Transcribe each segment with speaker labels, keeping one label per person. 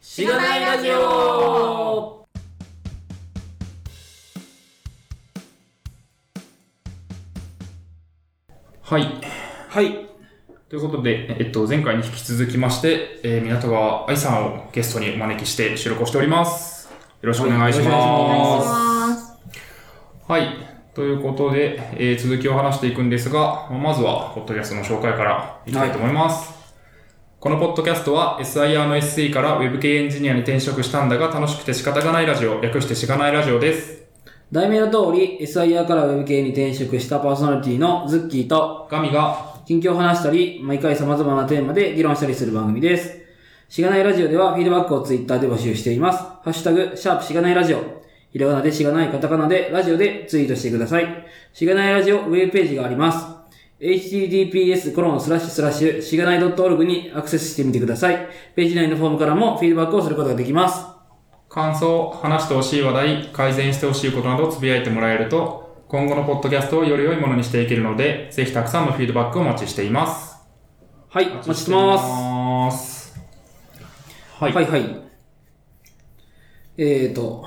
Speaker 1: しがないラジオはい。
Speaker 2: はい。
Speaker 1: ということで、えっと、前回に引き続きまして、えー、港川愛さんをゲストにお招きして収録をしております。よろしくお願いします。
Speaker 2: はいお願いします
Speaker 3: ます。
Speaker 1: はい。ということで、えー続きを話していくんですが、まあまずは、ポッドキャストの紹介からいきたいと思います。このポッドキャストは、SIR の SE から Web 系エンジニアに転職したんだが、楽しくて仕方がないラジオ、略してしがないラジオです。
Speaker 2: 題名の通り、SIR から Web 系に転職したパーソナリティのズッキーと、
Speaker 1: ガミが、
Speaker 2: 近況を話したり、毎回様々なテーマで議論したりする番組です。しがないラジオではフィードバックを Twitter で募集しています。ハッシュタグ、シャープしがないラジオ。ひらがなでしがない、カタカナでラジオでツイートしてください。しがないラジオウェブページがあります。https コロンスラッシュスラッシュしがない .org にアクセスしてみてください。ページ内のフォームからもフィードバックをすることができます。
Speaker 1: 感想、話してほしい話題、改善してほしいことなどをつぶやいてもらえると、今後のポッドキャストをより良いものにしていけるので、ぜひたくさんのフィードバックをお待ちしています。
Speaker 2: はい、お待ちしてます。
Speaker 1: ます。は
Speaker 2: はいい、はい、えーと、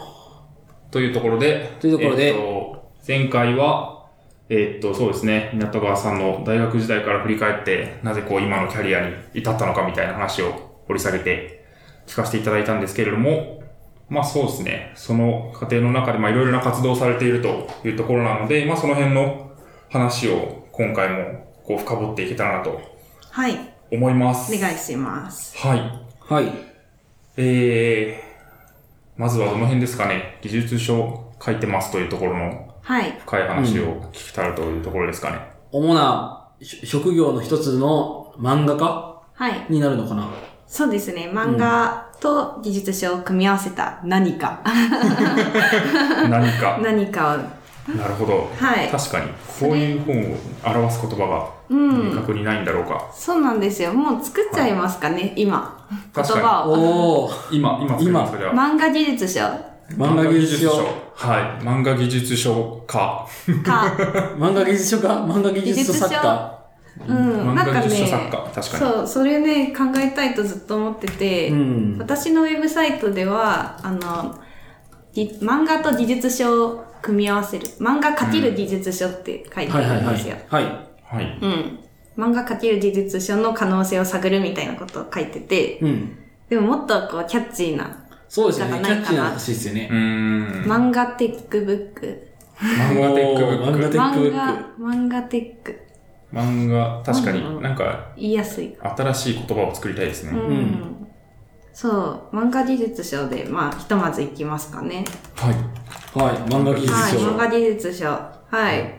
Speaker 1: というところで、
Speaker 2: というところで
Speaker 1: えっと前回は、えっと、そうですね、港川さんの大学時代から振り返って、なぜこう今のキャリアに至ったのかみたいな話を掘り下げて聞かせていただいたんですけれども、まあそうですね、その過程の中でまあいろいろな活動をされているというところなので、まあその辺の話を今回もこう深掘っていけたらなと
Speaker 3: はい、
Speaker 1: 思います。
Speaker 3: お願いします。
Speaker 1: はい。
Speaker 2: はい。
Speaker 1: えー、まずはどの辺ですかね、技術書書いてますというところの
Speaker 3: はい、
Speaker 1: 深い話を聞きたいというところですかね。
Speaker 2: 主なし職業の一つの漫画家
Speaker 3: はい。
Speaker 2: になるのかな
Speaker 3: そうですね、漫画と技術書を組み合わせた何か、
Speaker 1: 何か。
Speaker 3: 何か
Speaker 1: なるほど。
Speaker 3: はい
Speaker 1: 確かに。こういう本を表す言葉
Speaker 3: を、う
Speaker 1: が
Speaker 3: ん
Speaker 1: 明、確にないんだろうか。
Speaker 3: そうなんですよ。もう作っちゃいますかね、今。言
Speaker 1: 確かに
Speaker 3: 葉を。
Speaker 2: おー、
Speaker 1: 今、今作りますか、じゃあ。
Speaker 3: 漫画技術書
Speaker 2: 漫画技術書。。
Speaker 1: はい。漫画技術書家。
Speaker 3: か、
Speaker 2: 漫画技術書か漫画技術作家
Speaker 3: うん、
Speaker 1: 漫
Speaker 3: なん
Speaker 1: 画
Speaker 3: か
Speaker 1: 技術書作家。
Speaker 3: ね、
Speaker 1: 確かに。
Speaker 3: そう、それね、考えたいとずっと思ってて、
Speaker 2: うん。
Speaker 3: 私のウェブサイトではあのぎ漫画と技術書を組み合わせる漫画×技術書って書いて
Speaker 2: はいは
Speaker 3: あ
Speaker 2: い
Speaker 3: るん
Speaker 2: は
Speaker 3: ですよ。
Speaker 2: い。は
Speaker 1: はい。
Speaker 3: うん。漫画×技術書の可能性を探るみたいなことを書いてて
Speaker 2: い。、うん。
Speaker 3: でももっとこうキャッチーな
Speaker 2: そうですよね。
Speaker 3: なん
Speaker 2: キ
Speaker 3: か
Speaker 2: ャ
Speaker 3: ない
Speaker 2: ッ
Speaker 3: かな
Speaker 2: チーな話ですよ
Speaker 1: う
Speaker 2: ね。
Speaker 1: ーん。
Speaker 3: 漫画テックブック。
Speaker 1: 漫画テックブ
Speaker 2: おー
Speaker 1: ッ
Speaker 2: 漫画
Speaker 1: ク。
Speaker 2: テックブ
Speaker 3: 漫
Speaker 2: ック。
Speaker 3: 画、漫画テック。
Speaker 1: 漫画、確か
Speaker 3: う
Speaker 1: に
Speaker 3: ん
Speaker 1: なんか
Speaker 3: 言いやすい。
Speaker 1: 新しい言葉を作りたいです
Speaker 3: う
Speaker 1: ね。
Speaker 3: ん。そう、漫画技術書で、まあ、ひとまずいきますかね。
Speaker 1: はい。
Speaker 2: はい。漫画技術
Speaker 3: はい、漫
Speaker 2: 書。
Speaker 3: 画技術書。はい。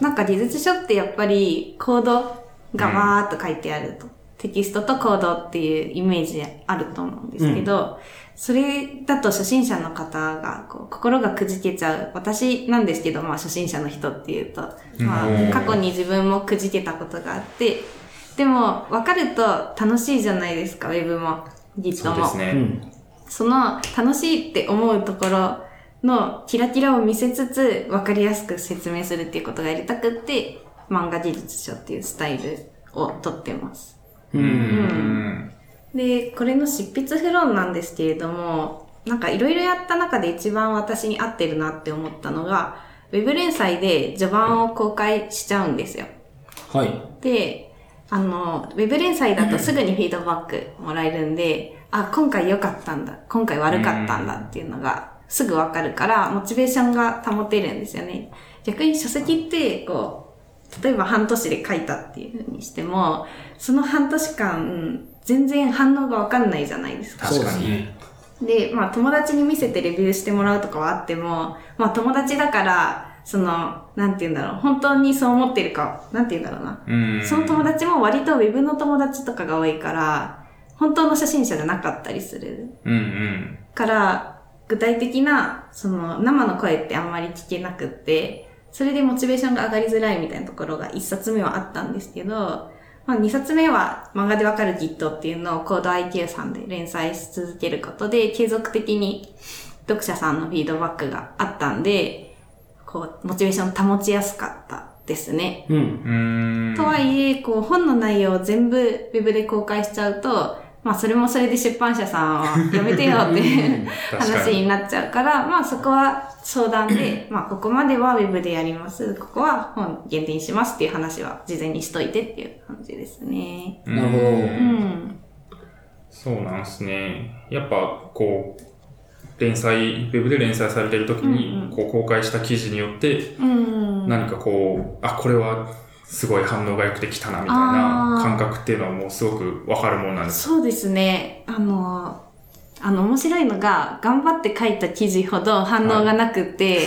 Speaker 3: なんか技術書ってやっぱりコードがわーっと書いてあると。テキストとコードっていうイメージあると思うんですけど、それだと初心者の方がこう心がくじけちゃう。私なんですけど、まあ初心者の人っていうと、ま
Speaker 1: うん
Speaker 3: あ過去に自分もくじけたことがあって、でも分かると楽しいじゃないですか、ウェブも。Git
Speaker 1: そう
Speaker 3: も。
Speaker 1: です
Speaker 2: う
Speaker 1: ね。
Speaker 2: ん。
Speaker 3: その楽しいって思うところのキラキラを見せつつ分かりやすく説明するっていうことがやりたくって漫画技術書っていうスタイルをとってます。
Speaker 2: う。
Speaker 1: うんん。
Speaker 3: で、これの執筆フロンなんですけれども、なんかいろいろやった中で一番私に合ってるなって思ったのが、ウェブ連載で序盤を公開しちゃうんですよ。
Speaker 2: はい。
Speaker 3: で、あの、ウェブ連載だとすぐにフィードバックもらえるんで、あ、今回良かったんだ、今回悪かったんだっていうのがすぐわかるから、モチベーションが保てるんですよね。逆に書籍って、こう、例えば半年で書いたっていうふうにしても、その半年間、全然反応がわかんないじゃないですか。
Speaker 1: 確かに
Speaker 2: そうですね。
Speaker 3: で、まあ友達に見せてレビューしてもらうとかはあっても、まあ友達だから、その、なんて言うんだろう、本当にそう思ってるか、なんて言うんだろうな。
Speaker 1: うん。
Speaker 3: その友達も割とウェブの友達とかが多いから、本当の初心者じゃなかったりする
Speaker 1: うんうん。
Speaker 3: から、具体的な、その生の声ってあんまり聞けなくって、それでモチベーションが上がりづらいみたいなところが1冊目はあったんですけど、まあ、2冊目は漫画でわかる Git っていうのをコード IQ さんで連載し続けることで、継続的に読者さんのフィードバックがあったんで、こう、モチベーション保ちやすかったですね。
Speaker 2: うん。
Speaker 1: うーん。
Speaker 3: とはいえ、こう、本の内容を全部ウェブで公開しちゃうと、まあそれもそれで出版社さんはやめてよって
Speaker 1: 確か
Speaker 3: 話
Speaker 1: に。
Speaker 3: になっちゃうから、まあそこは相談で、まあここまではウェブでやります、ここは本限定にしますっていう話は事前にしといてっていう感じですね。
Speaker 2: なるほど
Speaker 1: う
Speaker 3: うんん。
Speaker 1: そうなんですね。やっぱ、こう、連載、ウェブで連載されてる時
Speaker 3: うんうん
Speaker 1: に、こう、公開した記事によって、
Speaker 3: うん。
Speaker 1: 何かこう、あ、これは、すごい反応が良くてきたな、みたい
Speaker 3: あ
Speaker 1: な
Speaker 3: ー
Speaker 1: 感覚っていうのはもうすごくわかるものなんです。
Speaker 3: そうですね。あの、あの、面白いのが、頑張って書いた記事ほど反応がなくて、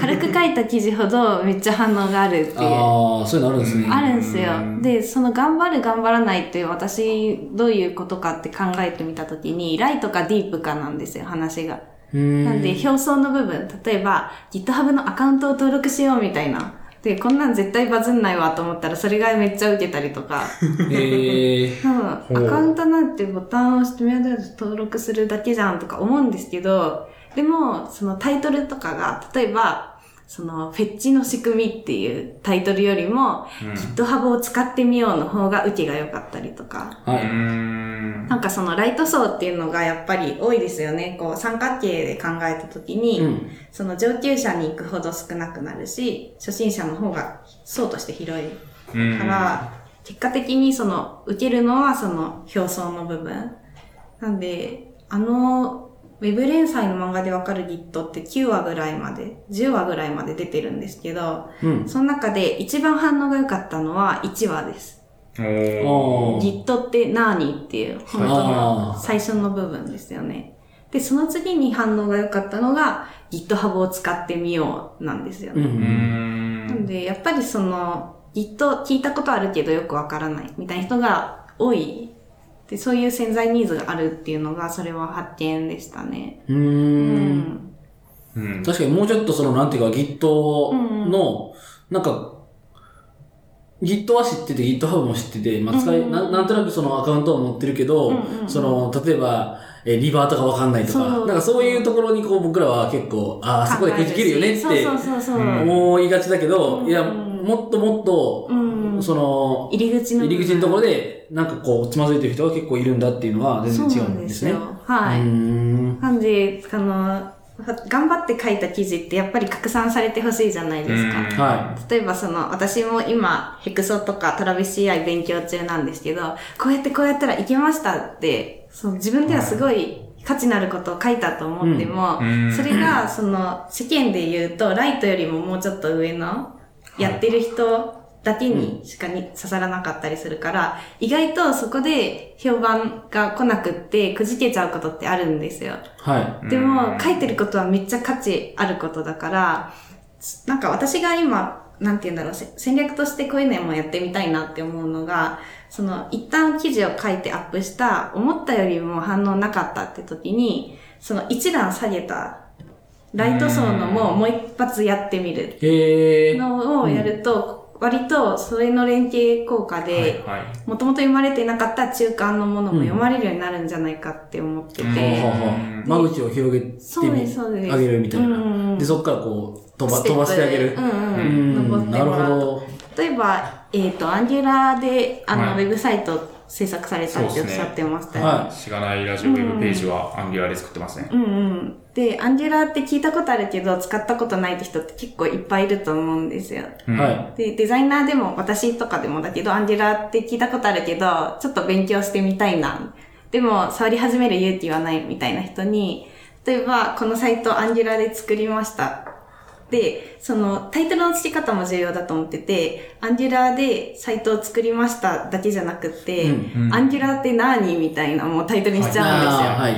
Speaker 3: 軽く書いた記事ほどめっちゃ反応があるっていう。あ
Speaker 2: ああ、そういうのあるんですね。
Speaker 1: うん
Speaker 3: るんですよ。で、その頑張る頑張らないっていう私、どういうことかって考えてみたときに、ライトかディープかなんですよ、話が。
Speaker 2: うん
Speaker 3: なんで、表層の部分、例えば、GitHub のアカウントを登録しようみたいな。で、こんなん絶対バズんないわと思ったら、それがめっちゃ受けたりとか。
Speaker 2: ええ
Speaker 3: 多分、ア
Speaker 1: ほう
Speaker 3: カウントなんてボタンを押してメールで登録するだけじゃんとか思うんですけど、でも、そのタイトルとかが、例えば、その、フェッチの仕組みっていうタイトルよりも、
Speaker 1: うん。
Speaker 3: GitHub を使ってみようの方が受けが良かったりとか、
Speaker 2: は
Speaker 1: う
Speaker 2: い。
Speaker 1: ん
Speaker 3: なんかそのライト層っていうのがやっぱり多いですよね。こう、三角形で考えた時に、
Speaker 2: うん。
Speaker 3: その上級者に行くほど少なくなるし、初心者の方が層として広い
Speaker 1: うん
Speaker 3: から、結果的にその、受けるのはその表層の部分。なんで、あの、ウェブ連載の漫画でわかる Git って9話ぐらいまで、10話ぐらいまで出てるんですけど、
Speaker 2: うん。
Speaker 3: その中で一番反応が良かったのは1話です。
Speaker 1: お
Speaker 2: うん
Speaker 1: ー
Speaker 3: Git って何っていう、本当
Speaker 2: あー
Speaker 3: の最初の部分ですよね。で、その次に反応が良かったのが GitHub を使ってみようなんですよね。
Speaker 2: う。
Speaker 1: うんん
Speaker 3: なんで、やっぱりその、きっと聞いたことあるけどよくわからないみたいな人が多い。で、そういう潜在ニーズがあるっていうのが、それは発見でしたね。
Speaker 2: う。
Speaker 3: うんん。
Speaker 1: うん
Speaker 2: 確かにもうちょっとその、なんていうか、Git の、なんか、Git は知ってて、GitHub も知ってて、まあ、使い、
Speaker 3: うん
Speaker 2: なんなんとなくそのアカウントは持ってるけど、
Speaker 3: うんうんうん
Speaker 2: その、例えば、えーリバーとかわかんないとか、
Speaker 3: そう
Speaker 2: なんかそういうところにこう僕らは結構、ああ、そこでくじけるよねっ
Speaker 3: 考える
Speaker 2: て
Speaker 3: しそうそうそうそう。
Speaker 1: うん
Speaker 2: 思いがちだけど、
Speaker 3: うん
Speaker 2: いや、もっともっと、
Speaker 3: うん
Speaker 2: その、
Speaker 3: 入り口の。
Speaker 2: 入り口のところ
Speaker 3: で、
Speaker 2: で、なんかこう、つまずいてる人が結構いるんだっていうのは
Speaker 3: そ
Speaker 2: 全
Speaker 3: う
Speaker 2: 然違うん
Speaker 3: なん
Speaker 2: で
Speaker 3: ですす
Speaker 2: ね。
Speaker 3: よ。は
Speaker 2: うー
Speaker 3: い。
Speaker 2: ん
Speaker 3: なんで、あの、頑張って書いた記事ってやっぱり拡散されてほしいじゃないですか。
Speaker 1: うん
Speaker 2: は
Speaker 3: 例えばその、私も今、ヘクソとかトラビ CI 勉強中なんですけど、こうやってこうやったらいけましたって、その自分ではすごい価値なることを書いたと思っても、
Speaker 1: うん
Speaker 3: それがその、世間で言うと、ライトよりももうちょっと上の、
Speaker 1: い
Speaker 3: やってる人だけにしかに刺さらなかったりするから、意外とそこで評判が来なくって、くじけちゃうことってあるんですよ。
Speaker 2: はい。
Speaker 3: で
Speaker 1: う
Speaker 3: も、
Speaker 1: ん
Speaker 3: 書いてることはめっちゃ価値あることだから、つなんか私が今、なんて言うんだろう、せ戦略としてこういうのもやってみたいなって思うのが、その、一旦記事を書いてアップした、思ったよりも反応なかったって時に、その一段下げた、ライト層のももう一発やってみる
Speaker 2: へー。
Speaker 3: のをやると、割とそれの連携効果で、
Speaker 1: はいはい
Speaker 3: もともと読まれてなかった中間のものも読まれるようになるんじゃないかって思って
Speaker 1: うん
Speaker 3: て、
Speaker 2: はあはあ間口を広げて
Speaker 3: そうですそうで
Speaker 2: み
Speaker 3: す
Speaker 2: あげるみたい
Speaker 3: うんうんう
Speaker 2: な。
Speaker 3: ん
Speaker 2: で、そこからこう、飛ば
Speaker 3: ステッ
Speaker 2: 飛
Speaker 3: プ
Speaker 2: ばしてあげる
Speaker 3: う。ん
Speaker 2: う
Speaker 3: うん。登
Speaker 2: ん、
Speaker 3: って
Speaker 2: なる
Speaker 3: も
Speaker 2: ほ
Speaker 3: らうと。
Speaker 2: ど。
Speaker 3: 例えば、えっ、と、アンギュラーで、あの、
Speaker 1: はい
Speaker 3: ウェブサイト制作されたっておっしゃってましたよね。
Speaker 2: は
Speaker 1: しがないラジオウェブページはアンリュアで作ってますね。
Speaker 3: うんうん。で、アンギュラーって聞いたことあるけど、使ったことないって人って結構いっぱいいると思うんですよ。
Speaker 1: うん
Speaker 2: は
Speaker 3: で、デザイナーでも、私とかでもだけど、アンギュラーって聞いたことあるけど、ちょっと勉強してみたいな。でも、触り始める勇気はないみたいな人に、例えば、このサイトアンギュラーで作りました。で、その、タイトルの付け方も重要だと思ってて、アンギュラーでサイトを作りましただけじゃなくって、
Speaker 2: うん
Speaker 1: うん
Speaker 3: アンギュラーって何みたいなもうタイトルにしちゃうんですよ。
Speaker 2: あーは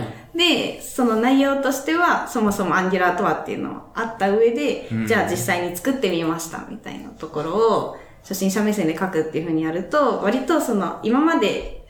Speaker 2: い。
Speaker 3: で、その内容としては、そもそもアンギュラーとはっていうのもあった上で、
Speaker 1: うん
Speaker 3: じゃあ実際に作ってみましたみたいなところを、初心者目線で書くっていうふうにやると、割とその、今まで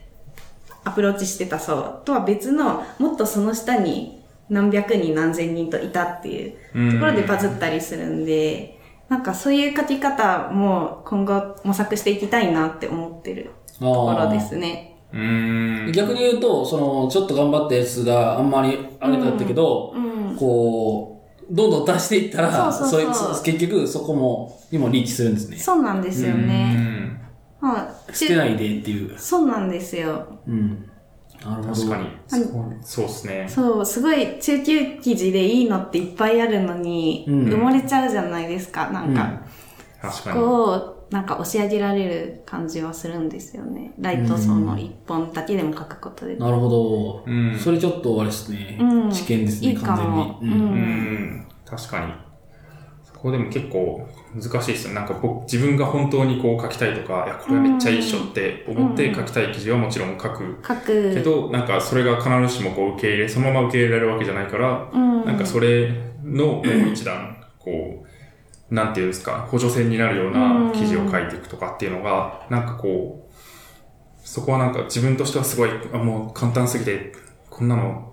Speaker 3: アプローチしてた層とは別の、もっとその下に何百人何千人といたっていうところでバズったりするんで、なんかそういう書き方も今後模索していきたいなって思ってる
Speaker 2: と
Speaker 3: ところですね。
Speaker 1: うーん。
Speaker 2: 逆に言うと、その、ちょっと頑張ったやつがあんまりあれだったけど、
Speaker 3: うん。
Speaker 2: こう、どんどん出していったら、
Speaker 3: そうそうそう
Speaker 2: い結局そこも、にもリーチするんですね。
Speaker 3: そうなんですよね。
Speaker 1: うん
Speaker 3: まあ、
Speaker 2: 捨てないでっていう。
Speaker 3: そうなんですよ。
Speaker 2: うん。なるほど。
Speaker 1: 確かに。
Speaker 3: あ
Speaker 1: そうですね。
Speaker 3: そう、すごい中級記事でいいのっていっぱいあるのに、
Speaker 2: うん
Speaker 3: 埋もれちゃうじゃないですか、なんか。
Speaker 1: 確か
Speaker 3: こ
Speaker 1: に。
Speaker 3: をなんか押し上げられる感じはするんですよね。ライト層の一本だけでも書くことで。
Speaker 2: なるほど。
Speaker 1: うん
Speaker 2: それちょっとあれですね。
Speaker 3: うん
Speaker 2: 知見ですね、
Speaker 3: いいかも
Speaker 2: 完全に。
Speaker 1: う
Speaker 3: うん
Speaker 1: ん、確かに。そこでも結構難しいですよ。なんか僕、自分が本当にこう書きたいとか、いや、これはめっちゃいいっしょって思って書きたい記事はもちろん書く。
Speaker 3: 書
Speaker 1: け
Speaker 3: く。
Speaker 1: ど、なんかそれが必ずしもこう受け入れ、そのまま受け入れられるわけじゃないから、
Speaker 3: うん。
Speaker 1: なんかそれのもう一段、こう、なんていうんですか、補助線になるような記事を書いていくとかっていうのが、なんかこう、そこはなんか自分としてはすごい、あもう簡単すぎて、こんなの、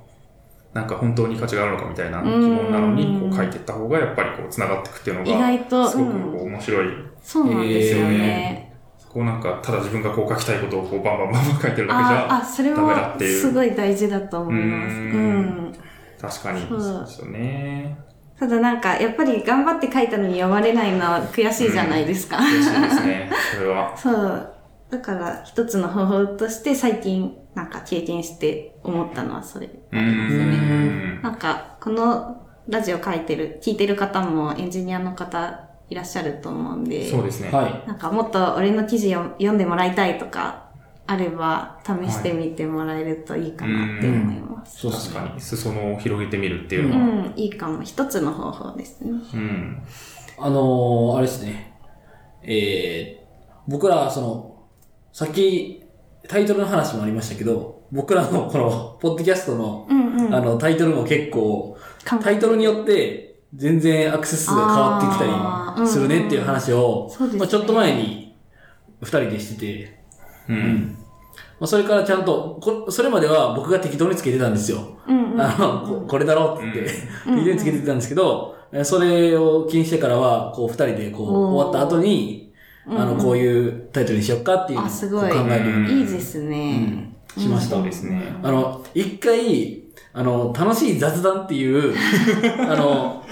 Speaker 1: なんか本当に価値があるのかみたいな疑問なのに、
Speaker 3: うん
Speaker 1: こう書いていった方がやっぱりこう繋がっていくっていうの
Speaker 3: 意
Speaker 1: が、
Speaker 3: 外と、
Speaker 1: す
Speaker 3: う。
Speaker 1: ごくこうん面白い。
Speaker 3: そうなんですよね。
Speaker 1: そこをなんか、ただ自分がこう書きたいことをこうバンバンバンバン書いてるだけじ
Speaker 3: あ
Speaker 1: ゃ、
Speaker 3: あ、それ
Speaker 1: ダメ
Speaker 3: も
Speaker 1: だっていう
Speaker 3: すごい大事だと思います。
Speaker 1: う
Speaker 3: うんん。
Speaker 1: 確かに、
Speaker 3: そう
Speaker 1: そうですよね。
Speaker 3: ただなんか、やっぱり頑張って書いたのに読まれないのは悔しいじゃないですか。
Speaker 1: 嬉しいですね、それは。
Speaker 3: そう。だから、一つの方法として最近、なんか経験して思ったのはそれ。
Speaker 1: うん。
Speaker 3: なんか、このラジオ書いてる、聞いてる方もエンジニアの方いらっしゃると思うんで、
Speaker 1: そうですね。
Speaker 2: はい。
Speaker 3: なんかもっと俺の記事を読んでもらいたいとか、あれば試してみてもらえるといいかなって思います。
Speaker 2: そうです
Speaker 1: 確
Speaker 2: ね。
Speaker 1: かに、裾野を広げてみるっていう
Speaker 3: う
Speaker 1: のは。
Speaker 3: ん、いいかも。一つの方法ですね。
Speaker 1: うん。
Speaker 2: あのー、あれですね。えー、僕ら、その、さっき、タイトルの話もありましたけど、僕らのこの、ポッドキャストの、
Speaker 3: うんうん。
Speaker 2: あの、タイトルも結構、
Speaker 3: 感
Speaker 2: タイトルによって、全然アクセス数が変わって
Speaker 3: あ
Speaker 2: きた
Speaker 3: ー
Speaker 2: りするねっていう話を、
Speaker 3: そうですね
Speaker 2: まあ、ちょっと前に、二人でしてて、
Speaker 1: う。
Speaker 2: うんまあ、それからちゃんとこ、それまでは僕が適当につけてたんですよ。
Speaker 3: うんうん。
Speaker 2: あの、ここれだろうって言って、
Speaker 3: うん
Speaker 2: 理由つけてたんですけど、えそれを気にしてからは、こう、二人で、こう、
Speaker 3: おー
Speaker 2: 終わった後に、
Speaker 3: うん
Speaker 2: あの、こういうタイトルにしよっかっていうのを
Speaker 3: あ
Speaker 2: こ
Speaker 3: す
Speaker 2: う
Speaker 3: ご
Speaker 2: 考
Speaker 3: い
Speaker 2: えるように、
Speaker 3: いいですね。
Speaker 2: うんしました。
Speaker 1: そうですね。
Speaker 2: あの、一回、あの、楽しい雑談って いう、あの、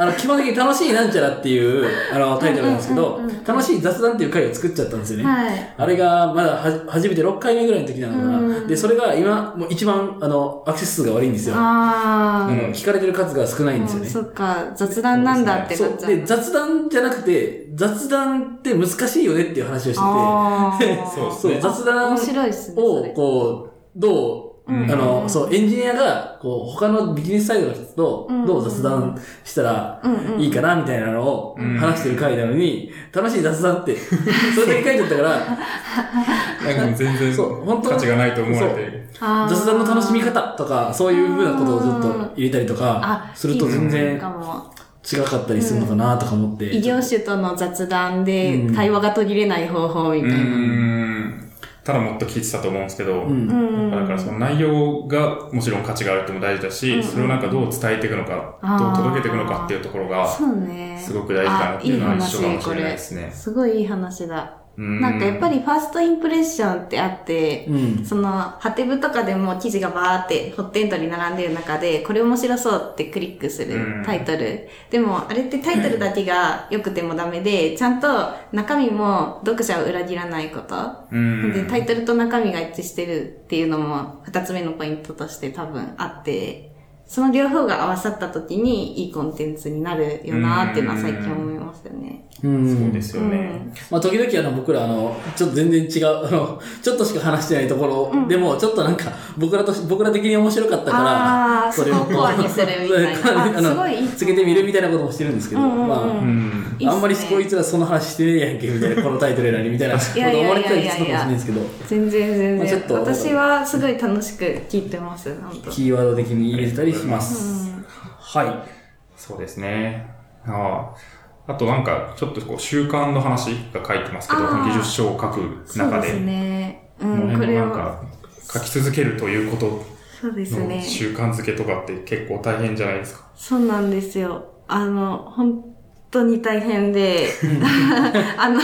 Speaker 2: あの、基本的に楽しいなんちゃらっていう、あの、タイトルなんですけど
Speaker 3: うんうんうんうん、
Speaker 2: 楽しい雑談っていう回を作っちゃったんですよね。
Speaker 3: はい。
Speaker 2: あれがまだは初めて6回目ぐらいの時なのかな。
Speaker 3: うん
Speaker 2: で、それが今、もう一番、あの、アクセス数が悪いんですよ。
Speaker 3: あ
Speaker 2: あ
Speaker 3: あ、
Speaker 2: の、聞かれてる数が少ないんですよ
Speaker 3: うん
Speaker 2: ね。
Speaker 3: そっか、雑談なんだって
Speaker 2: そ
Speaker 3: なっ
Speaker 2: う。
Speaker 3: ちゃう。
Speaker 2: で、雑談じゃなくて、雑談って難しいよねっていう話をして
Speaker 3: あー
Speaker 1: そうそ
Speaker 2: て、そう、雑談
Speaker 3: 面白いですね。そ
Speaker 2: を、
Speaker 3: れ
Speaker 2: こう、どう、
Speaker 1: うん
Speaker 2: あの、そう、エンジニアが、こう、他のビジネスサイドの人と
Speaker 3: うん、
Speaker 2: どう雑談したら
Speaker 3: うんうん、
Speaker 2: いいかな、みたいなのを
Speaker 1: うん
Speaker 2: 話してる回なのに、楽しい雑 談って、それだけ書いてあったから、
Speaker 1: なんか全然
Speaker 2: そう本当
Speaker 1: 価値がないと思われて。
Speaker 3: あー
Speaker 2: 雑談の楽しみ方とか、そういう風なことをずっと入れたりとか
Speaker 3: あ、
Speaker 2: すると全
Speaker 3: いい
Speaker 2: 然
Speaker 3: かも
Speaker 2: 違かったりするのかな、とか思って。
Speaker 3: 異業種との雑談で
Speaker 2: うん
Speaker 3: 会話が途切れない方法みた
Speaker 1: う
Speaker 3: いな。
Speaker 1: ん。ただもっと聞いてたと思うんですけど、
Speaker 2: うん
Speaker 3: うん
Speaker 1: だからその内容がもちろん価値があるっても大事だ
Speaker 3: うん
Speaker 1: し、それをなんかどう伝えていくのか、
Speaker 3: あー
Speaker 1: どう届けていくのかっていうところが、
Speaker 3: そうね。
Speaker 1: すごく大事かなっていうのは
Speaker 3: あ
Speaker 1: 一緒かもしれないで
Speaker 3: い
Speaker 1: すね
Speaker 3: 話これ。すごいいい話だ。
Speaker 1: な
Speaker 3: なんかやっぱ、りファーストインプレッションってあって、
Speaker 2: うん。
Speaker 3: その、ハテブとかでも記事がバーってホットエンドに並んでる中で、これ面白そうってクリックす
Speaker 1: うん
Speaker 3: るタイトル。でも、あれってタイトルだけが良くてもダメで、ちゃんと中身も読者を裏切らないこと。
Speaker 1: うん
Speaker 3: で、タイトルと中身が一致してるっていうのも、二つ目のポイントとして多分あって、その両方が合わさった時にいいコンテンツになるよなっていうのは最近思いますよね。
Speaker 2: うん
Speaker 1: そうですよね。
Speaker 2: まあ、時々あの僕らあの、ちょっと全然違う、あの、ちょっとしか話してないところ、でも、ちょっとなんか、僕らとし、僕ら的に面白かったか
Speaker 3: あ
Speaker 2: ら、
Speaker 3: ーそこをコアにするみたいな
Speaker 2: それを
Speaker 3: あすごいいい
Speaker 2: つけてみるみたいなこともしてるんですけど、
Speaker 3: うんうんうん
Speaker 1: う
Speaker 2: まあ、
Speaker 1: ん。
Speaker 3: いいっすね
Speaker 2: あんまりこいつらその話してねえやんけ、みたいな、このタイトルなり、みたいなこと思われたりするかもしれないですけど、
Speaker 3: 全然全
Speaker 2: まあちょっ
Speaker 3: 然、
Speaker 2: と
Speaker 3: 私はすごい楽しく聞いてます本当
Speaker 2: キーワード的に入れたりします。はい。
Speaker 1: そうですね。あああとなんか、ちょっとこう、習慣の話が書いてますけど、
Speaker 3: ああ
Speaker 1: 技術書を書く
Speaker 3: そう
Speaker 1: 中
Speaker 3: で
Speaker 1: で、
Speaker 3: すねう
Speaker 1: この
Speaker 3: んこ
Speaker 1: 辺
Speaker 3: れ
Speaker 1: もなん
Speaker 3: は
Speaker 1: か、書き続けるということ
Speaker 3: そうです
Speaker 1: の
Speaker 3: ね
Speaker 1: 習慣づけとかって結構大変じゃないですか。
Speaker 3: そうなんですよあの本当に大 変で あの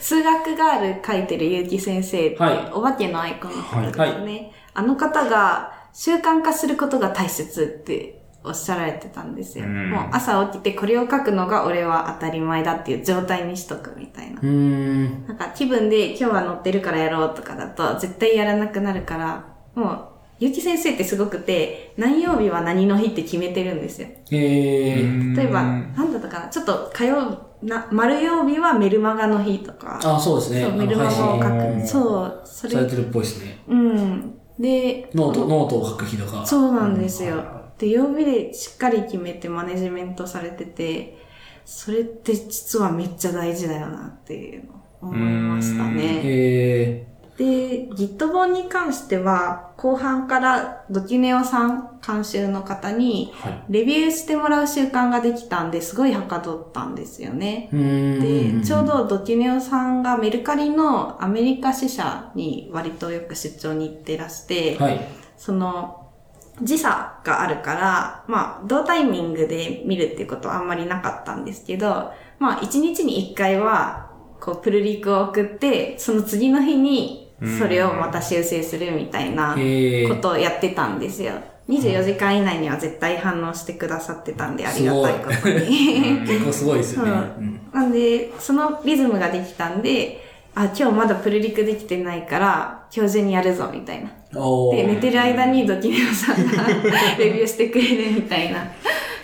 Speaker 3: 数学ガール書いてる結城先生って、
Speaker 2: はい
Speaker 3: お化けのアイコンの方ですね、
Speaker 2: はい
Speaker 3: あの方が習慣化することが大切っておっしゃられてたんですよ、
Speaker 1: うん
Speaker 3: もう朝起きてこれを書くのが俺は当たり前だっていう状態にしとくみたいな
Speaker 2: うーん。
Speaker 3: なんか気分で今日は乗ってるからやろうとかだと絶対やらなくなるから、もう、ゆうき先生ってすごくて、何曜日は何の日って決めてるんですよ。
Speaker 2: えー、
Speaker 3: 例えば、
Speaker 1: うん
Speaker 3: なんだったかな、ちょっと火曜、な、丸曜日はメルマガの日とか、
Speaker 2: あ、そうですね。
Speaker 3: そう、
Speaker 2: あ
Speaker 3: メル
Speaker 2: の、
Speaker 3: マガ
Speaker 2: 配
Speaker 3: を
Speaker 2: 信
Speaker 3: 書
Speaker 1: 配信
Speaker 3: く。そう、そ
Speaker 2: され
Speaker 3: れ、
Speaker 2: てるっぽいですね。
Speaker 3: うん。で、
Speaker 2: ノート、ノートを書く日とか。
Speaker 3: そうなんですよ。
Speaker 2: う
Speaker 3: で、曜日でしっかり決めてマネジメントされてて、それって実はめっちゃ大事だよなっていうのを思いましたね。
Speaker 2: え
Speaker 3: で、Git 本に関しては、後半からドキュネオさん監修の方に、
Speaker 1: はい。
Speaker 3: レビューしてもらう習慣ができたんですごいはかどったんですよね。
Speaker 2: ー、うーん。
Speaker 3: で、ちょう、どドキュネオさんがメルカリのアメリカ支社に割とよく出張に行ってらして、
Speaker 2: はい。
Speaker 3: その、時差があるから、まあ、同タイミングで見るっていうことはあんまりなかったんですけど、まあ、1日に1回は、こう、プルリクを送って、その次の日に、それをまた修正するみたいな
Speaker 2: えー、
Speaker 3: ことをやってたんですよ。24時間以内には絶対反応してくださってたんで、ありがたいことに。
Speaker 2: 結構すごいですよね。
Speaker 3: う
Speaker 2: うん
Speaker 3: なんで、そのリズムができたんで、あ、今日まだプルリクできてないから、今日中にやるぞ、みたいな。
Speaker 2: お
Speaker 3: で、寝
Speaker 2: ー。
Speaker 3: てる間にドキネオさんが レビューしてくれるみたいな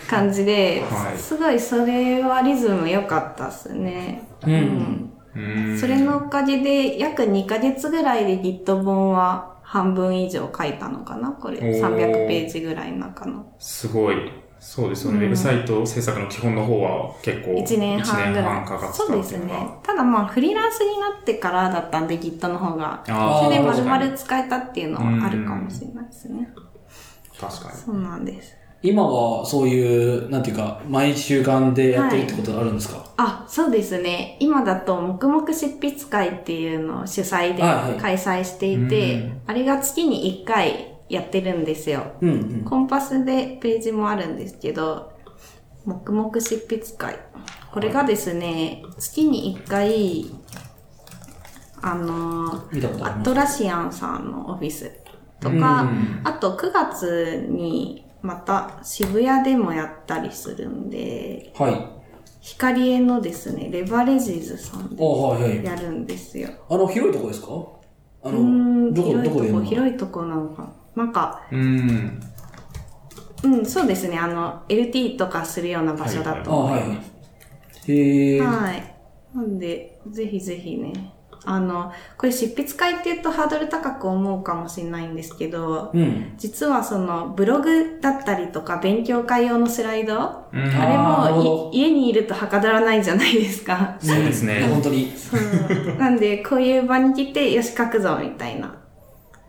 Speaker 3: 感じで、
Speaker 1: はい
Speaker 3: すごいそれはリズム良かったっすね。
Speaker 2: うん
Speaker 1: うん
Speaker 3: それのおかげで、約2ヶ月ぐらいで Git 本は半分以上書いたのかなこれ、
Speaker 1: おー
Speaker 3: 300ページぐらいの中の。
Speaker 1: すごい。そうですよね。
Speaker 3: うん
Speaker 1: ウェブサイト制作の基本の方は結構
Speaker 3: 1年半ぐ
Speaker 1: 一
Speaker 3: ら
Speaker 1: 年
Speaker 3: い。
Speaker 1: かかって
Speaker 3: そう
Speaker 1: た
Speaker 3: で
Speaker 1: って
Speaker 3: す
Speaker 1: いうのが。
Speaker 3: ね。ただまあ、フリーランスになってからだったんで、Git の方が。
Speaker 1: あー
Speaker 3: それで丸
Speaker 1: 確かに
Speaker 3: 々使えたっていうのはあるかもしれないですね。
Speaker 1: 確かに。
Speaker 3: そうなんです。
Speaker 2: 今はそういう、なんていうか、毎週間でやってるってことあるんですか、
Speaker 3: あ、そうですね。今だと、黙々執筆会っていうのを主催で
Speaker 2: はいはい
Speaker 3: 開催していて、
Speaker 1: うん
Speaker 3: あれが月に1回やってるんですよ。
Speaker 2: うんうん。
Speaker 3: コンパスでページもあるんですけど、黙々執筆会。これがですね、月に1回、あの
Speaker 2: 見たことあり
Speaker 3: ア
Speaker 2: ます
Speaker 3: トラシアンさんのオフィスと
Speaker 2: うん
Speaker 3: か、あと9月にまた渋谷でもやったりするんで、
Speaker 2: はい。
Speaker 3: 光栄のですね、レバレジーズさんで
Speaker 2: おはいはい。
Speaker 3: やるんですよ。
Speaker 2: あの、広いとこですかあ
Speaker 3: うー
Speaker 2: の、
Speaker 3: ん
Speaker 2: どこ、ど
Speaker 3: 広いと
Speaker 2: こでやる
Speaker 3: こ、
Speaker 2: の
Speaker 3: 広いとこなのかな。なんか、
Speaker 1: うん。
Speaker 3: うん、そうですね、あの、LT とかするような場所だ
Speaker 2: あ、
Speaker 3: と思
Speaker 2: はいいは
Speaker 3: ま
Speaker 2: い。へえ。
Speaker 3: す。
Speaker 2: ー。
Speaker 3: はい。なんで、ぜひぜひね。あの、これ執筆会って言うとハードル高く思うかもしれないんですけど、
Speaker 2: うん。
Speaker 3: 実はそのブログだったりとか勉強会用のスライド、
Speaker 1: うん
Speaker 2: あ
Speaker 3: あれ
Speaker 2: ーなるほど
Speaker 3: もい家にいるとはかどらないじゃないですか。
Speaker 1: そうですね
Speaker 2: ん本当に。
Speaker 3: そう。なんで、こういう場に来て、よし、書くぞ、みたいな。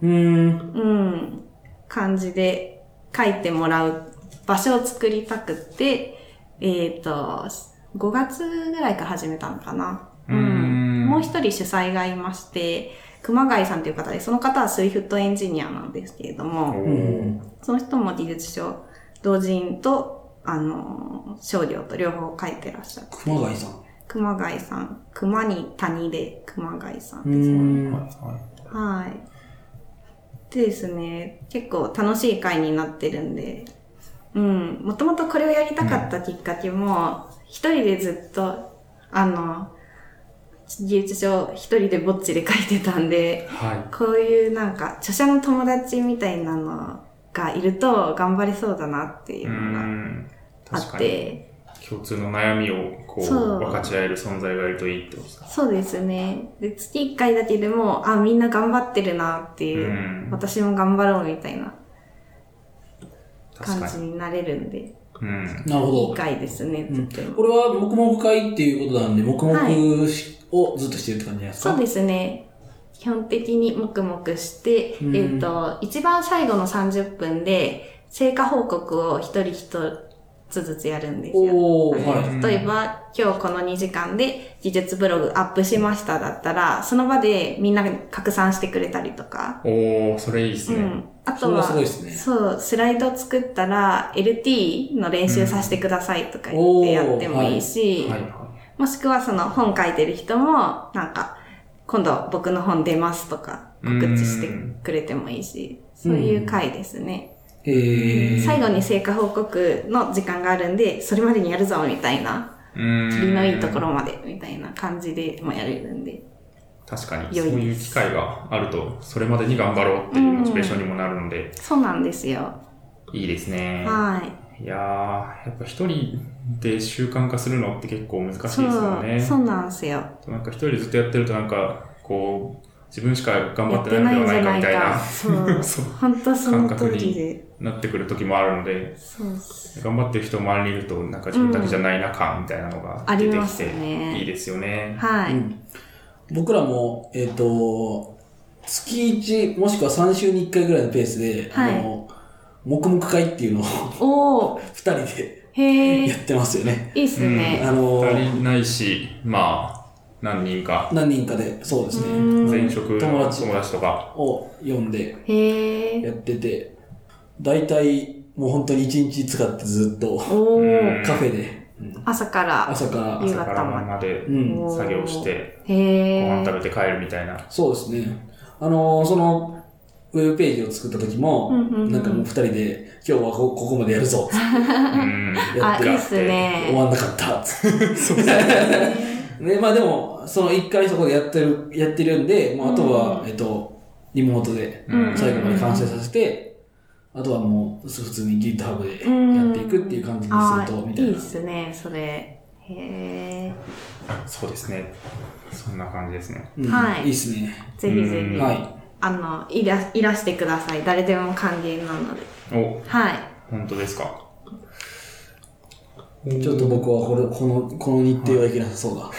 Speaker 2: うーん。
Speaker 3: うん、感じで書いてもらう場所を作りたくって、えっ、と、5月ぐらいから始めたのかな。
Speaker 1: うーん
Speaker 3: もう一人主催がいまして、熊谷さんという方で、その方は Swift エンジニアなんですけれど
Speaker 1: お
Speaker 3: も、
Speaker 1: ー
Speaker 3: その人も技術書、同人と、あの、少量と両方書いてらっしゃる。
Speaker 2: 熊谷さん。
Speaker 3: 熊谷さん、熊に谷で熊谷さん
Speaker 2: う
Speaker 3: ですね。
Speaker 2: ーん。
Speaker 3: はい。でですね、結構楽しい回になってるんで、うん、もともとこれをやりたかったきっかけも、一人でずっと、あの、技術書を一人でぼっちで書いてたんで、
Speaker 1: は
Speaker 3: こういうなんか、著者の友達みたいなのがいると頑張れそうだなって
Speaker 1: い。
Speaker 3: いううのが
Speaker 1: ん。
Speaker 3: あ
Speaker 1: 確
Speaker 3: っ
Speaker 1: かに。
Speaker 3: て、
Speaker 1: 共通の悩みをこう
Speaker 3: そう
Speaker 1: 分かち合える存在がいるといいってことですか。
Speaker 3: そうですね。で、月1回だけでも、あ、みんな頑張ってるなっていう、
Speaker 1: うん
Speaker 3: 私も頑張ろうみたいな
Speaker 1: 確
Speaker 3: 感
Speaker 1: か
Speaker 3: じ
Speaker 1: に。
Speaker 3: になれるんで、
Speaker 1: うん。
Speaker 2: なる
Speaker 3: い
Speaker 2: ほ
Speaker 3: い
Speaker 2: ど。
Speaker 3: 回ですね、
Speaker 2: うん
Speaker 3: とても
Speaker 2: これは黙々会っていうことなんで、黙々しをずっとしてるって感じなんですか
Speaker 3: そうですね。基本的に黙々して、
Speaker 2: うん
Speaker 3: えっ、と、一番最後の30分で、成果報告を一人一つずつやるんですよ。
Speaker 2: おー、
Speaker 1: う
Speaker 2: は
Speaker 1: ん
Speaker 3: 例えば、今日この2時間で技術ブログアップしましただったら、その場でみんなが拡散してくれたりとか、
Speaker 1: おー、それいいです
Speaker 3: う
Speaker 1: ね。
Speaker 3: ん。
Speaker 2: い。
Speaker 3: あ
Speaker 2: そ
Speaker 3: と
Speaker 2: れは
Speaker 3: は、
Speaker 2: すごいですね。
Speaker 3: そう、スライド作ったら LT の練習させてくださいとか言ってやってもいいし、
Speaker 1: はいはい。
Speaker 3: もしくはその本書いてる人も、なんか、今度僕の本出ますとか告知してくれてもいいし、
Speaker 2: うん
Speaker 3: そういう回ですね。
Speaker 2: へえ。
Speaker 3: 最後に成果報告の時間があるんで、それまでにやるぞみたいな、
Speaker 1: うん。
Speaker 3: 鳥のいいところまでみたいな感じでもやれるんで、
Speaker 1: 確かに、
Speaker 3: 良
Speaker 1: そう
Speaker 3: いです
Speaker 1: いう機会があると、それまでに頑張ろうっていうモチベーションにもなるので、
Speaker 3: そうなんですよ。
Speaker 1: いいですね。
Speaker 3: はい。
Speaker 1: いやー、やっぱ一人で習慣化するのって結構難しいです
Speaker 3: そう
Speaker 1: よね。
Speaker 3: そうなんですよ。
Speaker 1: なんか一人でずっとやってるとなんか、こう、自分しか頑張
Speaker 3: や
Speaker 1: っ
Speaker 3: ってて
Speaker 1: な
Speaker 3: ないい
Speaker 1: の
Speaker 3: ん
Speaker 1: で
Speaker 3: じ
Speaker 1: はな
Speaker 3: ゃ
Speaker 1: いか
Speaker 3: ない
Speaker 1: みたい
Speaker 3: か。
Speaker 1: な、
Speaker 3: そう。
Speaker 1: そう
Speaker 3: 本当その通りで。
Speaker 1: なってくる時もあるので、
Speaker 3: そうそう。
Speaker 1: 頑張ってる人を周りにいると、なんか自分だけじゃないな感みたいなのが
Speaker 3: あ
Speaker 1: 出
Speaker 3: り
Speaker 1: て
Speaker 3: ま
Speaker 1: き
Speaker 3: す
Speaker 1: て、
Speaker 3: よね
Speaker 1: いいですよね。
Speaker 3: は
Speaker 2: う
Speaker 3: い。
Speaker 2: ん僕らも、えっ、と、月1もしくは3週に1回ぐらいのペースで、
Speaker 3: はい
Speaker 2: あの、黙々会っていうのを
Speaker 3: おー、
Speaker 2: 2人で
Speaker 3: へ
Speaker 2: や
Speaker 3: え、
Speaker 2: ってますよね。
Speaker 3: いいっすね。
Speaker 2: あの、
Speaker 1: 足りないし、まあ、何人か、
Speaker 2: 何人かで、そうです
Speaker 3: うん
Speaker 2: ね、
Speaker 1: 前職の
Speaker 2: 友
Speaker 1: 友
Speaker 2: 達
Speaker 1: 達とか、
Speaker 2: を呼んで
Speaker 3: へ
Speaker 2: や
Speaker 3: え、
Speaker 2: ってて、大体もう本当に1日使ってずっと
Speaker 3: お
Speaker 1: うん
Speaker 3: ー、
Speaker 2: カフェで、うん
Speaker 3: 朝から。
Speaker 2: 朝から、
Speaker 3: 夕
Speaker 1: 朝から
Speaker 3: 方ま
Speaker 1: 晩まで
Speaker 2: うん、
Speaker 1: 作業して、ご飯
Speaker 3: へえ
Speaker 1: 食、べて帰るみたいな。
Speaker 2: そうですね。あの、その、ウェブページを作った時も、
Speaker 3: うんうんうん
Speaker 2: なんかもう2人で、今日はこここまでやるぞ、
Speaker 1: うん。
Speaker 2: や
Speaker 3: あ、
Speaker 2: っ
Speaker 3: い
Speaker 2: て
Speaker 3: いっす
Speaker 2: 終
Speaker 3: ね。
Speaker 2: わんなかったっつ って。ね、 まあでも、その一回そこでやってる、やってるんで、もうあとは、
Speaker 3: う
Speaker 2: えっと、リモートで
Speaker 1: うん
Speaker 2: 最後まで完成させて、あとはもう、普通に GitHub で
Speaker 3: うん
Speaker 2: やっていくっていう感じに
Speaker 3: あ
Speaker 2: すると、み
Speaker 3: ー、
Speaker 2: たい
Speaker 3: いい
Speaker 2: な
Speaker 3: っ。すね、それ。へえ、
Speaker 1: そうですね。そんな感じですね。
Speaker 2: うん
Speaker 3: はい
Speaker 2: いいっすね。
Speaker 3: ぜひぜ
Speaker 1: うん
Speaker 3: ひ。
Speaker 2: は
Speaker 3: あの、いら、いらしてください。誰でも歓迎なので。
Speaker 1: お、
Speaker 3: はい。
Speaker 1: 本当ですか。
Speaker 2: い。ちょっと僕はこれ、この、この日程はいけなさそうだ。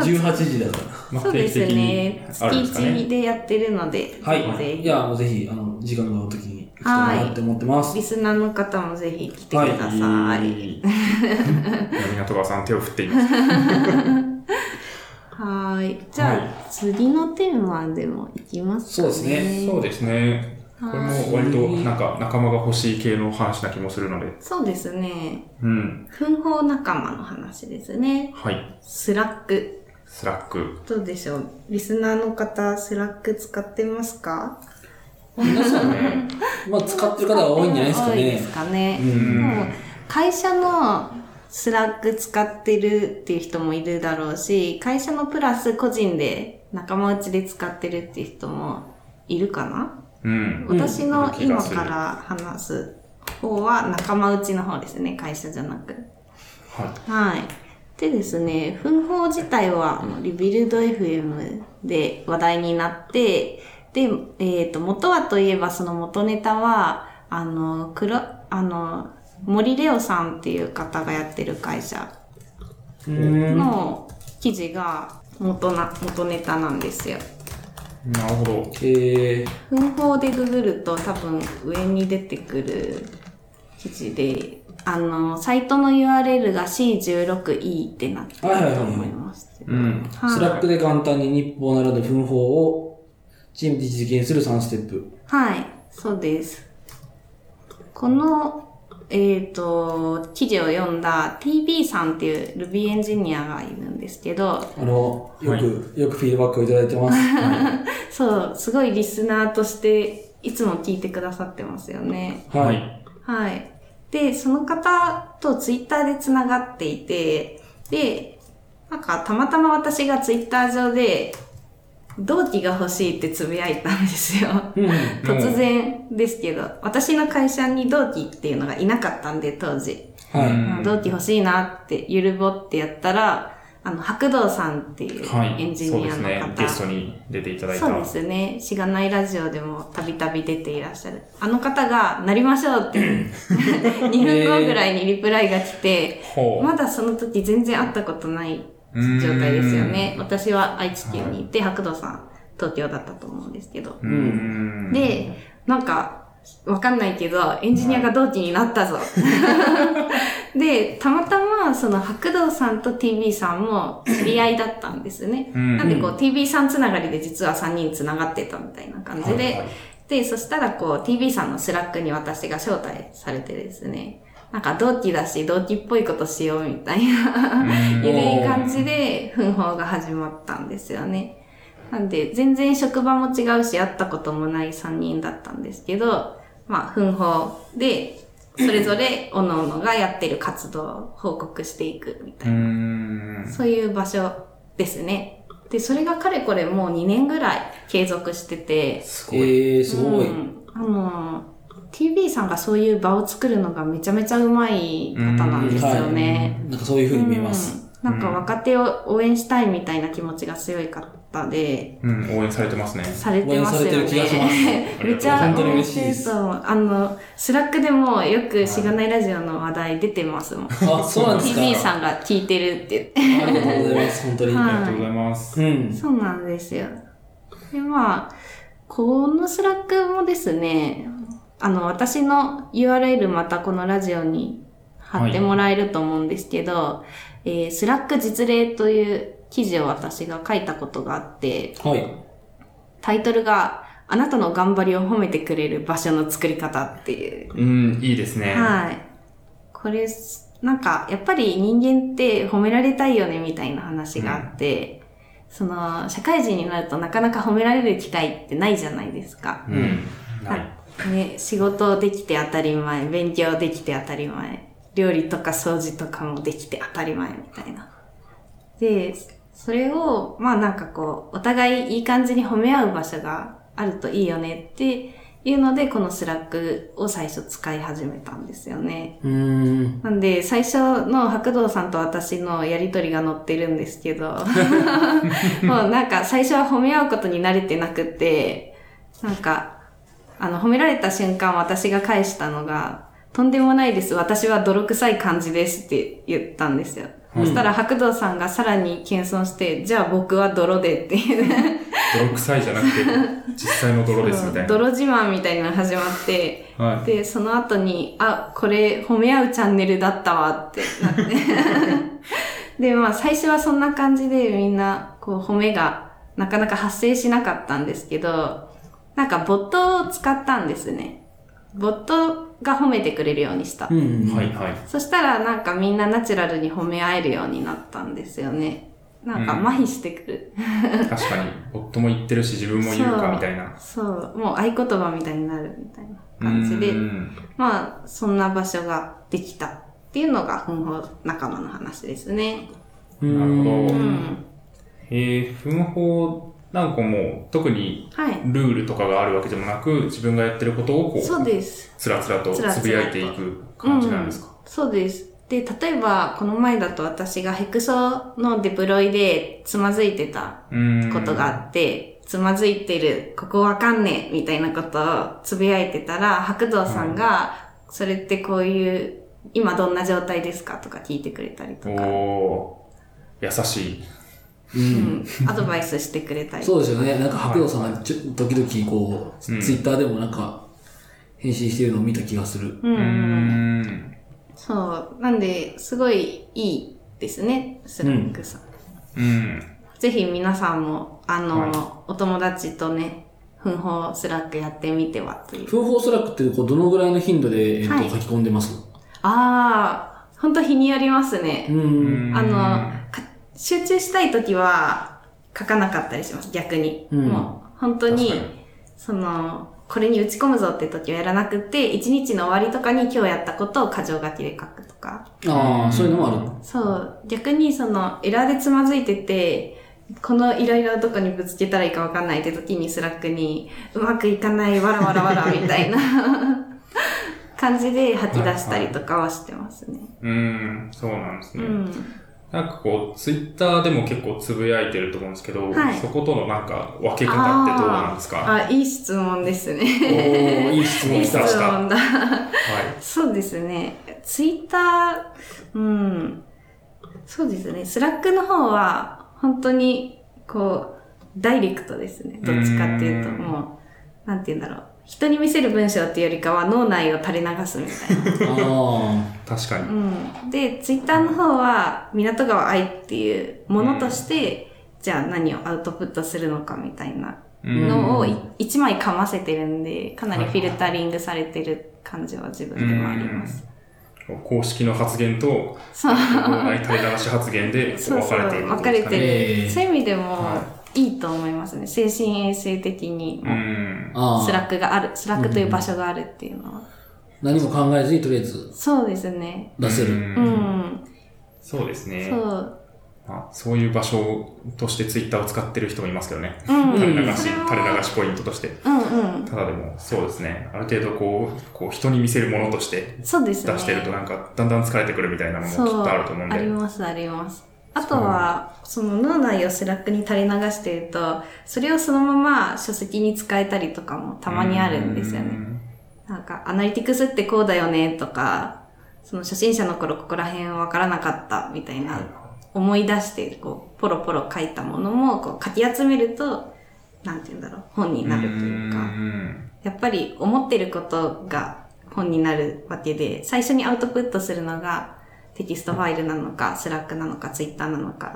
Speaker 2: 18時 だから。
Speaker 1: まあ
Speaker 3: そうですね。
Speaker 1: 定期的に
Speaker 3: 月
Speaker 1: あるんですかね
Speaker 3: 1でやってるので、
Speaker 2: はい。
Speaker 3: ぜひ
Speaker 2: い
Speaker 3: ぜ
Speaker 2: や、もうぜひ、あの、時間が合う時に来てもらって思ってます
Speaker 3: ひ。。リスナーの方もぜひ来てください。
Speaker 1: は。
Speaker 3: はい
Speaker 1: 港川さん手を振っています。
Speaker 3: ーい。じゃあ、
Speaker 1: は
Speaker 3: 次のテーマでもいきますかね。
Speaker 2: そうで す
Speaker 1: そうですね。これも割となんか仲間が欲しい系の話な気もするので。
Speaker 3: そうですね。
Speaker 1: うん。
Speaker 3: 奮法仲間の話ですね。
Speaker 1: はい。
Speaker 3: スラック。
Speaker 1: スラック。
Speaker 3: どうでしょうリスナーの方、スラック使ってますか
Speaker 2: 皆さん、
Speaker 1: ね
Speaker 2: まあ、使ってる方が多いんじゃないですか
Speaker 3: 多いで
Speaker 2: ね
Speaker 3: す。かね。
Speaker 1: うん
Speaker 3: もう会社のスラック使ってるっていう人もいるだろうし、会社のプラス個人で仲間内で使ってるっていう人もいるかな、
Speaker 1: うん。
Speaker 2: うん
Speaker 3: 私の
Speaker 1: 気が
Speaker 3: 今
Speaker 1: する
Speaker 3: から話す方は仲間内の方ですね、会社じゃなく。
Speaker 1: は
Speaker 3: はい。でですね、奮法自体はあのリビルド FM で話題になって、で、えっ、と、元はといえばその元ネタは、あの、黒、あの、森レオさんっていう方がやってる会社
Speaker 2: うーん。
Speaker 3: の記事が元な、元ネタなんですよ。
Speaker 1: い。なるほど。
Speaker 2: えー、
Speaker 3: 奮法でググると多分上に出てくる記事で、あの、サイトの URL が C16E ってなってると思います。
Speaker 1: うん。
Speaker 3: はい
Speaker 2: スラックで簡単に日報ならぬ分法をチームで実現する3ステップ。
Speaker 3: はい、そうです。この、えっ、と、記事を読んだ TB さんっていう Ruby エンジニアがいるんですけど、
Speaker 2: あの、よく、
Speaker 1: はい
Speaker 2: よくフィードバックをいただいてます。は
Speaker 3: そう、すごいリスナーとしていつも聞いてくださってますよね。
Speaker 2: い。は。
Speaker 1: はいい。
Speaker 3: はい。で、その方とツイッターでつながっていて、で、なんかたまたま私がツイッター上で、同期が欲しいってつぶやいたんですよ。
Speaker 2: うんうん。
Speaker 3: 突然ですけど、私の会社に同期っていうのがいなかったんで、当時。
Speaker 2: はい。
Speaker 1: うん
Speaker 3: 同期欲しいなって、ゆるぼってやったら、あの、白道さんっていう
Speaker 1: はい。
Speaker 3: エンジ
Speaker 1: そう
Speaker 3: ニ
Speaker 1: で
Speaker 3: ア
Speaker 1: す
Speaker 3: の
Speaker 1: ね。
Speaker 3: 方。
Speaker 1: ゲストに出ていただいた。
Speaker 3: そうですね。しがないラジオでもたびたび出ていらっしゃる。あの方が、なりましょうって、2分後ぐらいにリプライが来て、
Speaker 1: ほう。
Speaker 3: まだその時全然会ったことない状態ですよね。私は愛知県にいて、白道さん、東京だったと思うんですけど。
Speaker 1: うーん。
Speaker 3: で、なんか、わかんないけど、エンジニアが同期になったぞ。で、たまたま、その白道さんと TB さんも知り合いだったんですね。
Speaker 1: うん
Speaker 3: なんでこう、TB さんつながりで実は3人つながってたみたいな感じで、
Speaker 1: はいはい
Speaker 3: で、そしたらこう、TB さんのスラックに私が招待されてですね、なんか同期だし、同期っぽいことしようみたいな、
Speaker 1: うん
Speaker 3: ゆるい感じで、奮法が始まったんですよね。なんで、全然職場も違うし、会ったこともない3人だったんですけど、まあ、奮法で、それぞれ、各々がやってる活動を報告していくみた
Speaker 1: うー
Speaker 3: い
Speaker 1: ん
Speaker 3: な、。そういう場所ですね。で、それがかれこれもう2年ぐらい継続してて、
Speaker 1: す
Speaker 2: え
Speaker 1: ごい。
Speaker 2: ー、すごい。
Speaker 3: うんあの、TV さんがそういう場を作るのがめちゃめちゃうまい方なんですよね。
Speaker 2: はい。なんかそういう風に見えます。
Speaker 3: うん。なんか若手を応援したいみたいな気持ちが強い方で、
Speaker 1: うん、応援されてますね。
Speaker 3: されてます
Speaker 2: 応援され
Speaker 3: よ
Speaker 2: てる気がしま
Speaker 3: ね。
Speaker 1: す
Speaker 3: めっちゃ
Speaker 1: 本当に
Speaker 2: 嬉しいです
Speaker 3: そうあの、スラックでもよくしがないラジオの話題出てますもん。
Speaker 2: あ、そうなんですか。
Speaker 3: TV さんが聞いてるって。
Speaker 2: ありがとうございます、本当に。
Speaker 3: はい
Speaker 1: ありがとうございます。
Speaker 2: うん。
Speaker 3: そうなんですよ。で、まあ、このスラックもですね、あの、私の URL またこのラジオに貼ってもらえると思うんですけど、えースラック実例という記事を私が書いたことがあって、
Speaker 2: はい。
Speaker 3: タイトルが、あなたの頑張りを褒めてくれる場所の作り方っていう
Speaker 1: うん、いいですね。
Speaker 3: はい。これ、なんか、やっぱり人間って褒められたいよねみたいな話があって、その、社会人になるとなかなか褒められる機会ってないじゃないですか。
Speaker 1: うん。はい。
Speaker 3: ね、仕事できて当たり前、勉強できて当たり前、料理とか掃除とかもできて当たり前みたいな。で、それを、まあなんかこう、お互いいい感じに褒め合う場所があるといいよねっていうので、このスラックを最初使い始めたんですよね。
Speaker 2: うーん。
Speaker 3: なんで、最初の白道さんと私のやりとりが載ってるんです けど、もうなんか最初は褒め合うことに慣れてなくて、なんか、あの、褒められた瞬間私が返したのが、とんでもないです。私は泥臭い感じですって言ったんですよ。そしたら白道さんがさらに謙遜して、じゃあ僕は泥でっていう。
Speaker 1: 泥臭いじゃなく て、実際の泥ですみたいな。
Speaker 3: 泥自慢みたいなのが始まって、
Speaker 1: は
Speaker 3: で、その後に、あ、これ褒め合うチャンネルだったわってな って。で、まあ最初はそんな感じでみんな、こう褒めがなかなか発生しなかったんですけど、なんかボットを使ったんですね。ボットが褒めてくれるようにした。
Speaker 2: うん。
Speaker 1: い。はい、はい。
Speaker 3: そしたらなんかみんなナチュラルに褒め合えるようになったんですよね。なんか
Speaker 1: うん
Speaker 3: 麻痺してくる。
Speaker 1: 確かに、夫も言ってるし、自分も言う
Speaker 3: そ
Speaker 1: か
Speaker 3: う
Speaker 1: みたいな
Speaker 3: そう、もう合言葉みたいになるみたいな感じで
Speaker 1: う。ん
Speaker 3: まあ、そんな場所ができたっていうのが、奮法仲間の話ですね。
Speaker 1: なるほど
Speaker 2: う
Speaker 3: うんん。
Speaker 1: えー、奮法なんかもう、特に
Speaker 3: はい。
Speaker 1: ルールとかがあるわけでもなく、自分がやってることをこ
Speaker 3: そう
Speaker 1: う、
Speaker 3: です。
Speaker 1: つらつらと
Speaker 3: つら
Speaker 1: つ
Speaker 3: つらと
Speaker 1: ぶやいていく感じなんですか。
Speaker 3: そうです。で、例えば、この前だと私がヘクソのデプロイでつまずいてた
Speaker 1: うん。
Speaker 3: ことがあって、つまずいてる、ここわかんねえ、みたいなことをつぶやいてたら、白道さんが、それってこういう、今どんな状態ですかとか聞いてくれたりとか、
Speaker 1: おー、優しい。
Speaker 3: うん、アドバイスしてくれたり
Speaker 2: そうですよね。なんか白道さんがちょ時々こう、ツ
Speaker 1: うん
Speaker 2: イッターでもなんか、返信してるのを見た気がする。
Speaker 3: うん
Speaker 1: うー
Speaker 3: そう。なんで、すごいいいですね、スラックさん。
Speaker 1: うん。
Speaker 3: ぜひ皆さんも、あの、
Speaker 1: は
Speaker 3: お友達とね、奮法スラックやってみてはという。
Speaker 2: 風法スラックってこうどのぐらいの頻度で、えっと
Speaker 3: はい
Speaker 2: 書き込んでます
Speaker 3: ああ、ほんと日によります
Speaker 2: う
Speaker 3: ね。
Speaker 2: ん。
Speaker 3: あのか集中したい時は書かなかったりします、逆に。
Speaker 2: うん
Speaker 3: もう、本当に、
Speaker 1: 確かに
Speaker 3: その、これに打ち込むぞって時はやらなくて、一日の終わりとかに今日やったことを箇条書きで書くとか。
Speaker 2: ああ、そういうのもある。
Speaker 3: そう。逆にその、エラーでつまずいてて、このイライラをどこにぶつけたらいいかわかんないって時にスラックに、うまくいかない、わらわらわら、みたいな感じで吐き出したりとかはしてますね。
Speaker 1: うん、そうなんです
Speaker 3: う
Speaker 1: ね。
Speaker 3: ん。
Speaker 1: なんかこう、ツイッターでも結構つぶやいてると思うんですけど、
Speaker 3: はい
Speaker 1: そことのなんか分け方ってどうなんですか
Speaker 3: あーあ、いい質問ですね。
Speaker 1: おー、いい質
Speaker 3: い
Speaker 1: 問
Speaker 3: い
Speaker 1: 来
Speaker 3: 質
Speaker 1: た、来た。はい。
Speaker 3: 問だ。そうですね。ツイッター、うん。そうですね。スラックの方は、本当に、こう、ダイレクトですね。どっちかっていうと、
Speaker 1: うん
Speaker 3: もう、なんて言うんだろう。人に見せる文章っていうよりかは、脳内を垂れ流すみた いな。
Speaker 2: あ
Speaker 1: 確かに。
Speaker 3: うん。で、ツイッターの方は、港川愛っていうものとして、じゃあ何をアウトプットするのかみたいな
Speaker 1: うん
Speaker 3: のをい一枚かませてるんで、かなりフィルタリングされてる感じは自分でもあります。
Speaker 1: 公式の発言と、
Speaker 3: そう
Speaker 1: 脳内垂れ流し発言でこう
Speaker 3: そう
Speaker 1: 分
Speaker 3: そ
Speaker 1: か
Speaker 3: う、
Speaker 1: れている
Speaker 3: 分かれてる。
Speaker 2: ええ
Speaker 3: そういう意味でも
Speaker 1: はい
Speaker 3: いと思いますね。精神衛生的に
Speaker 1: う
Speaker 3: も、
Speaker 1: ん
Speaker 2: あ、。あ
Speaker 3: スラ
Speaker 2: あ。
Speaker 3: ックがある、スラックという場所があるっていうのは。
Speaker 2: 何も考えずにとりあえず
Speaker 3: そうですね。
Speaker 2: 出せる。
Speaker 3: うん。
Speaker 1: そうですね。
Speaker 3: そう。
Speaker 1: まあ、そういう場所としてツイッターを使ってる人もいますけどね。
Speaker 3: うん
Speaker 1: 垂れ流し、
Speaker 3: それは
Speaker 1: 垂れ流しポイントとして。
Speaker 3: うんうん。
Speaker 1: ただでも、そうですね。ある程度こう、こう人に見せるものとして
Speaker 3: そうですね。
Speaker 1: 出してるとなんか、だんだん疲れてくるみたいなのもきっとあると思うん
Speaker 3: あり
Speaker 1: で。
Speaker 3: ますあります。あとは、その脳内をスラックに垂れ流していると、それをそのまま書籍に使えたりとかもたまにあるんですよね。なんか、アナリティクスってこうだよねとか、その初心者の頃ここら辺わからなかったみたいな、思い出して、こう、ポロポロ書いたものも、こう、書き集めると、なんて言うんだろう、本に
Speaker 1: うん。
Speaker 3: なるという
Speaker 1: う
Speaker 3: か、
Speaker 1: ん
Speaker 3: やっぱり思ってることが本になるわけで、最初にアウトプットするのがテキストファイルなのか、スラックなのか、ツイッターなのか、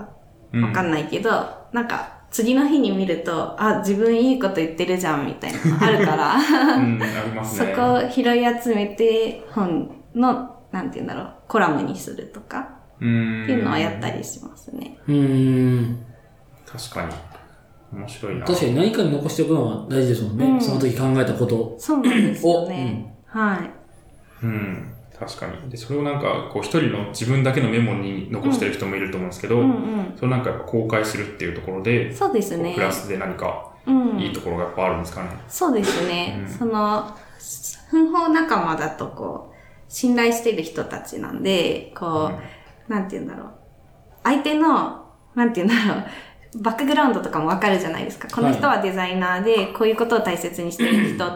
Speaker 1: うん
Speaker 3: わかんないけど、なんか、次の日に見ると、あ、自分いいこと言ってるじゃん、みたいなのあるから、
Speaker 1: うん、あります
Speaker 3: そ
Speaker 1: ね。
Speaker 3: こを拾い集めて、本の、なんて言うんだろう、コラムにするとか、
Speaker 1: うん。
Speaker 3: っていうのはやったりしますね。
Speaker 2: うーん。
Speaker 1: 確かに。面白いな。
Speaker 2: 確かに何かに残しておくのは大事ですもんね。
Speaker 3: うん
Speaker 2: その時考えたこと。
Speaker 3: そうなんですよ
Speaker 2: うん
Speaker 3: ね。は
Speaker 1: う
Speaker 3: い。
Speaker 1: ん。確かに。で、それをなんか、こう、一人の自分だけのメモに残してる人もいると思うんですけど、
Speaker 3: うんうん。
Speaker 1: それをなんかやっぱ公開するっていうところで、
Speaker 3: そうですね
Speaker 1: プ。ラスで何か
Speaker 3: うん。
Speaker 1: いいところがやっぱあるんですかね。
Speaker 3: そうですね。
Speaker 1: うん
Speaker 3: その、奮法仲間だとこう、信頼してる人たちなんで、こう、なんて言うんだろう。相手の、なんて言うんだろう。バックグラウンドとかもわかるじゃないですか。この人はデザイナーで、こういうことを大切にしてる人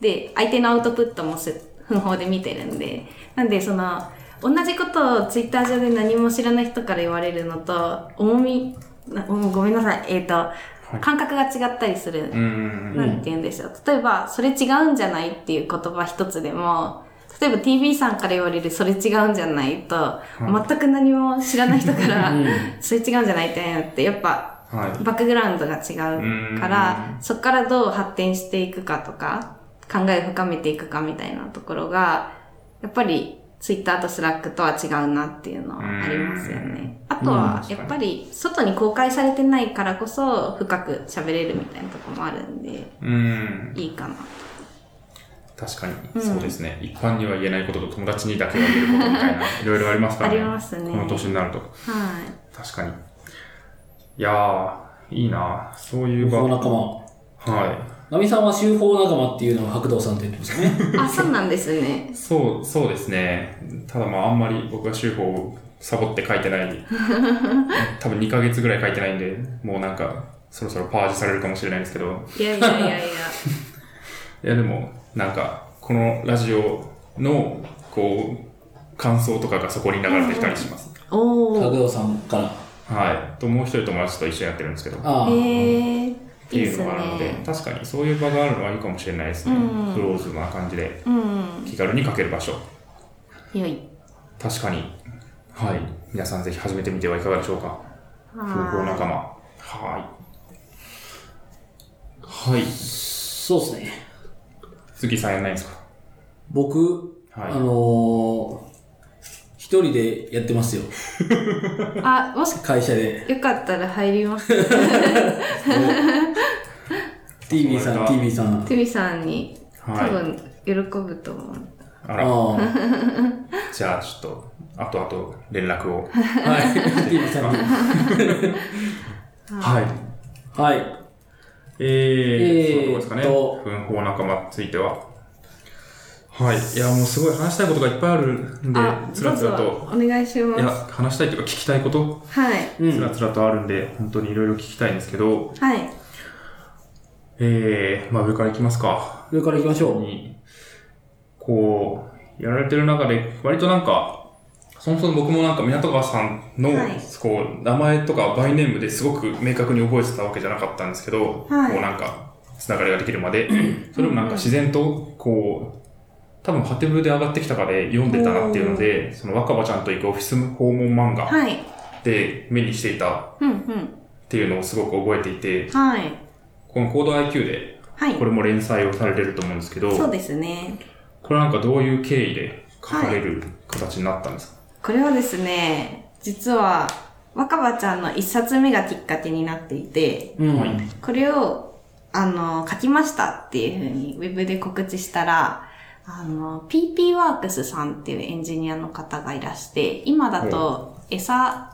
Speaker 3: で、相手のアウトプットもす、奮法で見てるんで。なんで、その、同じことをツイッター上で何も知らない人から言われるのと、重み、なおごめんなさい、えっ、と、
Speaker 1: い
Speaker 3: 感覚が違ったりする
Speaker 1: うん。うん
Speaker 3: なんて言うんでしょう。例えば、それ違うんじゃないっていう言葉一つでも、例えば TV さんから言われるそれ違うんじゃないと、全く何も知らない人から、それ違うんじゃないってなって、やっぱ、
Speaker 1: うん。はい。
Speaker 3: バックグラウンドが違うから、そこからどう発展していくかとか、考えを深めていくかみたいなところが、やっぱり Twitter と Slack とは違うなっていうのはありますよね。あとは、やっぱり外に公開されてないからこそ、深く喋れるみたいなところもあるんで、
Speaker 1: うん。
Speaker 3: いいかな。
Speaker 1: 確か
Speaker 3: うん
Speaker 1: に、そうですね。一般には言えないことと友達にだけは言えることみたいな、いろいろありますからね。
Speaker 3: ありますね
Speaker 1: この年になると。
Speaker 3: はい。
Speaker 1: 確かに。いやー、いいなそういう
Speaker 2: 手
Speaker 1: 場。
Speaker 2: 法
Speaker 1: は
Speaker 2: 仲間。
Speaker 1: い。
Speaker 2: ナミさんは修法仲間っていうのは白道さんって言ってますよね。
Speaker 3: あ、そうなんですね。
Speaker 1: そう、そうですね。ただまあ、あんまり僕は手法をサボって書いて ない。多分2ヶ月ぐらい書いてないんで、もうなんか、そろそろパージされるかもしれないんですけど。
Speaker 3: いやいやい やいや。
Speaker 1: いや、でも、なんか、このラジオの、こう、感想とかがそこに流れてきたりします。
Speaker 2: 白
Speaker 3: おー。
Speaker 2: 道さんから。
Speaker 1: はい。と、もう一人友達と一緒にやってるんですけど。っ
Speaker 2: ああ。
Speaker 3: えー、
Speaker 1: て
Speaker 3: いい
Speaker 1: いう
Speaker 3: っす
Speaker 1: のがあるので、
Speaker 3: ね。
Speaker 1: 確かにそういう場があるのはいいかもしれないですね。
Speaker 3: うん
Speaker 1: クローズな感じで、
Speaker 3: うん。
Speaker 1: 気軽に書ける場所。
Speaker 3: 良い。
Speaker 1: 確かに。はい。皆さんぜひ始めてみてはいかがでしょうか。
Speaker 3: は
Speaker 1: 風
Speaker 3: ー
Speaker 1: 貌
Speaker 3: い
Speaker 1: 仲間。はい。はい。
Speaker 2: そうですね。
Speaker 1: 次さんやんないんですか
Speaker 2: 僕、
Speaker 1: はい
Speaker 2: あのー、一人でやってますよ。
Speaker 3: あ、もし
Speaker 2: 会社で。
Speaker 3: よかったら入ります。
Speaker 2: TV さん、TV さん。
Speaker 3: テミさんに、
Speaker 1: はい
Speaker 3: 多分喜ぶと思う。
Speaker 1: あら、
Speaker 2: ああ。
Speaker 1: じゃあちょっと、あとあと連絡を。
Speaker 2: はい。TV さんに。
Speaker 1: はい。
Speaker 2: はい。
Speaker 1: えー、そういうとこですかね。
Speaker 2: えーと
Speaker 1: 奮法仲間については。はい。いや、もうすごい話したいことがいっぱいあるんで
Speaker 3: あ、、
Speaker 1: つらつら
Speaker 3: ど
Speaker 1: と。
Speaker 3: うぞお願いし
Speaker 1: いや、
Speaker 3: ます。
Speaker 1: 話したいというか聞きたいこと、
Speaker 3: はい。
Speaker 2: うん
Speaker 1: つらつらとあるんで、本当にいろいろ聞きたいんですけど、
Speaker 3: はい。
Speaker 1: えー、まあ上からいきますか。
Speaker 2: 上から行きましょう。
Speaker 1: に、こう、やられてる中で、割となんか、そもそも僕もなんか港川さんの、
Speaker 3: はい
Speaker 1: こう、名前とかバイネームですごく明確に覚えてたわけじゃなかったんですけど、
Speaker 3: はい
Speaker 1: こうなんか、つながりができるま で、それもなんか自然と、こう、多分ハテブで上がってきたかで読んでたなっていうので、その若葉ちゃんと行くオフィス訪問漫画
Speaker 3: はい。
Speaker 1: で目にしていたっ
Speaker 3: うんうん。
Speaker 1: ていうのをすごく覚えていて、
Speaker 3: はい。
Speaker 1: このコード IQ で、
Speaker 3: はい
Speaker 1: こ。れも連載をされてると思うんですけど、
Speaker 3: そうですね。
Speaker 1: これなんかどういう経緯で書かれる形になったんですか、
Speaker 3: これはですね、実は、若葉ちゃんの一冊目がきっかけになっていて、
Speaker 2: うん。
Speaker 1: はい
Speaker 3: これを、あの、書きましたっていうふうにウェブで告知したら、あの、PP ワークスさんっていうエンジニアの方がいらして、今だと、餌、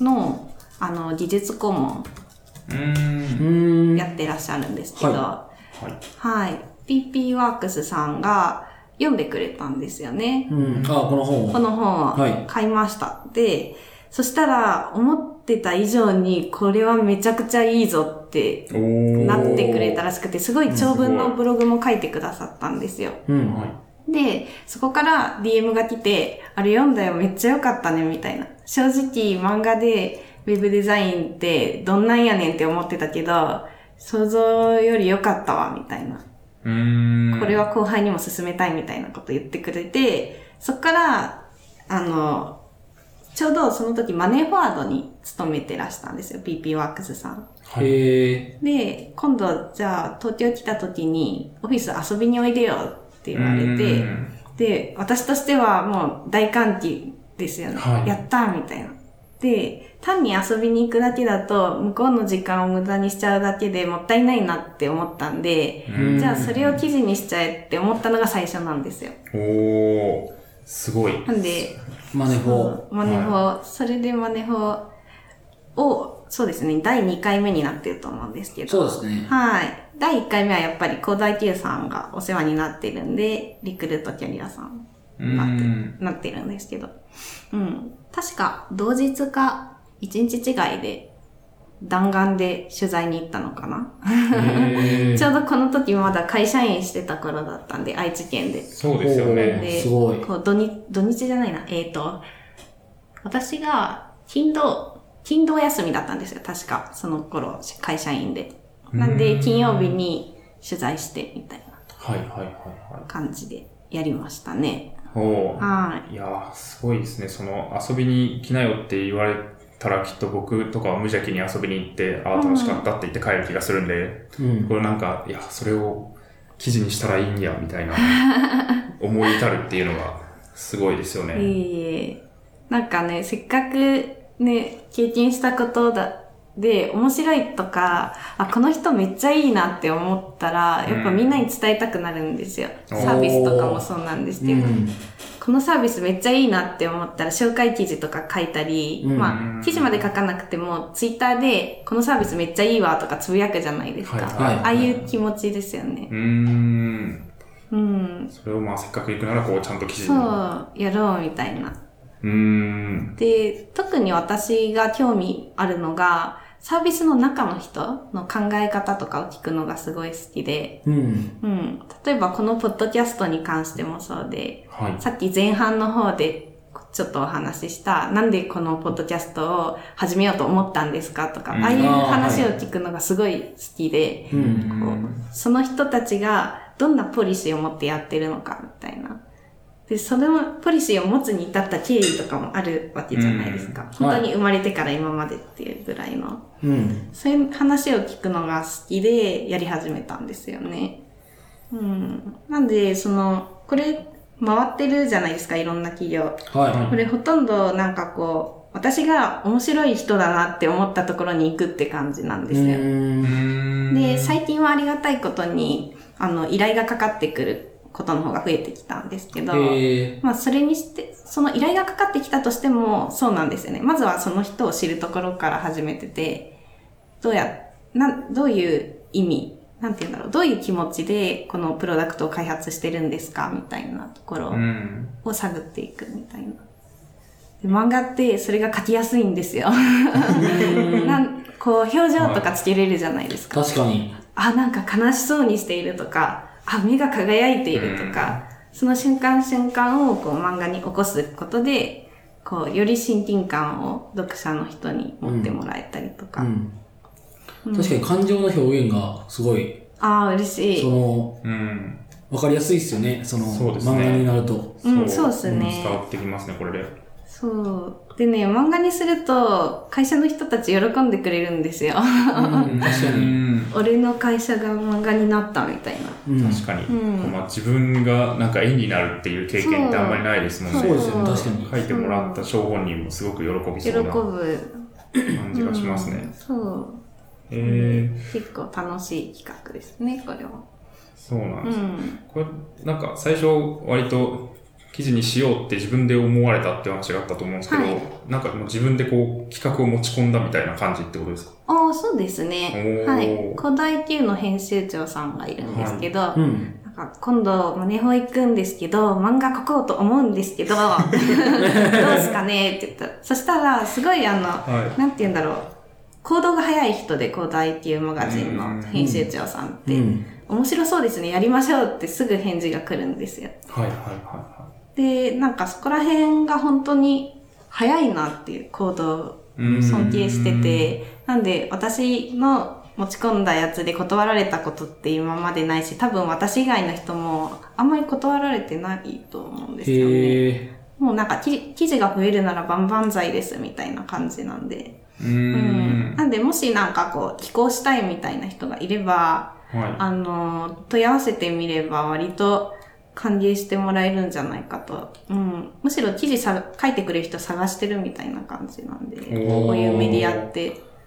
Speaker 3: の、あの、技術顧問
Speaker 1: うー。
Speaker 2: うんーん。
Speaker 3: やってらっしゃるんですけど、は
Speaker 1: はい。
Speaker 3: い。PP ワークスさんが読んでくれたんですよね。
Speaker 2: うん。あ、この本
Speaker 3: こ
Speaker 2: を。
Speaker 3: の本
Speaker 2: は
Speaker 3: を
Speaker 2: い
Speaker 3: 買いました。で、そしたら、思ってた以上に、これはめちゃくちゃいいぞって
Speaker 1: おー
Speaker 3: なってくれたらしくて、すごい長文のブログも書いてくださったんですよ。
Speaker 2: うん。
Speaker 1: は
Speaker 3: で、そこから DM が来て、あれ読んだよ、めっちゃ良かったね、みたいな。正直漫画でウェブデザインってどんなんやねんって思ってたけど、想像より良かったわ、みたいな。
Speaker 1: い。うーん。
Speaker 3: これは後輩にも勧めたいみたいなこと言ってくれて、そっから、あの、ちょうどその時マネーフォワードに勤めてらしたんですよ、PP ワークスさん。
Speaker 1: はい。
Speaker 2: へえ。
Speaker 3: で、今度、じゃあ、東京来た時に、オフィス遊びにおいでよって言われて、
Speaker 1: うん
Speaker 3: で、私としてはもう大歓喜ですよね。
Speaker 1: はい
Speaker 3: やったーみたいな。で、単に遊びに行くだけだと、向こうの時間を無駄にしちゃうだけでもったいないなって思ったんで、
Speaker 2: うん
Speaker 3: じゃあそれを記事にしちゃえって思ったのが最初なんですよ。
Speaker 1: おー、すごい。
Speaker 3: なんで、
Speaker 2: マネフォ
Speaker 3: マネホ、それでマネホを、そうですね、第2回目になってると思うんですけ
Speaker 2: ー。
Speaker 3: ど。
Speaker 2: そうですね。
Speaker 3: はい。第1回目はやっぱり高大級さんがお世話になってるんで、リクルートキャリアさん
Speaker 1: うん
Speaker 3: なって,、なってるんですけど。うん。確か、同日か1日違いで、弾丸で取材に行ったのかな、
Speaker 1: へー
Speaker 3: ちょうどこの時まだ会社員してた頃だったんで、愛知県で。
Speaker 1: そうですよね。
Speaker 3: で、
Speaker 2: すごい
Speaker 3: こう土日、土日じゃないな。えっ、と、私が、金土、金土休みだったんですよ。確か、その頃、会社員で。なん
Speaker 1: う
Speaker 3: で、
Speaker 1: ん
Speaker 3: 金曜日に取材して、みたいな
Speaker 1: はいはいはいは
Speaker 3: 感じでやりましたね。
Speaker 1: い。おー。
Speaker 3: はい
Speaker 1: やー、すごいですね。その、遊びに来なよって言われたら、きっと僕とかは無邪気に遊びに行って、ああ、楽しかったって言って帰る気がするんで、
Speaker 2: うん。
Speaker 1: これなんか、いや、それを記事にしたらいいんや、み たいな、思い至るっていうのが、すごいですよ
Speaker 3: い。え
Speaker 1: ね。
Speaker 3: いえ。なんかね、せっかくね、経験したことだ、で、面白いとか、あ、この人めっちゃいいなって思ったら、やっぱみんなに伝えたくなるんですよ。
Speaker 1: うん
Speaker 3: サービスとかもそうなんです
Speaker 2: う
Speaker 3: けど。
Speaker 2: ん。
Speaker 3: このサービスめっちゃいいなって思ったら紹介記事とか書いたり、
Speaker 2: うん
Speaker 3: まあ記事まで書かなくてもツイッターでこのサービスめっちゃいいわとかつぶやくじゃないですか。
Speaker 1: はい
Speaker 2: はい
Speaker 3: ああいう気持ちですよね
Speaker 1: う。ーん。
Speaker 3: うん。
Speaker 1: それをまあ、せっかく行くなら、こう、ちゃんと記事に。
Speaker 3: そう、やろうみたいな。
Speaker 1: うーん。
Speaker 3: で、特に私が興味あるのが、サービスの中の人の考え方とかを聞くのがすごい好きで、
Speaker 2: うん。
Speaker 3: うん。例えばこのポッドキャストに関してもそうで、
Speaker 1: はい。
Speaker 3: さっき前半の方でちょっとお話しした、なんでこのポッドキャストを始めようと思ったんですかとか、
Speaker 1: うん
Speaker 3: ああい
Speaker 2: あ
Speaker 3: う
Speaker 2: ー
Speaker 3: 話を聞くのがすごい好きで、
Speaker 2: うん。
Speaker 3: こうその人たちがどんなポリシーを持ってやってるのかみたいな。で、そのポリシーを持つに至った経緯とかもあるわけじゃないですか。
Speaker 2: うん
Speaker 3: 本当に生まれてから今までっていうぐらいの。
Speaker 2: うん。
Speaker 3: そういう話を聞くのが好きでやり始めたんですよね。うん。なんで、その、これ回ってるじゃないですか、いろんな企業。
Speaker 2: は
Speaker 3: これほとんどなんかこう、私が面白い人だなって思ったところに行くって感じなん
Speaker 2: い。
Speaker 3: ですよ。
Speaker 2: ーん。
Speaker 3: で、最近はありがたいことに、あの、依頼がかかってくることの方が増えてきたんですけど、
Speaker 2: へえ。
Speaker 3: まあ、それにして、その依頼がかかってきたとしても、そうなんですよね。まずはその人を知るところから始めてて、どうや、なん、どういう意味、なんて言うんだろう、どういう気持ちでこのプロダクトを開発してるんですかみたいなところ
Speaker 1: うん。
Speaker 3: を探っていくみたいな。で漫画ってそれが書きやすいんで すよ。なんこう、表情とかつけれるじゃないですか。
Speaker 2: 確かに。
Speaker 3: あ、なんか悲しそうにしているとか、あ、目が輝いているとか、その瞬間瞬間をこう漫画に起こすことで、こう、より親近感を読者の人に持ってもらえたりと
Speaker 2: う
Speaker 3: か。
Speaker 2: ん。
Speaker 3: うん
Speaker 2: 確かに感情の表現がすごい、
Speaker 3: ああ、嬉し
Speaker 2: そ
Speaker 3: い。
Speaker 2: の、
Speaker 1: うん。
Speaker 2: わかりやすいですよね。その、
Speaker 1: そうですね
Speaker 2: 漫画になると。
Speaker 3: うんそうっすね
Speaker 1: 伝わってきますね、これで。
Speaker 3: そう。でね、漫画にすると、会社の人たち喜んでくれるんですよ。
Speaker 2: う ん、確か
Speaker 1: う
Speaker 2: に。
Speaker 1: ん。
Speaker 3: 俺の会社が漫画になったみたいな。
Speaker 2: うん。
Speaker 1: 確かに、
Speaker 3: うん
Speaker 1: まあ、自分がなんか絵になるっていう経験ってあんまりないですもんね。
Speaker 2: そうですよね。
Speaker 3: そう
Speaker 2: 確かに。
Speaker 1: 書いてもらった小本人もすごく喜び
Speaker 3: 喜
Speaker 1: そう
Speaker 3: ぶ
Speaker 1: な。感じがします
Speaker 3: うん
Speaker 1: ね。
Speaker 3: そう。
Speaker 1: へえ
Speaker 3: 結構楽しい企画ですね、これは。
Speaker 1: そうなん
Speaker 3: う
Speaker 1: です、
Speaker 3: ん。
Speaker 1: これ、なんか最初割と記事にしようって自分で思われたって話があったと思うんですけど、
Speaker 3: はい
Speaker 1: なんかもう自分でこう企画を持ち込んだみたいな感じってことですか
Speaker 3: ああ、そうです
Speaker 1: お
Speaker 3: ね。
Speaker 1: ー
Speaker 3: はい。古代級の編集長さんがいるんですけど、
Speaker 2: うん。
Speaker 3: なんか今度、マネホ行くんですけど、漫画描こうと思うんですけ ど、どうですかねって言ったら。そしたら、すごいあの、
Speaker 1: は
Speaker 3: なんて言うんだろう。行動が早い人で古代っていうマガジンの編集長さんって、
Speaker 2: うん。
Speaker 3: 面白そうですね、やりましょうってすぐ返事が来るんです
Speaker 1: い。
Speaker 3: よ。
Speaker 1: はいはいは
Speaker 3: で、なんかそこら辺が本当に早いなっていう行動
Speaker 1: いはい。う
Speaker 3: を
Speaker 1: ん
Speaker 3: 尊敬して。て、なんで私の持ち込んだやつで断られたことって今までないし、多分私以外の人もあんまり断られてないと思うんですよね。
Speaker 2: へえ。
Speaker 3: もうなんかき記事が増えるなら万々歳ですみたいな感じなんで。
Speaker 1: う
Speaker 3: うんん。なんで、もしなんかこう、寄稿したいみたいな人がいれば、
Speaker 1: は
Speaker 3: あの、問い合わせてみれば割と歓迎してもらえるんじゃないかと。うん。むしろ記事さ書いてくれる人探してるみたいな感じなんで、
Speaker 1: おー
Speaker 3: こういうメディアって。
Speaker 1: い。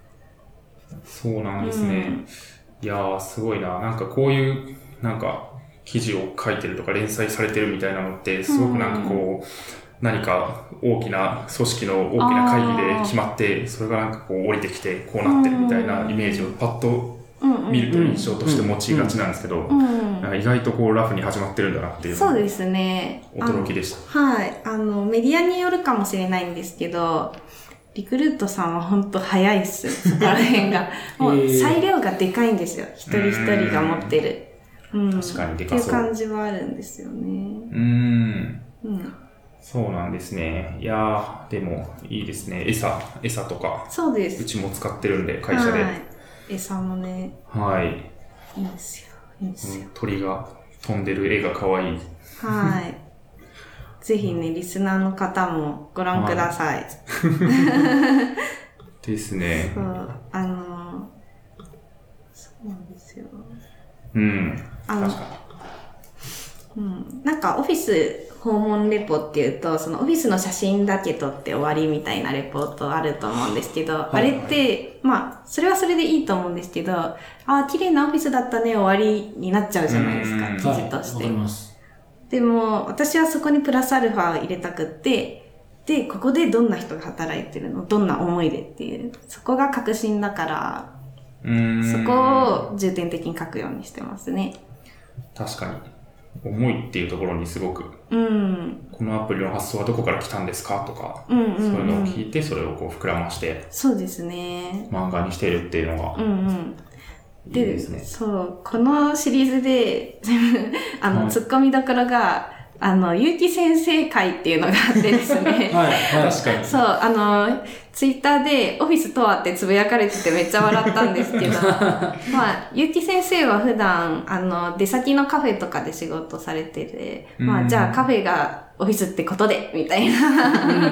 Speaker 1: そうなんですね。いやー、すごいな。なんかこういう、なんか、記事を書いてるとか連載されてるみたいなのって、すごくなんかこう、何か大きな組織の大きな会議で決まって、それがなんかこう降りてきて、こうなってるみたいなイメージをパッと
Speaker 3: うん、うんうん。
Speaker 1: 見ると印象として持ちがちなんですけど、
Speaker 3: うん
Speaker 1: なんか意外とこうラフに始まってるんだなっていう
Speaker 3: そうですね。あ
Speaker 1: 驚
Speaker 3: の
Speaker 1: きでした。
Speaker 3: はい。あの、メディアによるかもしれないんですけど、リクルートさんは本当早い っす。そこら辺が。も
Speaker 2: へ
Speaker 3: う
Speaker 2: ー
Speaker 3: 裁量がでかいんですよ。一人一人が持ってる。うん。
Speaker 1: 確かにでかそう
Speaker 3: っていう感じはあるんですよね。
Speaker 1: うーん。
Speaker 3: うん。
Speaker 1: そうなんですね。いやー、でもいいですね。餌、餌とか、
Speaker 3: そうで
Speaker 1: う
Speaker 3: す。
Speaker 1: ちも使ってるんで、会社で。
Speaker 3: はい。餌もね、
Speaker 1: はい
Speaker 3: いいんですよ。いいんですよ。
Speaker 1: 鳥が飛んでる絵が可愛い。
Speaker 3: はい。ぜひね、リスナーの方もご覧ください。
Speaker 1: ですね
Speaker 3: そ。う。あの、そうなんですよ。
Speaker 1: うん。
Speaker 3: あの
Speaker 1: 確か
Speaker 3: うんなんかオフィス訪問レポっていうと、そのオフィスの写真だけ撮って終わりみたいなレポートあると思うんですけど、
Speaker 1: いはい
Speaker 3: あれって、まあ、それはそれでいいと思うんですけど、ああ、綺麗なオフィスだったね、終わりになっちゃうじゃないですか
Speaker 1: うん、
Speaker 3: 記
Speaker 2: はい。
Speaker 3: 事
Speaker 2: わ
Speaker 3: とし
Speaker 2: か
Speaker 3: て。
Speaker 2: ります。
Speaker 3: でも、私はそこにプラスアルファを入れたくって、で、ここでどんな人が働いてるの、どんな思いでっていう、そこが確信だから、
Speaker 1: に。うーん。
Speaker 3: そこを重点的に書くようにしてますね。
Speaker 1: 確かに。思いっていうところにすごく、
Speaker 3: うん。
Speaker 1: このアプリの発想はどこから来たんですかとか、
Speaker 3: うんうん、うん。
Speaker 1: そういうのを聞いて、それをこう膨らまして、
Speaker 3: そうですね。
Speaker 1: 漫画にしているっていうの
Speaker 3: う
Speaker 1: が、
Speaker 3: んうん。
Speaker 1: いいですね。
Speaker 3: そう、このシリーズで、 あの、
Speaker 1: はい
Speaker 3: ツッコミどころが、あの、結城先生会っていうのがあってですね。
Speaker 2: はい。はい。
Speaker 1: 確かに。
Speaker 3: そう、あの、ツイッターでオフィスとはってつぶやかれててめっちゃ笑ったんですけど、まあ、ゆき先生は普段、あの、出先のカフェとかで仕事されてて、ま
Speaker 1: う
Speaker 3: あ、
Speaker 1: ん
Speaker 3: じゃあカフェがオフィスってことで、みたいな、
Speaker 2: うんうん。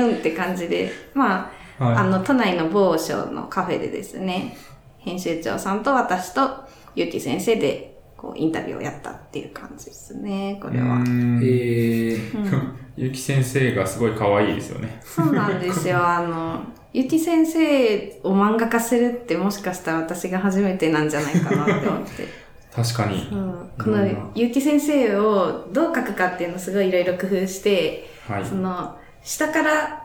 Speaker 3: うんうんって感じで、まあ、
Speaker 1: はい
Speaker 3: あの、都内の某所のカフェでですね、編集長さんと私とゆき先生で、こう、インタビューをやったっていう感じですね、こ
Speaker 1: う
Speaker 3: れは。
Speaker 1: ーん
Speaker 2: えー。
Speaker 3: うん
Speaker 1: ゆき先生がすごい可愛いですよね。
Speaker 3: そうなんで すよ。あの、ゆき先生を漫画化するってもしかしたら私が初めてなんじゃないかなって 思って。
Speaker 1: 確かに
Speaker 3: う。ん、こ
Speaker 1: どんな
Speaker 3: のゆき先生をどう描くかっていうのをすごいいろいろ工夫して、
Speaker 1: はい。
Speaker 3: その、下から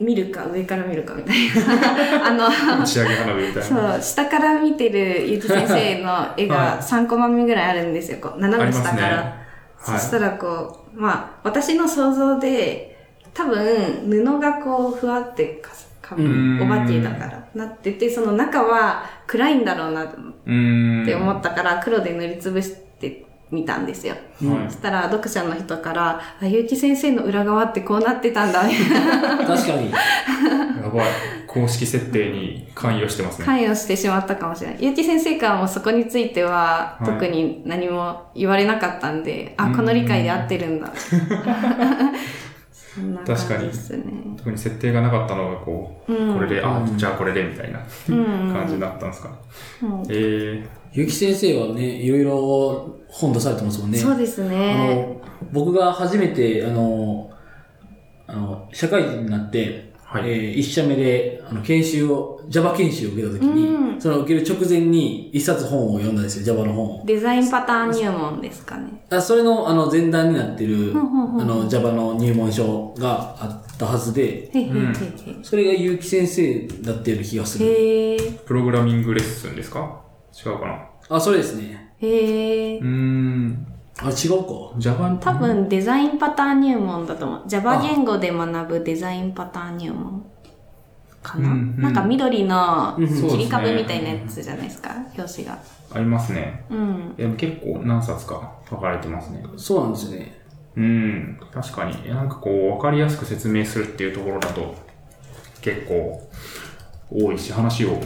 Speaker 3: 見るか上から見るかみたいな。あ の、
Speaker 1: 打ち上げ花火みたいな。
Speaker 3: そう、下から見てるゆき先生の絵
Speaker 1: はい
Speaker 3: が3コマ目ぐらいあるんですよ。こう斜め下か
Speaker 1: あり
Speaker 3: ら。
Speaker 1: ますね
Speaker 3: そ
Speaker 1: はい
Speaker 3: したらこう、まあ、私の想像で、多分、布がこう、ふわってかすかぶ
Speaker 2: う
Speaker 1: ーん
Speaker 3: お化けだから、なってて、その中は暗いんだろうなっ
Speaker 1: うーん。
Speaker 3: て思ったから、黒で塗りつぶしてみたんですよ。
Speaker 1: は
Speaker 3: そしたら、読者の人から、あ、ゆうき先生の裏側ってこうなってたんだ、みたいな。
Speaker 2: 確かに。
Speaker 1: い。やばい。公式設定に関与してますね。
Speaker 3: 関与してしまったかもしれない。結城先生からもそこについては
Speaker 1: はい
Speaker 3: 特に何も言われなかったんで、
Speaker 1: うん
Speaker 3: あ、この理解で合ってるんだ。 そんな感
Speaker 1: 確か
Speaker 3: じ
Speaker 1: に
Speaker 3: ですね。
Speaker 1: 特に設定がなかったのがこう、
Speaker 3: うん
Speaker 1: これで、あ、
Speaker 2: うん
Speaker 1: じゃあこれでみたいな
Speaker 3: うんうん
Speaker 1: 感じになったんですか、ね
Speaker 3: うん
Speaker 1: えー、
Speaker 2: ゆき先生はね、いろいろ本出されてますもんね。
Speaker 3: そうで
Speaker 2: あ
Speaker 3: すね。
Speaker 2: の、僕が初めて、あの、あの、社会人になって、
Speaker 1: はい。
Speaker 2: えー、1社目で、あの、研修を、Java 研修を受けたときに、
Speaker 3: うん
Speaker 2: その受ける直前に一冊本を読んだんですよ、Java の本を。
Speaker 3: デザインパターン入門ですかね。
Speaker 2: あそれの、あの、前段になってる、
Speaker 3: ほうほうほう
Speaker 2: あの、Java の入門書があったはずで、
Speaker 3: へへへ
Speaker 1: うん
Speaker 2: それが結城先生だったような気がす
Speaker 3: へ。
Speaker 2: る。
Speaker 3: へー
Speaker 1: プログラミングレッスンですか違うかな
Speaker 2: あ、それですね。
Speaker 3: へ
Speaker 1: う
Speaker 3: ー
Speaker 1: ーん。
Speaker 2: あ、違うか。
Speaker 1: Java
Speaker 3: 多分デザインパターン入門だと思う。Java 言語で学ぶデザインパターン入門かな。
Speaker 1: うんうん
Speaker 3: なんか緑の
Speaker 2: うん
Speaker 3: 切り株みたいなやつじゃないですか、表紙が。
Speaker 1: ありますね。
Speaker 3: うん。
Speaker 1: え結構何冊か書かれてますね。
Speaker 2: そうなんですよね。
Speaker 1: うん。確かに。なんかこう、わかりやすく説明するっていうところだと、結構多いし、話を、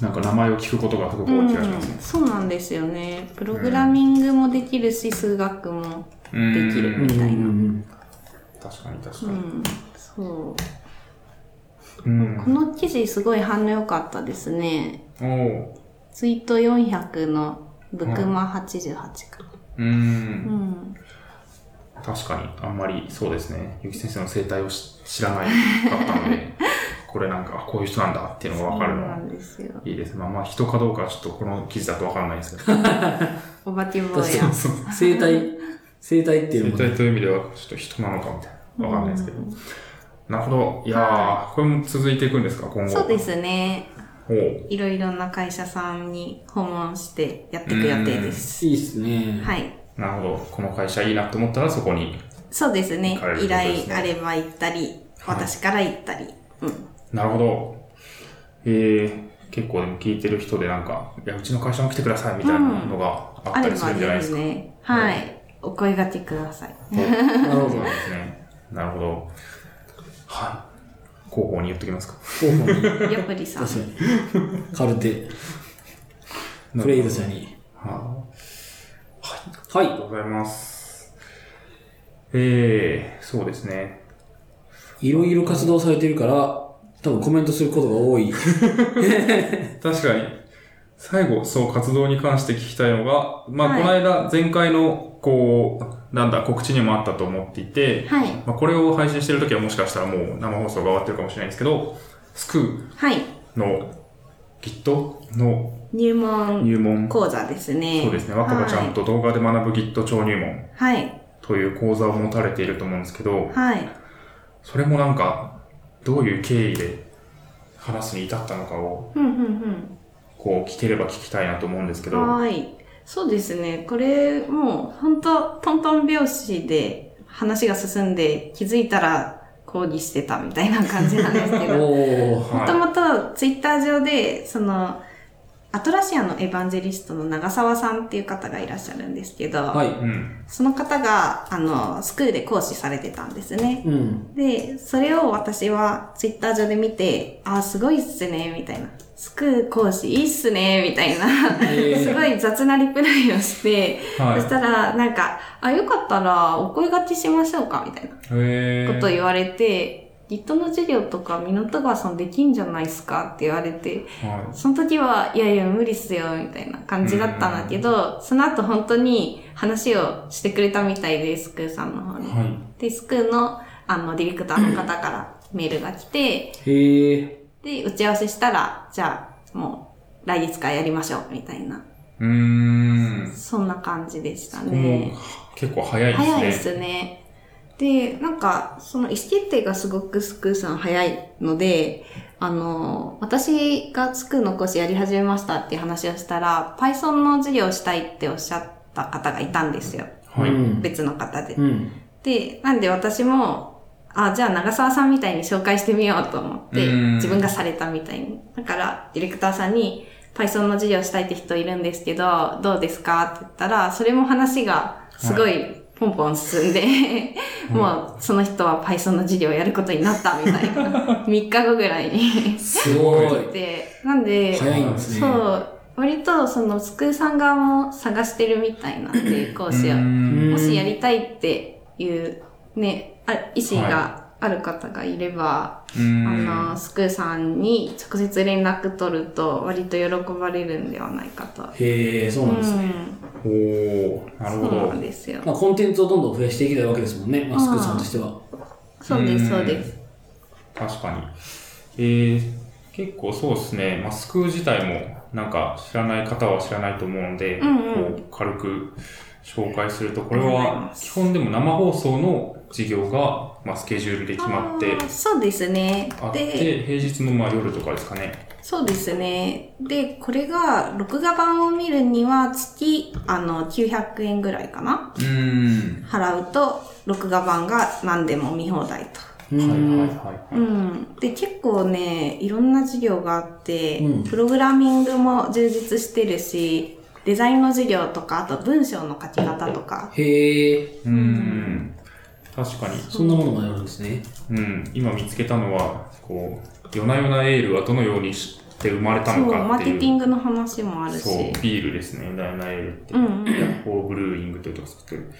Speaker 1: なんか名前を聞くことがすごく多い気がしますね。
Speaker 3: そうなんですよね。プログラミングもできるし、数学も
Speaker 1: うん
Speaker 3: できる
Speaker 2: うん
Speaker 3: みたい
Speaker 2: うんう
Speaker 3: な。
Speaker 2: ん
Speaker 1: 確かに確
Speaker 3: う
Speaker 1: かに。
Speaker 3: ん。そ
Speaker 1: う
Speaker 3: う。
Speaker 1: ん。
Speaker 3: この記事すごい反応良かったですね。
Speaker 1: おお
Speaker 3: ツイート400のブクマ88か。
Speaker 1: う。
Speaker 3: うんん。
Speaker 1: 確かに、あんまりそうですね。ゆき先生の生態をし知らないかったので、これなんか、こういう人なんだっていうのがわかるの
Speaker 3: そうな
Speaker 1: は、
Speaker 3: んですよ。
Speaker 1: いいですね。まあまあ、人かどうかはちょっとこの記事だとわかんないですけど。
Speaker 3: お化け坊
Speaker 2: 確か
Speaker 3: や
Speaker 2: に。生態、生態っていう
Speaker 1: 生
Speaker 2: のもね、
Speaker 1: 態という意味では、ちょっと人なのかみたいな。わかんないですけど
Speaker 3: う。
Speaker 1: なるほど。いやー、これも続いていくんですか、今後。
Speaker 3: そうで。すね。
Speaker 1: おう
Speaker 3: いろいろな会社さんに訪問してやっていく予定です。
Speaker 2: いいっすね。
Speaker 3: はい。
Speaker 1: なるほど。この会社いいなと思ったら、そこに。
Speaker 3: そうですね
Speaker 1: 行かれ。る
Speaker 3: 依
Speaker 1: 予定ですね
Speaker 3: 頼あれば行ったり、
Speaker 1: はい
Speaker 3: 私から行ったり。うん。
Speaker 1: なるほど。えー、結構でも聞いてる人でなんか、いや、うちの会社も来てくださいみたいなのがあ
Speaker 3: あ
Speaker 1: った
Speaker 3: れ
Speaker 1: りす
Speaker 3: ば
Speaker 1: るんじゃない
Speaker 3: で
Speaker 1: です
Speaker 3: す
Speaker 1: か。
Speaker 3: ね。
Speaker 1: は
Speaker 3: はいい。お声掛けください。
Speaker 1: お
Speaker 2: なるほ
Speaker 1: そう
Speaker 2: ど
Speaker 1: なん。ですね。なるほど。はい。広報に言っときますか。
Speaker 2: 候補に
Speaker 3: やっぱりさん。
Speaker 2: 確かに。カルテ、プレイド社に。
Speaker 1: は
Speaker 2: は
Speaker 1: ありが
Speaker 2: い。
Speaker 1: とうございます。えー、そうですね。
Speaker 2: いろいろ活動されてるから、多分コメントすることが 多い。
Speaker 1: 確かに。最後、そう、活動に関して聞きたいのが、まあ、
Speaker 3: はい
Speaker 1: この間、前回の、こう、なんだ、告知にもあったと思っていて、
Speaker 3: はい。
Speaker 1: まあ、これを配信してるときはもしかしたらもう生放送が終わってるかもしれないんですけど、スク
Speaker 3: はい。
Speaker 1: ーの Git の
Speaker 3: 入門
Speaker 1: 入門、
Speaker 3: 講座ですね。
Speaker 1: そうですね、若葉ちゃんと動画で学ぶ Git 超入門
Speaker 3: はい。
Speaker 1: という講座を持たれていると思うんですけど、
Speaker 3: はい。
Speaker 1: それもなんか、どういう経緯で話すに至ったのかを、
Speaker 3: ふんふんふん。
Speaker 1: こう、聞ければ聞きたいなと思うんですけど、
Speaker 3: はーい。そうですね。これ、もう、本当トントン拍子で話が進んで、気づいたら講義してたみたいな感じなんですけど、も
Speaker 2: お ー。
Speaker 1: はい
Speaker 3: ともとツイッター上で、その、アトラシアのエヴァンジェリストの長澤さんっていう方がいらっしゃるんですけど、
Speaker 2: は
Speaker 1: うん。
Speaker 3: その方が、あの、スクールで講師されてたんですね。
Speaker 2: い。うん。
Speaker 3: で、それを私はツイッター上で見て、あー、すごいっすね、みたいな。スクール講師いいっすね、みたいな。
Speaker 2: えー
Speaker 3: すごい雑なリプライをして、
Speaker 1: はい
Speaker 3: そしたら、なんか、あ、よかったらお声掛けしましょうか、みたいなこ
Speaker 1: へー
Speaker 3: とを言われて、Git の授業とか港川さんできんじゃないですかって言われて、
Speaker 1: はい
Speaker 3: その時は、いやいや、無理っすよ、みたいな感じだったんだけど、その後本当に話をしてくれたみたいです、スクーさんの方に。
Speaker 1: はい。
Speaker 3: で、スクーの、あの、ディレクターの方からメールが来て、
Speaker 2: へえ。
Speaker 3: で、打ち合わせしたら、じゃあ、もう、来月からやりましょう、みたいな。
Speaker 1: うーん。
Speaker 3: そんな感じでした
Speaker 1: もう
Speaker 3: ね。
Speaker 1: 結構早いですね。
Speaker 3: 早いですね。で、なんか、その意思決定がすごくスクーさん早いので、あの、私がスクーの講師やり始めましたっていう話をしたら、Python の授業をしたいっておっしゃった方がいたんですよ。
Speaker 1: はい。
Speaker 2: う
Speaker 1: うん
Speaker 2: ん。
Speaker 3: 別の方で
Speaker 2: う。ん。
Speaker 3: で、なんで私も、あ、じゃあ長澤さんみたいに紹介してみようと思って
Speaker 1: うん、
Speaker 3: 自分がされたみたいに。だから、ディレクターさんに、Python の授業したいって人いるんですけど、どうですかって言ったら、それも話がすごいポンポン進んで、 もうその人は Python の授業をやることになったみたいな。3日後ぐらいに。
Speaker 2: すごい。
Speaker 3: で、なんで、
Speaker 2: 早いんですね。
Speaker 3: そう、割とそのスクーさん側も探してるみたいなんで、講師を。
Speaker 1: ん
Speaker 3: もしやりたいっていうね、あ意思がある方がいれば、
Speaker 1: うん
Speaker 3: あの、スクーさんに直接連絡取ると割と喜ばれるんではないかと。
Speaker 2: へえ、そうなんですね。
Speaker 1: おー、なる
Speaker 3: う
Speaker 1: ほ
Speaker 3: ん、そうな
Speaker 1: ど
Speaker 3: ん。ですよ。
Speaker 2: まあ、コンテンツをどんどん増やしていきたいわけですもんね。まあ、スクーさんとしては。
Speaker 3: そうで
Speaker 1: うん
Speaker 3: す、そうです。
Speaker 1: 確かに。えー、結構そうですね、マスク自体もなんか知らない方は知らないと思うので、
Speaker 3: うんうん
Speaker 1: こう軽く紹介すると、こ
Speaker 3: り
Speaker 1: れ
Speaker 3: がとうござい
Speaker 1: は
Speaker 3: ます
Speaker 1: 基本でも生放送の事業が、まあ、スケジュールで決まって
Speaker 3: あーそうですね
Speaker 1: あっ
Speaker 3: で
Speaker 1: て、平日のまあ夜とかですかね。
Speaker 3: そうですねでこれが録画版を見るには月あの900円ぐらいかな
Speaker 1: うーん。
Speaker 3: 払うと録画版が何でも見放題と
Speaker 2: う
Speaker 1: はいはい
Speaker 2: ん。
Speaker 1: はい。
Speaker 3: うん、で結構ねいろんな授業があって、
Speaker 2: うん
Speaker 3: プログラミングも充実してるしデザインの授業とかあと文章の書き方とか
Speaker 2: へえ、
Speaker 1: うーん。確かに。
Speaker 2: そんなものまであるんですね。
Speaker 1: うん、今見つけたのは、こう、夜な夜なエールはどのようにして生まれた
Speaker 3: そう
Speaker 1: のか
Speaker 3: マ
Speaker 1: っ
Speaker 3: ー
Speaker 1: て
Speaker 3: ケ
Speaker 1: いう。
Speaker 3: ティングの話もあるし
Speaker 1: そう、ビールですね、ダイナエールって。
Speaker 3: うんうん
Speaker 1: ヤッホーブルーイングというとこ作ってる。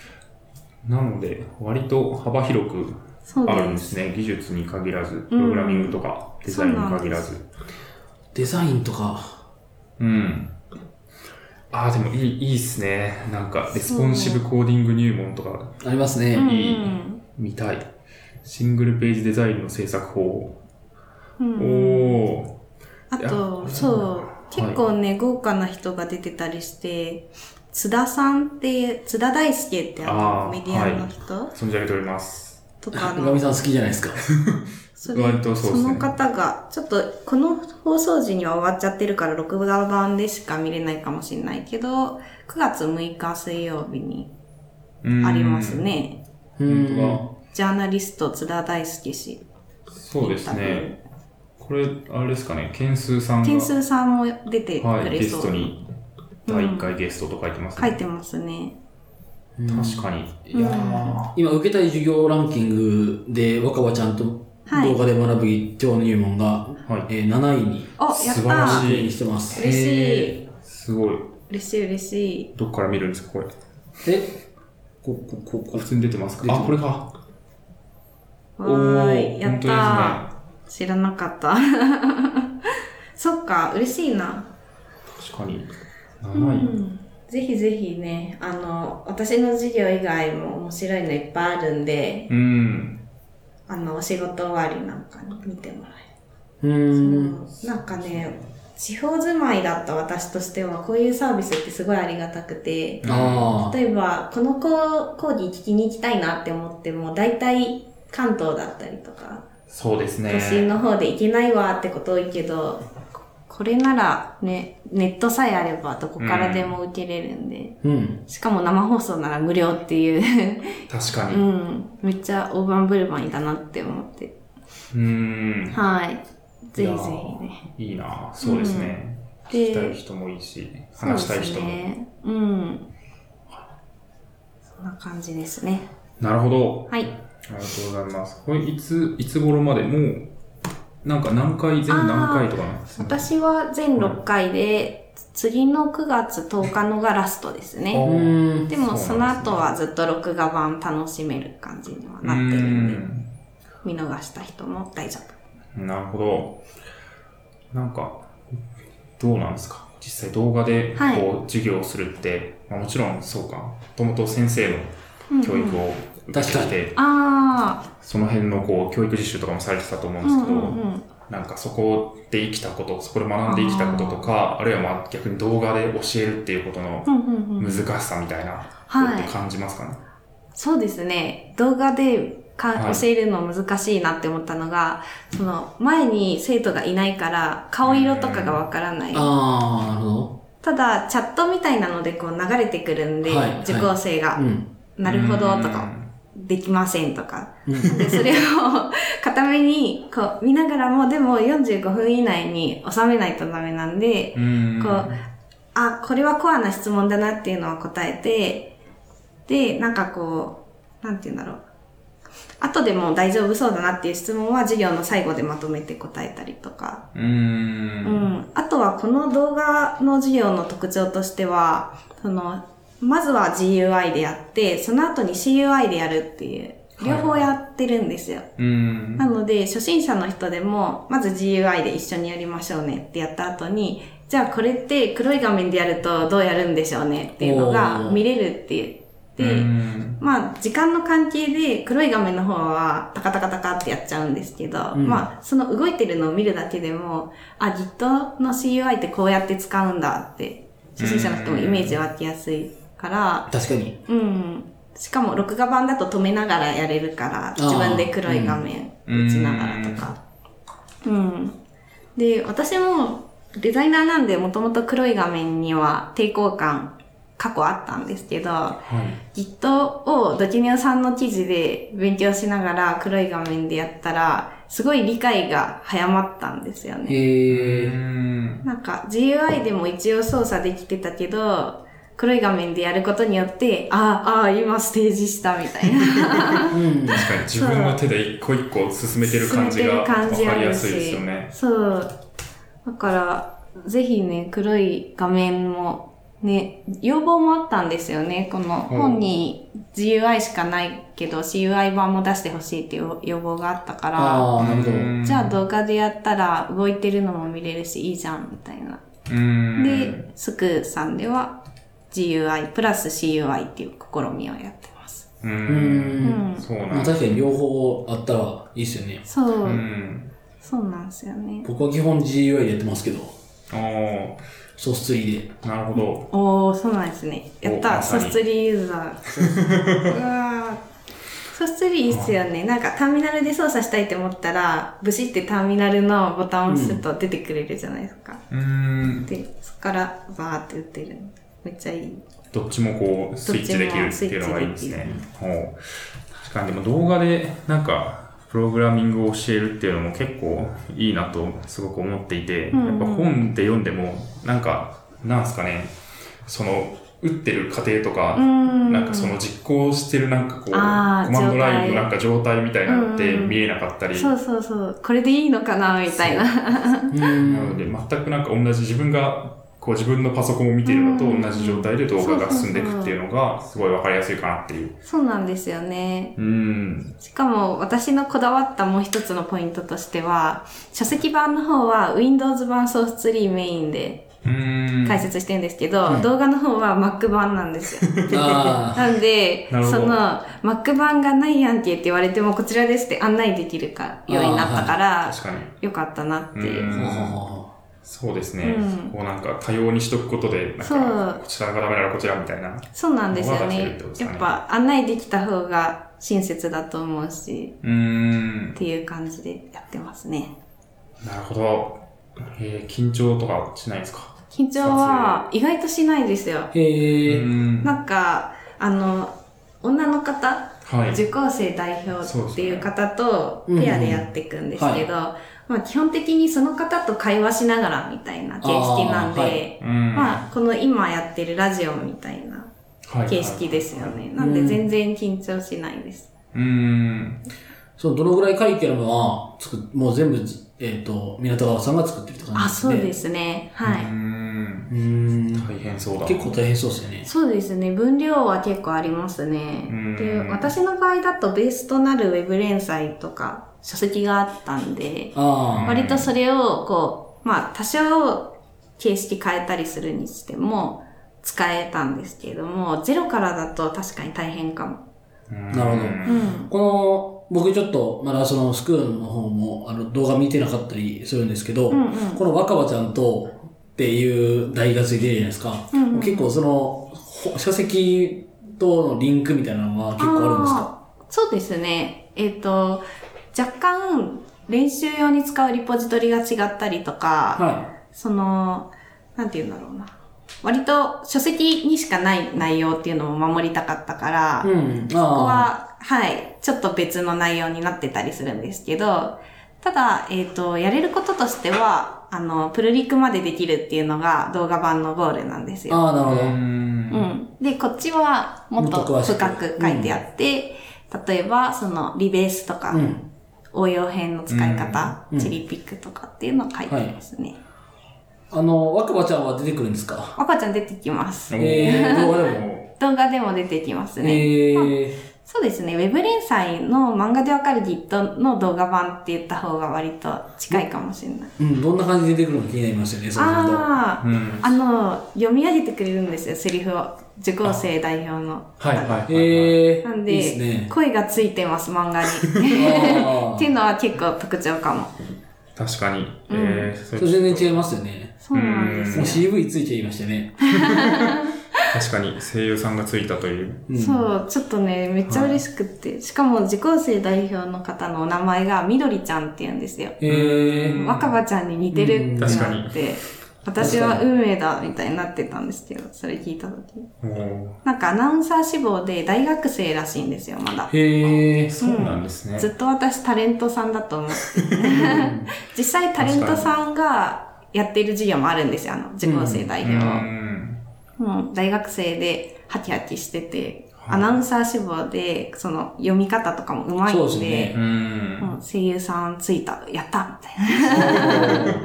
Speaker 1: なので、割と幅広く
Speaker 3: そう
Speaker 1: あるん
Speaker 3: で
Speaker 1: ですすね。技術に限らず、プログラミングとか、デザインに限らず。
Speaker 2: デザインとか。
Speaker 1: うん。ああ、でもいい、いいっすね。なんか、レスポンシブコーディング入門とか、
Speaker 2: ありますね。
Speaker 3: うん
Speaker 1: いい見たい。シングルページデザインの制作法。
Speaker 3: う
Speaker 1: お
Speaker 3: んうん
Speaker 1: おー。
Speaker 3: あ
Speaker 1: い
Speaker 3: と
Speaker 1: や
Speaker 3: そう
Speaker 1: はい
Speaker 3: 結構ね、豪華な人が出てたりして津田さんって津田大輔ってあ
Speaker 1: あー
Speaker 3: のメディアの人、
Speaker 1: 存じ上げております。
Speaker 3: と か
Speaker 2: う
Speaker 3: の
Speaker 2: がみさん好きじゃないですか。
Speaker 3: それ
Speaker 1: 割とそうですね
Speaker 3: の方が、ちょっとこの放送時には終わっちゃってるから、録画版でしか見れないかもしれないけど、9月6日水曜日に
Speaker 1: うん
Speaker 3: あります。ね。
Speaker 2: う
Speaker 1: 本
Speaker 2: ん。
Speaker 1: 当
Speaker 3: ジャーナリスト津田大輔氏。
Speaker 1: だ。そうですね。これ、あれですかね、ケンスーさんが、
Speaker 3: ケンスーさんも出てく
Speaker 1: はい、
Speaker 3: れ
Speaker 1: ゲス
Speaker 3: そ
Speaker 1: ト
Speaker 3: う。
Speaker 1: に、第1回ゲストと書いてます
Speaker 3: 書
Speaker 1: ね。
Speaker 3: いてますね。
Speaker 1: 確かに。
Speaker 2: いやー今受けたい授業ランキングで若葉ちゃんと
Speaker 3: はい
Speaker 2: 動画で学ぶ一丁入門が、
Speaker 1: はい
Speaker 2: えー7位に
Speaker 3: お、やっ
Speaker 1: 素晴ら
Speaker 3: た
Speaker 1: しい
Speaker 2: にしてます。
Speaker 3: 嬉しい
Speaker 1: へーすごい。
Speaker 3: 嬉しい嬉しい。
Speaker 1: どっから見るんですか、これ。
Speaker 2: えここここ
Speaker 1: あ普通に出てます
Speaker 2: 出て
Speaker 1: か
Speaker 2: ま
Speaker 1: あ、
Speaker 2: す
Speaker 1: これか。
Speaker 3: わーい、や
Speaker 1: 本
Speaker 3: っ
Speaker 1: 当
Speaker 3: たー。知らなかった。 そっか、嬉しいな。
Speaker 1: ですね。確かに。
Speaker 3: う
Speaker 1: 7位。
Speaker 3: んぜひぜひね、あの、私の授業以外も面白いのいっぱいあるんで、
Speaker 1: うん。
Speaker 3: あの、お仕事終わりなんかに見てもら
Speaker 2: う
Speaker 3: える。
Speaker 2: ーん。
Speaker 3: なんかね、地方住まいだった私としては、こういうサービスってすごいありがたくて、
Speaker 2: ああ。
Speaker 3: 例えば、この子、講義聞きに行きたいなって思っても、大体関東だったりとか、
Speaker 1: そうです
Speaker 3: 都心
Speaker 1: ね。
Speaker 3: の方で行けないわってこと多いけど、ここれならね、ネットさえあればどこからでも受けれるんで、
Speaker 2: うん。
Speaker 3: しかも生放送なら無料っていう、
Speaker 1: 確か
Speaker 3: う
Speaker 1: に。
Speaker 3: ん、めっちゃ大盤振る舞いだなって思って。
Speaker 1: うん。
Speaker 3: はい。ぜひぜ
Speaker 1: いいなそうですね。
Speaker 3: ひね。
Speaker 1: 聞きたい
Speaker 3: で、
Speaker 1: 人もいいし、話したい人
Speaker 3: そうです
Speaker 1: も。
Speaker 3: ね。うん。そんな感じですね。
Speaker 1: なるほど。
Speaker 3: はい。
Speaker 1: ありがとうございます。これ、いつ、いつ頃までもう、なんか何回、全部何回とかなんですね。
Speaker 3: 私は全6回で、次の9月10日のがラストですね。
Speaker 2: う
Speaker 1: お
Speaker 2: ーん。
Speaker 3: でも
Speaker 1: そ
Speaker 3: そうの
Speaker 1: なんですね
Speaker 3: 後はずっと録画版楽しめる感じには
Speaker 1: う
Speaker 3: なってるんで、
Speaker 1: ん。
Speaker 3: 見逃した人も大丈夫。
Speaker 1: なるほど。なんか、どうなんですか実際動画で
Speaker 3: はい
Speaker 1: こう授業をするって、まあ、もちろんそうか、もともと先生の教育を受けてきて、
Speaker 3: ああ、
Speaker 1: その辺のこう教育実習とかもされてたと思うん
Speaker 3: う
Speaker 1: です
Speaker 3: ん
Speaker 1: けど、
Speaker 3: うんうん。
Speaker 1: なんかそこで生きたこと、そこで学んで生きたこととか、あるいはまあ逆に動画で教えるっていうことの
Speaker 3: うんうんうん
Speaker 1: 難しさみたいな、
Speaker 3: はい
Speaker 1: って感じますかね。
Speaker 3: そうですね。動画でか
Speaker 1: はい
Speaker 3: 教えるの難しいなって思ったのが、その前に生徒がいないから顔色とかがわからない。
Speaker 2: ああ、なるほ
Speaker 3: ただ、チャットみたいなのでこう流れてくるんで、
Speaker 2: はい
Speaker 3: 受講生が、
Speaker 2: ど。うん。
Speaker 3: なるほどと
Speaker 1: う
Speaker 3: か、
Speaker 1: ん。
Speaker 3: できませんとか。
Speaker 2: うん
Speaker 3: で、それを固めにこう見ながらも、でも45分以内に収めないとダメなんで、
Speaker 1: うん
Speaker 3: こう、あ、これはコアな質問だなっていうのは答えて、で、なんかこう、なんて言うんだろう。後でも大丈夫そうだなっていう質問は授業の最後でまとめて答えたりとか。
Speaker 1: う。
Speaker 3: うんん。あとはこの動画の授業の特徴としては、その、まずは GUI でやって、その後に CUI でやるっていう、両方やってるんですよ。
Speaker 1: うん。
Speaker 3: なので、初心者の人でも、まず GUI で一緒にやりましょうねってやった後に、じゃあこれって黒い画面でやるとどうやるんでしょうねっていうの
Speaker 2: お
Speaker 3: が
Speaker 2: ー
Speaker 3: 見れるっていう。って、
Speaker 1: うん
Speaker 3: まあ、時間の関係で黒い画面の方は、タカタカタカってやっちゃうんですけど、
Speaker 2: うん
Speaker 3: まあ、その動いてるのを見るだけでも、あ、Git の CUI ってこうやって使うんだって、初心者の人もイメージ湧きやすいから、
Speaker 2: 確かに。
Speaker 3: うん。しかも、録画版だと止めながらやれるから、
Speaker 2: ー
Speaker 3: 自分で黒い画面打ちながらとか。うん。で、私もデザイナーなんで、もともと黒い画面には抵抗感、過去あったんですけど、
Speaker 1: はい。
Speaker 3: Git をドキニューさんの記事で勉強しながら黒い画面でやったら、すごい理解が早まったんですよね。
Speaker 2: へえ。
Speaker 1: うん
Speaker 3: なんか GUI でも一応操作できてたけど、黒い画面でやることによって、ああ、ああ、今ステージしたみた いな。
Speaker 2: うん。
Speaker 1: 確かに自分の手で一個一個進めてる感じがわかりやすいですよね。
Speaker 3: そう。だから、ぜひね、黒い画面も、ね、要望もあったんですよね。この
Speaker 1: うん
Speaker 3: 本に GUI しかないけど CUI 版も出してほしいっていう要望があったから、
Speaker 2: ああ、なるほど。
Speaker 1: うん
Speaker 3: じゃあ動画でやったら動いてるのも見れるしいいじゃんみたいな。
Speaker 1: うん
Speaker 3: で、スクーさんでは GUI プラス CUI っていう試みをやってます。
Speaker 1: う。
Speaker 2: うんん。
Speaker 1: そう
Speaker 2: ま
Speaker 1: な
Speaker 2: あ
Speaker 1: んだ。
Speaker 2: 確かに両方あったらいいですよね。
Speaker 3: そう、
Speaker 1: うん。
Speaker 3: そうなんですよね。
Speaker 2: 僕は基本 GUI でやってますけど、
Speaker 1: ああ、
Speaker 2: ソース3で。
Speaker 1: なるほど。
Speaker 3: おー、そうなんですね。やっ
Speaker 1: お
Speaker 3: た、
Speaker 1: ま
Speaker 3: ソ
Speaker 1: さに
Speaker 3: スツリーユーザー。うわーソスツリーいいっすよね。なんかターミナルで操作したいと思ったら、ブシってターミナルのボタンを押すと出てくれるじゃないですか。
Speaker 1: うん。
Speaker 3: で、そっからバーって打ってる。めっちゃいい。
Speaker 1: どっちもこう、スイッチできるっていうのがいいですね。ほう確かに、でも動画で、なんか、プログラミングを教えるっていうのも結構いいなとすごく思っていて、
Speaker 3: うんうん
Speaker 1: やっぱ本で読んでも、なんか、なんすかね、その、打ってる過程とか、
Speaker 3: うん
Speaker 1: なんかその実行してるなんかこう、コ
Speaker 3: あ
Speaker 1: マ
Speaker 3: ー
Speaker 1: ンドラインのなんか状態みたいなのって
Speaker 3: うんうん
Speaker 1: 見えなかったり、
Speaker 3: そうそうそう。これでいいのかなみたいな。
Speaker 2: うん
Speaker 1: なので、全くなんか同じ自分が、こう自分のパソコンを見てるのと同じ状態で動画が進んでいくっていうのが、すごいわかりやすいかなっていう。
Speaker 3: そうなんですよね。
Speaker 1: うん。
Speaker 3: しかも私のこだわったもう一つのポイントとしては、書籍版の方は Windows 版ソースツリーメインで
Speaker 1: うん。
Speaker 3: 解説してるんですけど、
Speaker 2: うん
Speaker 3: 動画の方は Mac 版なんです よ。
Speaker 2: あ
Speaker 3: なんで、
Speaker 1: なるほど
Speaker 3: その Mac 版がないやんけって言われてもこちらですって案内できるかようになったから、
Speaker 1: 確かに。
Speaker 3: よかったなっていう。
Speaker 1: うん
Speaker 2: あ。
Speaker 1: そうですね。
Speaker 3: うん
Speaker 1: こうなんか多様にしとくことで、なん
Speaker 3: そう
Speaker 1: か、こちらがダメならこちらみたいな。
Speaker 3: そうなんですよ
Speaker 1: 動画が出てるっ
Speaker 3: ね
Speaker 1: てこと。ですか
Speaker 3: や
Speaker 1: ね
Speaker 3: っぱ案内できた方が親切だと思うし、
Speaker 1: うん
Speaker 3: っ。ていう感じでやってますね。
Speaker 1: なるほど。えー、緊張とかしないですか
Speaker 3: 緊張は意外としないですよ。
Speaker 2: へえ。
Speaker 1: ん
Speaker 3: なんか、あの、女の方、
Speaker 1: はい。
Speaker 3: 受講生代
Speaker 1: そう
Speaker 3: 表
Speaker 1: で
Speaker 3: っ
Speaker 1: す
Speaker 3: て
Speaker 1: ね
Speaker 3: いう方とペアでやっていくんですけど、
Speaker 2: うん
Speaker 3: まあ基本的にその方と会話しながらみたいな形式なん
Speaker 2: あ
Speaker 3: で、
Speaker 2: ーはい
Speaker 1: うん
Speaker 3: まあこの今やってるラジオみたいな
Speaker 1: はい
Speaker 3: 形式ですよね。。なん
Speaker 2: う
Speaker 3: で
Speaker 2: ん
Speaker 3: 全然緊張しないです。
Speaker 1: うん。
Speaker 2: そのどのぐらいカリキュラムは作っ、もう全部じ、えっと、港川さんが作ってるって感じ
Speaker 3: あ、
Speaker 2: です
Speaker 3: そ
Speaker 2: ね。
Speaker 3: うですね。はい。
Speaker 1: うん。
Speaker 2: うーん。
Speaker 1: 大変そうだ。
Speaker 2: 結構大変そうですよね。
Speaker 3: そうですね。分量は結構あります
Speaker 1: うん
Speaker 3: ね。で、私の場合だとベースとなるウェブ連載とか書籍があったんで、
Speaker 2: あ
Speaker 3: 割とそれをこう、まあ多少形式変えたりするにしても使えたんですけれども、ゼロからだと確かに大変かも。
Speaker 1: うん
Speaker 2: なるほどあ。
Speaker 3: ん。
Speaker 2: この、僕ちょっと、まだそのスクールの方も、あの、動画見てなかったりするんですけど、
Speaker 3: うんうん
Speaker 2: この若葉ちゃんと、っていう題がついてるじゃないですか。
Speaker 3: うんうん
Speaker 2: 結構その、ほ書籍とのリンクみたいなのが結構あるんですか
Speaker 3: あーそうですね。えっ、と、若干練習用に使うリポジトリが違ったりとか、
Speaker 2: は
Speaker 3: その、なんて言うんだろうな。割と書籍にしかない内容っていうのも守りたかったから、
Speaker 2: い。うん。あ
Speaker 3: ここ
Speaker 2: あ。
Speaker 3: は、はい、ちょっと別の内容になってたりするんですけど、ただ、えっ、と、やれることとしては、あの、プルリクまでできるっていうのが動画版のゴールなんですよ。
Speaker 2: ああ、なるほど。
Speaker 1: うん
Speaker 3: うん。で、こっちはもっと
Speaker 2: もっと
Speaker 3: 深
Speaker 2: 詳しく
Speaker 3: く書いてあって、例えば、その、リベースとか、
Speaker 2: うん
Speaker 3: 応用編の使い方、
Speaker 2: うん
Speaker 3: チリピックとかっていうのを書いてますね。
Speaker 2: あの、若葉ちゃんは出てくるんですか
Speaker 3: 赤ちゃん出てきます。
Speaker 2: えー、動画でも。
Speaker 3: 動画でも出てきますね。
Speaker 2: えー、
Speaker 3: そうですね。ウェブ連載の漫画でわかる Git の動画版って言った方が割と近いかもしれない。
Speaker 2: うん、どんな感じで出てくるのか気になりますよね、そうすると。
Speaker 3: ああ、
Speaker 1: うん
Speaker 3: あの、読み上げてくれるんですよ、セリフを。受講生代表の。
Speaker 1: はいはいはい、はい。
Speaker 2: えー、
Speaker 3: なんで
Speaker 2: いいですね。
Speaker 3: 声がついてます、漫画
Speaker 2: あ
Speaker 3: に。
Speaker 2: ー
Speaker 3: っていうのは結構特徴かも。
Speaker 1: 確かに。
Speaker 3: うん
Speaker 1: えー、そ
Speaker 2: そ
Speaker 1: れ
Speaker 2: れ全然違いますよね。
Speaker 3: そうなんで
Speaker 2: も
Speaker 3: す
Speaker 2: う
Speaker 3: よ。
Speaker 2: CV ついちゃいましたね。
Speaker 1: 確かに声優さんがついたという。
Speaker 2: うん
Speaker 3: そう、ちょっとね、めっちゃ嬉しくって。しかも、受講生代表の方のお名前が、みどりちゃんって言うんですよ。
Speaker 2: えー、
Speaker 3: 若葉ちゃんに似てるってな
Speaker 1: うん確か
Speaker 3: って、私は運命だ、みたいになってたんですけど、それ聞いた時
Speaker 1: おー
Speaker 3: なんかアナウンサー志望で大学生らしいんですよ、まだ。
Speaker 2: へえー、
Speaker 1: そうなんですね。
Speaker 3: ずっと私タレントさんだと思って。実際タレントさんがやってる授業もあるんですよ、あの、受講生代
Speaker 1: う
Speaker 3: 表。
Speaker 1: ん。
Speaker 3: もう大学生でハキハキしてて、
Speaker 1: はい
Speaker 3: アナウンサー志望で、その読み方とかも上手い
Speaker 2: そうんです
Speaker 3: で、
Speaker 1: う
Speaker 2: ね
Speaker 1: ん。
Speaker 3: もう声優さんついた、やったみたいな。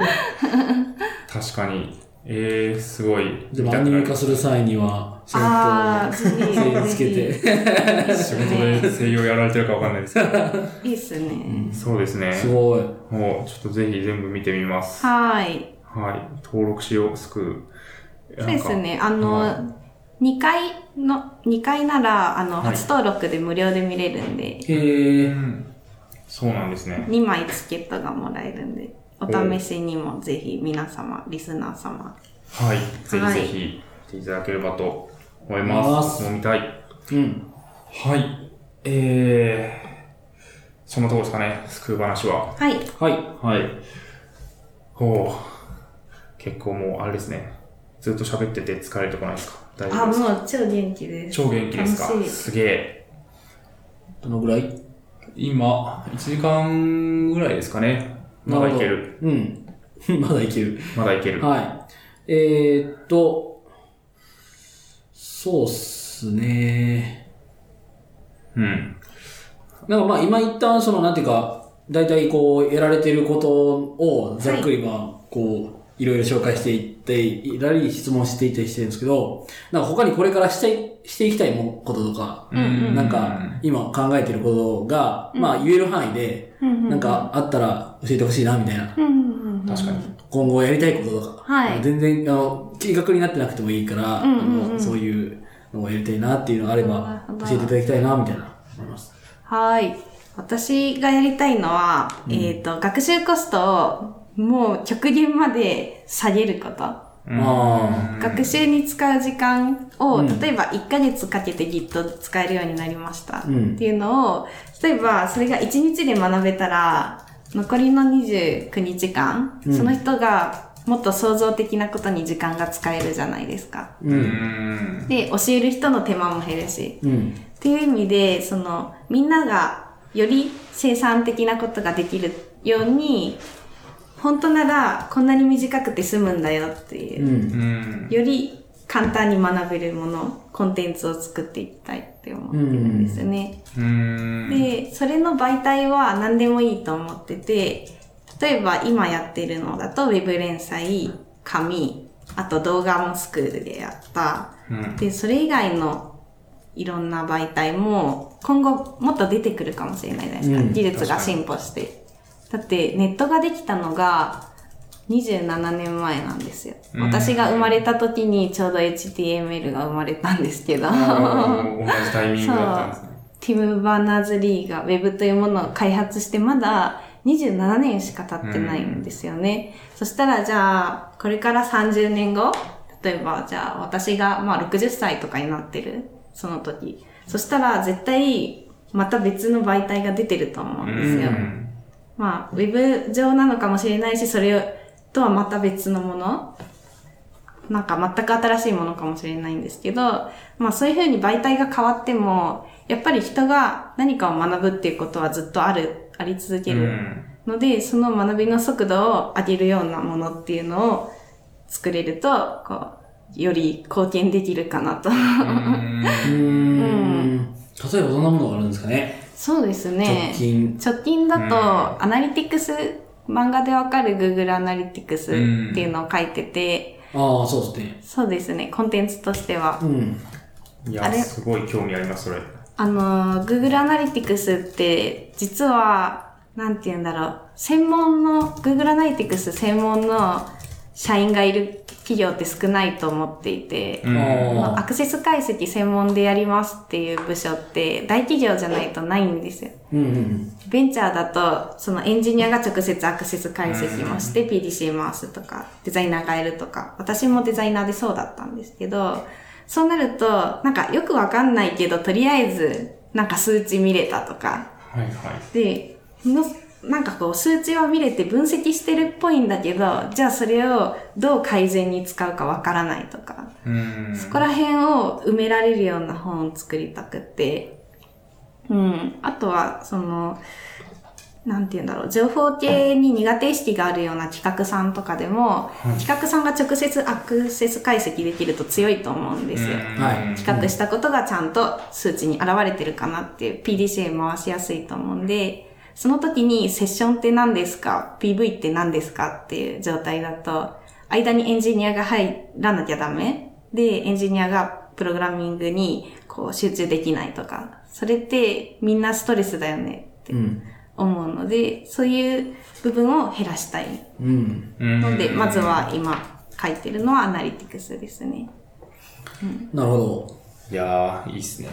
Speaker 1: 確かに。えー、すごい。
Speaker 2: じゃあアニメ化する際には、ちゃん
Speaker 3: あー、ぜ
Speaker 2: と声
Speaker 3: ひ
Speaker 2: つ けて。
Speaker 1: 仕事で声優やられてるかわかんないですけど。
Speaker 3: ぜひいいっすね。
Speaker 1: そうですね。
Speaker 2: すごい。
Speaker 1: もう、ちょっとぜひ全部見てみます。は
Speaker 3: はーい。
Speaker 1: い。登録しよう、すくう。
Speaker 3: そうですね。あ
Speaker 1: は
Speaker 3: の、2階の、2階なら、あの、
Speaker 1: はい
Speaker 3: 初登録で無料で見れるんで、
Speaker 2: へえ
Speaker 1: う。ん。そうなんですね。
Speaker 3: 2枚チケットがもらえるんで、お試しにもぜひ皆様、リスナー様。
Speaker 1: はい。ぜひ
Speaker 3: はい
Speaker 1: ぜひ、来ていただければと思います。
Speaker 2: 思
Speaker 1: 飲みたい。
Speaker 2: うん。
Speaker 1: はい。えー、そのとこですかね、スクー話は。
Speaker 3: はい。
Speaker 2: はい。
Speaker 1: はい。ほう。結構もう、あれですね。ずっと喋ってて疲れてこないですか大丈
Speaker 3: あ、
Speaker 1: 夫ですか
Speaker 3: もう超元気です。
Speaker 1: 超元気ですか
Speaker 3: 楽しい
Speaker 1: すげえ。
Speaker 2: どのぐらい
Speaker 1: 今、1時間ぐらいですかね。まだいける。。
Speaker 2: なほど うん。まだいける。
Speaker 1: まだいける。
Speaker 2: はい。えー、っと、そうっすね。
Speaker 1: うん。
Speaker 2: なんかまあ今一旦その、なんていうか、大体こう、やられてることをざっくりまあ、こう、いろいろ紹介していって、いらり質問していったりしてるんですけど、なんか他にこれからしたい、していきたいもこととか、
Speaker 3: うんうん
Speaker 2: なんか今考えてることが、
Speaker 3: うん
Speaker 2: まあ言える範囲で、
Speaker 3: ううう
Speaker 2: なん、かあったら教えてほしいな、みたいな。
Speaker 3: うんうんうんうん
Speaker 1: 確かに。
Speaker 2: 今後やりたいこととか、
Speaker 3: はい
Speaker 2: 全然あの計画になってなくてもいいから、
Speaker 3: うんうんうん
Speaker 2: あのそういうのをやりたいなっていうのがあれ
Speaker 3: なる
Speaker 2: ば
Speaker 3: ほど
Speaker 2: 教えていただきたいなみたいな思います。
Speaker 3: はい。私がやりたいのは、えっ、と、学習コストをもう極限まで下げること。
Speaker 1: うん
Speaker 2: あ
Speaker 3: 学習に使う時間を、
Speaker 2: うん
Speaker 3: 例えば1ヶ月かけて Git 使えるようになりました、
Speaker 2: うん
Speaker 3: っていうのを、例えばそれが1日で学べたら、残りの29日間、
Speaker 2: うん
Speaker 3: その人がもっと創造的なことに時間が使えるじゃないですか。
Speaker 2: う
Speaker 1: うんん。
Speaker 3: で、教える人の手間も減るし。
Speaker 2: うん
Speaker 3: っていう意味で、その、みんながより生産的なことができるように、本当ならこんなに短くて済むんだよってい
Speaker 2: う。
Speaker 3: う
Speaker 1: うん。
Speaker 2: ん
Speaker 3: より簡単に学べるもの、コンテンツを作っていきたいって思ってるんですね。
Speaker 1: うん。
Speaker 3: で、それの媒体は何でもいいと思ってて、例えば今やってるのだと、ウェブ連載、紙、あと動画もスクールでやった。
Speaker 1: うん
Speaker 3: で、それ以外のいろんな媒体も今後もっと出てくるかもしれないじゃないですか。
Speaker 2: うん
Speaker 3: 技術が進歩して。だってネットができたのが27年前なんですよ。
Speaker 1: うん
Speaker 3: 私が生まれた時にちょうど HTML が生まれたんですけど。
Speaker 1: 同じタイミングだったんですね。
Speaker 3: ティム・バーナーズ・リーが Web というものを開発してまだ27年しか経ってないんですよね。そしたらじゃあ、これから30年後、例えばじゃあ私がまあ60歳とかになってる、その時。そしたら絶対また別の媒体が出てると思うんですよ。
Speaker 1: うん
Speaker 3: まあ、ウェブ上なのかもしれないし、それとはまた別のもの。なんか全く新しいものかもしれないんですけど、まあそういうふうに媒体が変わっても、やっぱり人が何かを学ぶっていうことはずっとある、あり続け
Speaker 1: う
Speaker 3: る
Speaker 1: ん
Speaker 3: ので、その学びの速度を上げるようなものっていうのを作れると、こう、より貢献できるかなと。
Speaker 2: うーん例えばどんなものがあるんですかね。
Speaker 3: そうですね
Speaker 2: 直。近。
Speaker 3: 直近だ
Speaker 1: う
Speaker 3: と、アナリティクス、漫画でわかる Google アナリティクスっていうのを書いてて、
Speaker 2: ああそうですね。
Speaker 3: そうですね、コンテンツとしては
Speaker 2: う。ん
Speaker 1: い
Speaker 3: あ
Speaker 1: や、
Speaker 3: れ
Speaker 1: すごい興味あります、それ。
Speaker 3: あの、Google アナリティクスって、実は、なんて言うんだろう、専門の、Google アナリティクス専門の社員がいる企業って少ないと思っていて、
Speaker 1: うん
Speaker 2: あ
Speaker 3: アクセス解析専門でやりますっていう部署って大企業じゃないとないんですよ。
Speaker 2: ーうんうん
Speaker 3: ベンチャーだと、そのエンジニアが直接アクセス解析もして PDC 回すとか、デザイナーがいるとか、私もデザイナーでそうだったんですけど、そうなると、なんかよくわかんないけど、とりあえず、なんか数値見れたとか、
Speaker 1: はいはい。
Speaker 3: で、のなんかこう数値を見れて分析してるっぽいんだけど、じゃあそれをどう改善に使うかわからないとか、
Speaker 1: うん。
Speaker 3: そこら辺を埋められるような本を作りたくて、うん。あとは、その、なんて言うんだろう、情報系に苦手意識があるような企画さんとかでも、企画さんが直接アクセス解析できると強いと思うんですよ。
Speaker 2: はい
Speaker 3: 企画したことがちゃんと数値に現れてるかなっていう PDCA 回しやすいと思うんで、その時にセッションって何ですか ?PV って何ですかっていう状態だと、間にエンジニアが入らなきゃダメで、エンジニアがプログラミングにこう集中できないとか、それってみんなストレスだよねって
Speaker 2: うん
Speaker 3: 思うので、そういう部分を減らしたい
Speaker 2: うん
Speaker 1: うん
Speaker 3: ので、まずは今書いてるのはアナリティクスですね。
Speaker 2: なるほど
Speaker 1: いやー、いいっすね。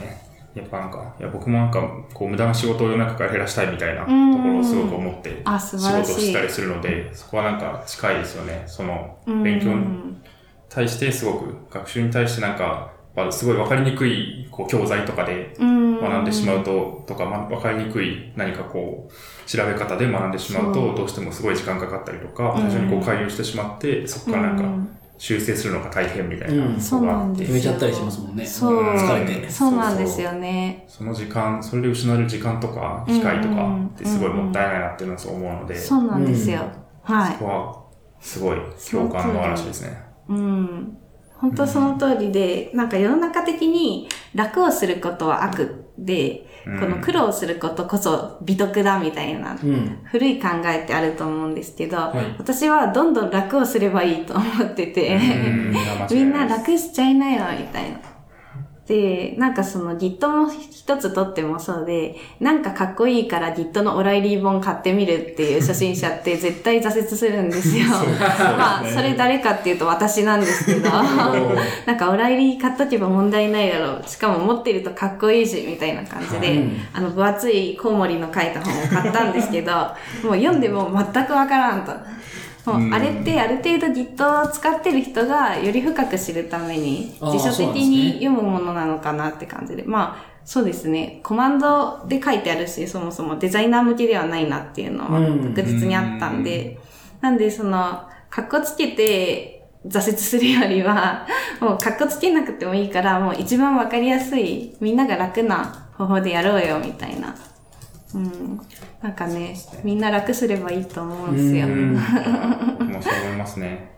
Speaker 1: やっぱなんか、いや僕もなんか、こう、無駄な仕事を世の中から減らしたいみたいなと
Speaker 3: ん
Speaker 1: ころをすごく思って、
Speaker 3: あ
Speaker 1: 仕
Speaker 3: 素
Speaker 1: 事
Speaker 3: 晴
Speaker 1: を
Speaker 3: らしい
Speaker 1: したりするので、そこはなんか近いですよね。その、
Speaker 3: うん
Speaker 1: 勉強に対してすごく、学習に対してなんか、まあ、すごい分かりにくい、こう、教材とかで
Speaker 3: うん
Speaker 1: 学んでしまうと、とか、まあ、分かりにくい何かこう、調べ方で学んでしまう
Speaker 3: そ
Speaker 1: と、
Speaker 3: う
Speaker 1: どうしてもすごい時間かかったりとか、
Speaker 3: うん
Speaker 1: 最初にこう、改良してしまって、そこからなん
Speaker 3: う
Speaker 1: か
Speaker 3: ん、
Speaker 1: 修正するのが大変みたい
Speaker 2: うん
Speaker 1: なところがあって、
Speaker 2: 決めちゃったりしますもんね
Speaker 3: そう
Speaker 2: 疲れて
Speaker 3: そうなんですよね。
Speaker 1: その時間、それで失われる時間とか、機会とかってすごいもったいないなっていうのはそう思うので、
Speaker 3: そうなんですよ。は
Speaker 1: そこはすごい共感の嵐ですね。
Speaker 3: い。うん。本当その通りで、なんか世の中的に楽をすることは悪で、
Speaker 1: うん
Speaker 3: この苦労することこそ美徳だみたいな
Speaker 2: うん
Speaker 3: 古い考えってあると思うんですけど、
Speaker 1: い
Speaker 3: 私はどんどん楽をすればいいと思ってて、
Speaker 1: うん
Speaker 3: みんな楽しちゃいなよ、みたいな。で、なんかその Git も一つ取ってもそうで、なんかかっこいいから Git のオライリー本買ってみるっていう初心者 って絶対挫折するんですよ。まあ、それ誰かっていうと私なんですけど、なんかオライリー買っとけば問題ないだろう。しかも持ってるとかっこいいし、みたいな感じで、
Speaker 2: うん
Speaker 3: あの、分厚いコウモリの書いた本を買ったんですけど、もう読んでも全くわからんと。もうあれってある程度 Git を使ってる人がより深く知るために
Speaker 2: あー
Speaker 3: 辞書
Speaker 2: そうなん
Speaker 3: 的
Speaker 2: ですね
Speaker 3: に読むものなのかなって感じで。まあ、そうですね。コマンドで書いてあるし、そもそもデザイナー向けではないなっていうのは
Speaker 2: うん
Speaker 3: 確実にあったんで。なんで、その、かっこつけて挫折するよりは、 もうかっこつけなくてもいいから、もう一番わかりやすい、みんなが楽な方法でやろうよ、みたいな。うん。なんかね、みんな楽すればいいと思うんですよ。
Speaker 1: うん僕もそう思いますね。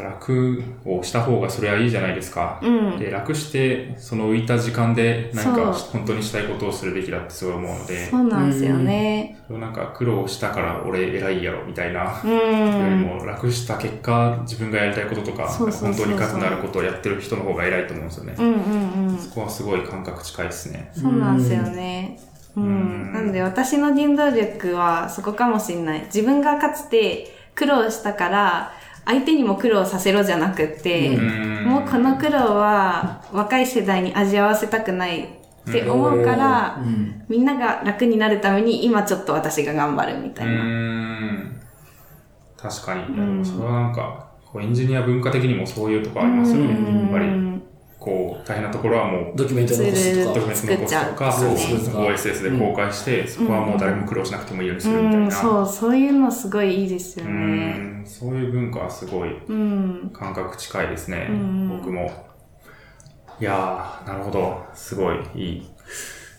Speaker 1: 楽をした方がそれはいいじゃないですか。
Speaker 3: うん
Speaker 1: で楽して、その浮いた時間で何か
Speaker 3: そう
Speaker 1: 本当にしたいことをするべきだってすごい思うので、
Speaker 3: そうなんですよね。
Speaker 1: それをなんか苦労したから俺偉いやろみたいな
Speaker 3: う
Speaker 1: より
Speaker 3: ん。
Speaker 1: も楽した結果、自分がやりたいこととか、
Speaker 3: そうそうそう
Speaker 1: 本
Speaker 3: そ
Speaker 1: 当
Speaker 3: う
Speaker 1: に価値のあることをやってる人の方が偉いと思うんですよね。
Speaker 3: うんうんうん。
Speaker 1: そこはすごい感覚近いですね。
Speaker 3: そうなんですよね。うん。なんで私の原動力はそこかもしれない。自分がかつて苦労したから、相手にも苦労させろじゃなくって、
Speaker 2: うん
Speaker 3: もうこの苦労は若い世代に味わわせたくないって思うから、
Speaker 2: うん
Speaker 3: みんなが楽になるために今ちょっと私が頑張るみ
Speaker 1: う
Speaker 3: たいな。
Speaker 1: ーん。確かに。いやでもそれはなんか、こうエンジニア文化的にもそういうとこありますよね。やっぱり、こう、大変なところはもう、
Speaker 2: ドキュメント残すと
Speaker 1: ド
Speaker 2: か
Speaker 1: キュメント残すとか、
Speaker 2: 作っちゃう
Speaker 1: そう
Speaker 2: そう
Speaker 1: OSS で公開して、そこはもう誰も苦労しなくてもいいようにするみた
Speaker 3: う
Speaker 1: い
Speaker 3: ん、
Speaker 1: な。
Speaker 3: そう、そういうのすごいいいですよ
Speaker 1: う
Speaker 3: ね。
Speaker 1: んそういう文化はすごい
Speaker 3: うん。
Speaker 1: 感覚近いですね、
Speaker 3: うん
Speaker 1: 僕も。いやー、なるほど。すごいいい。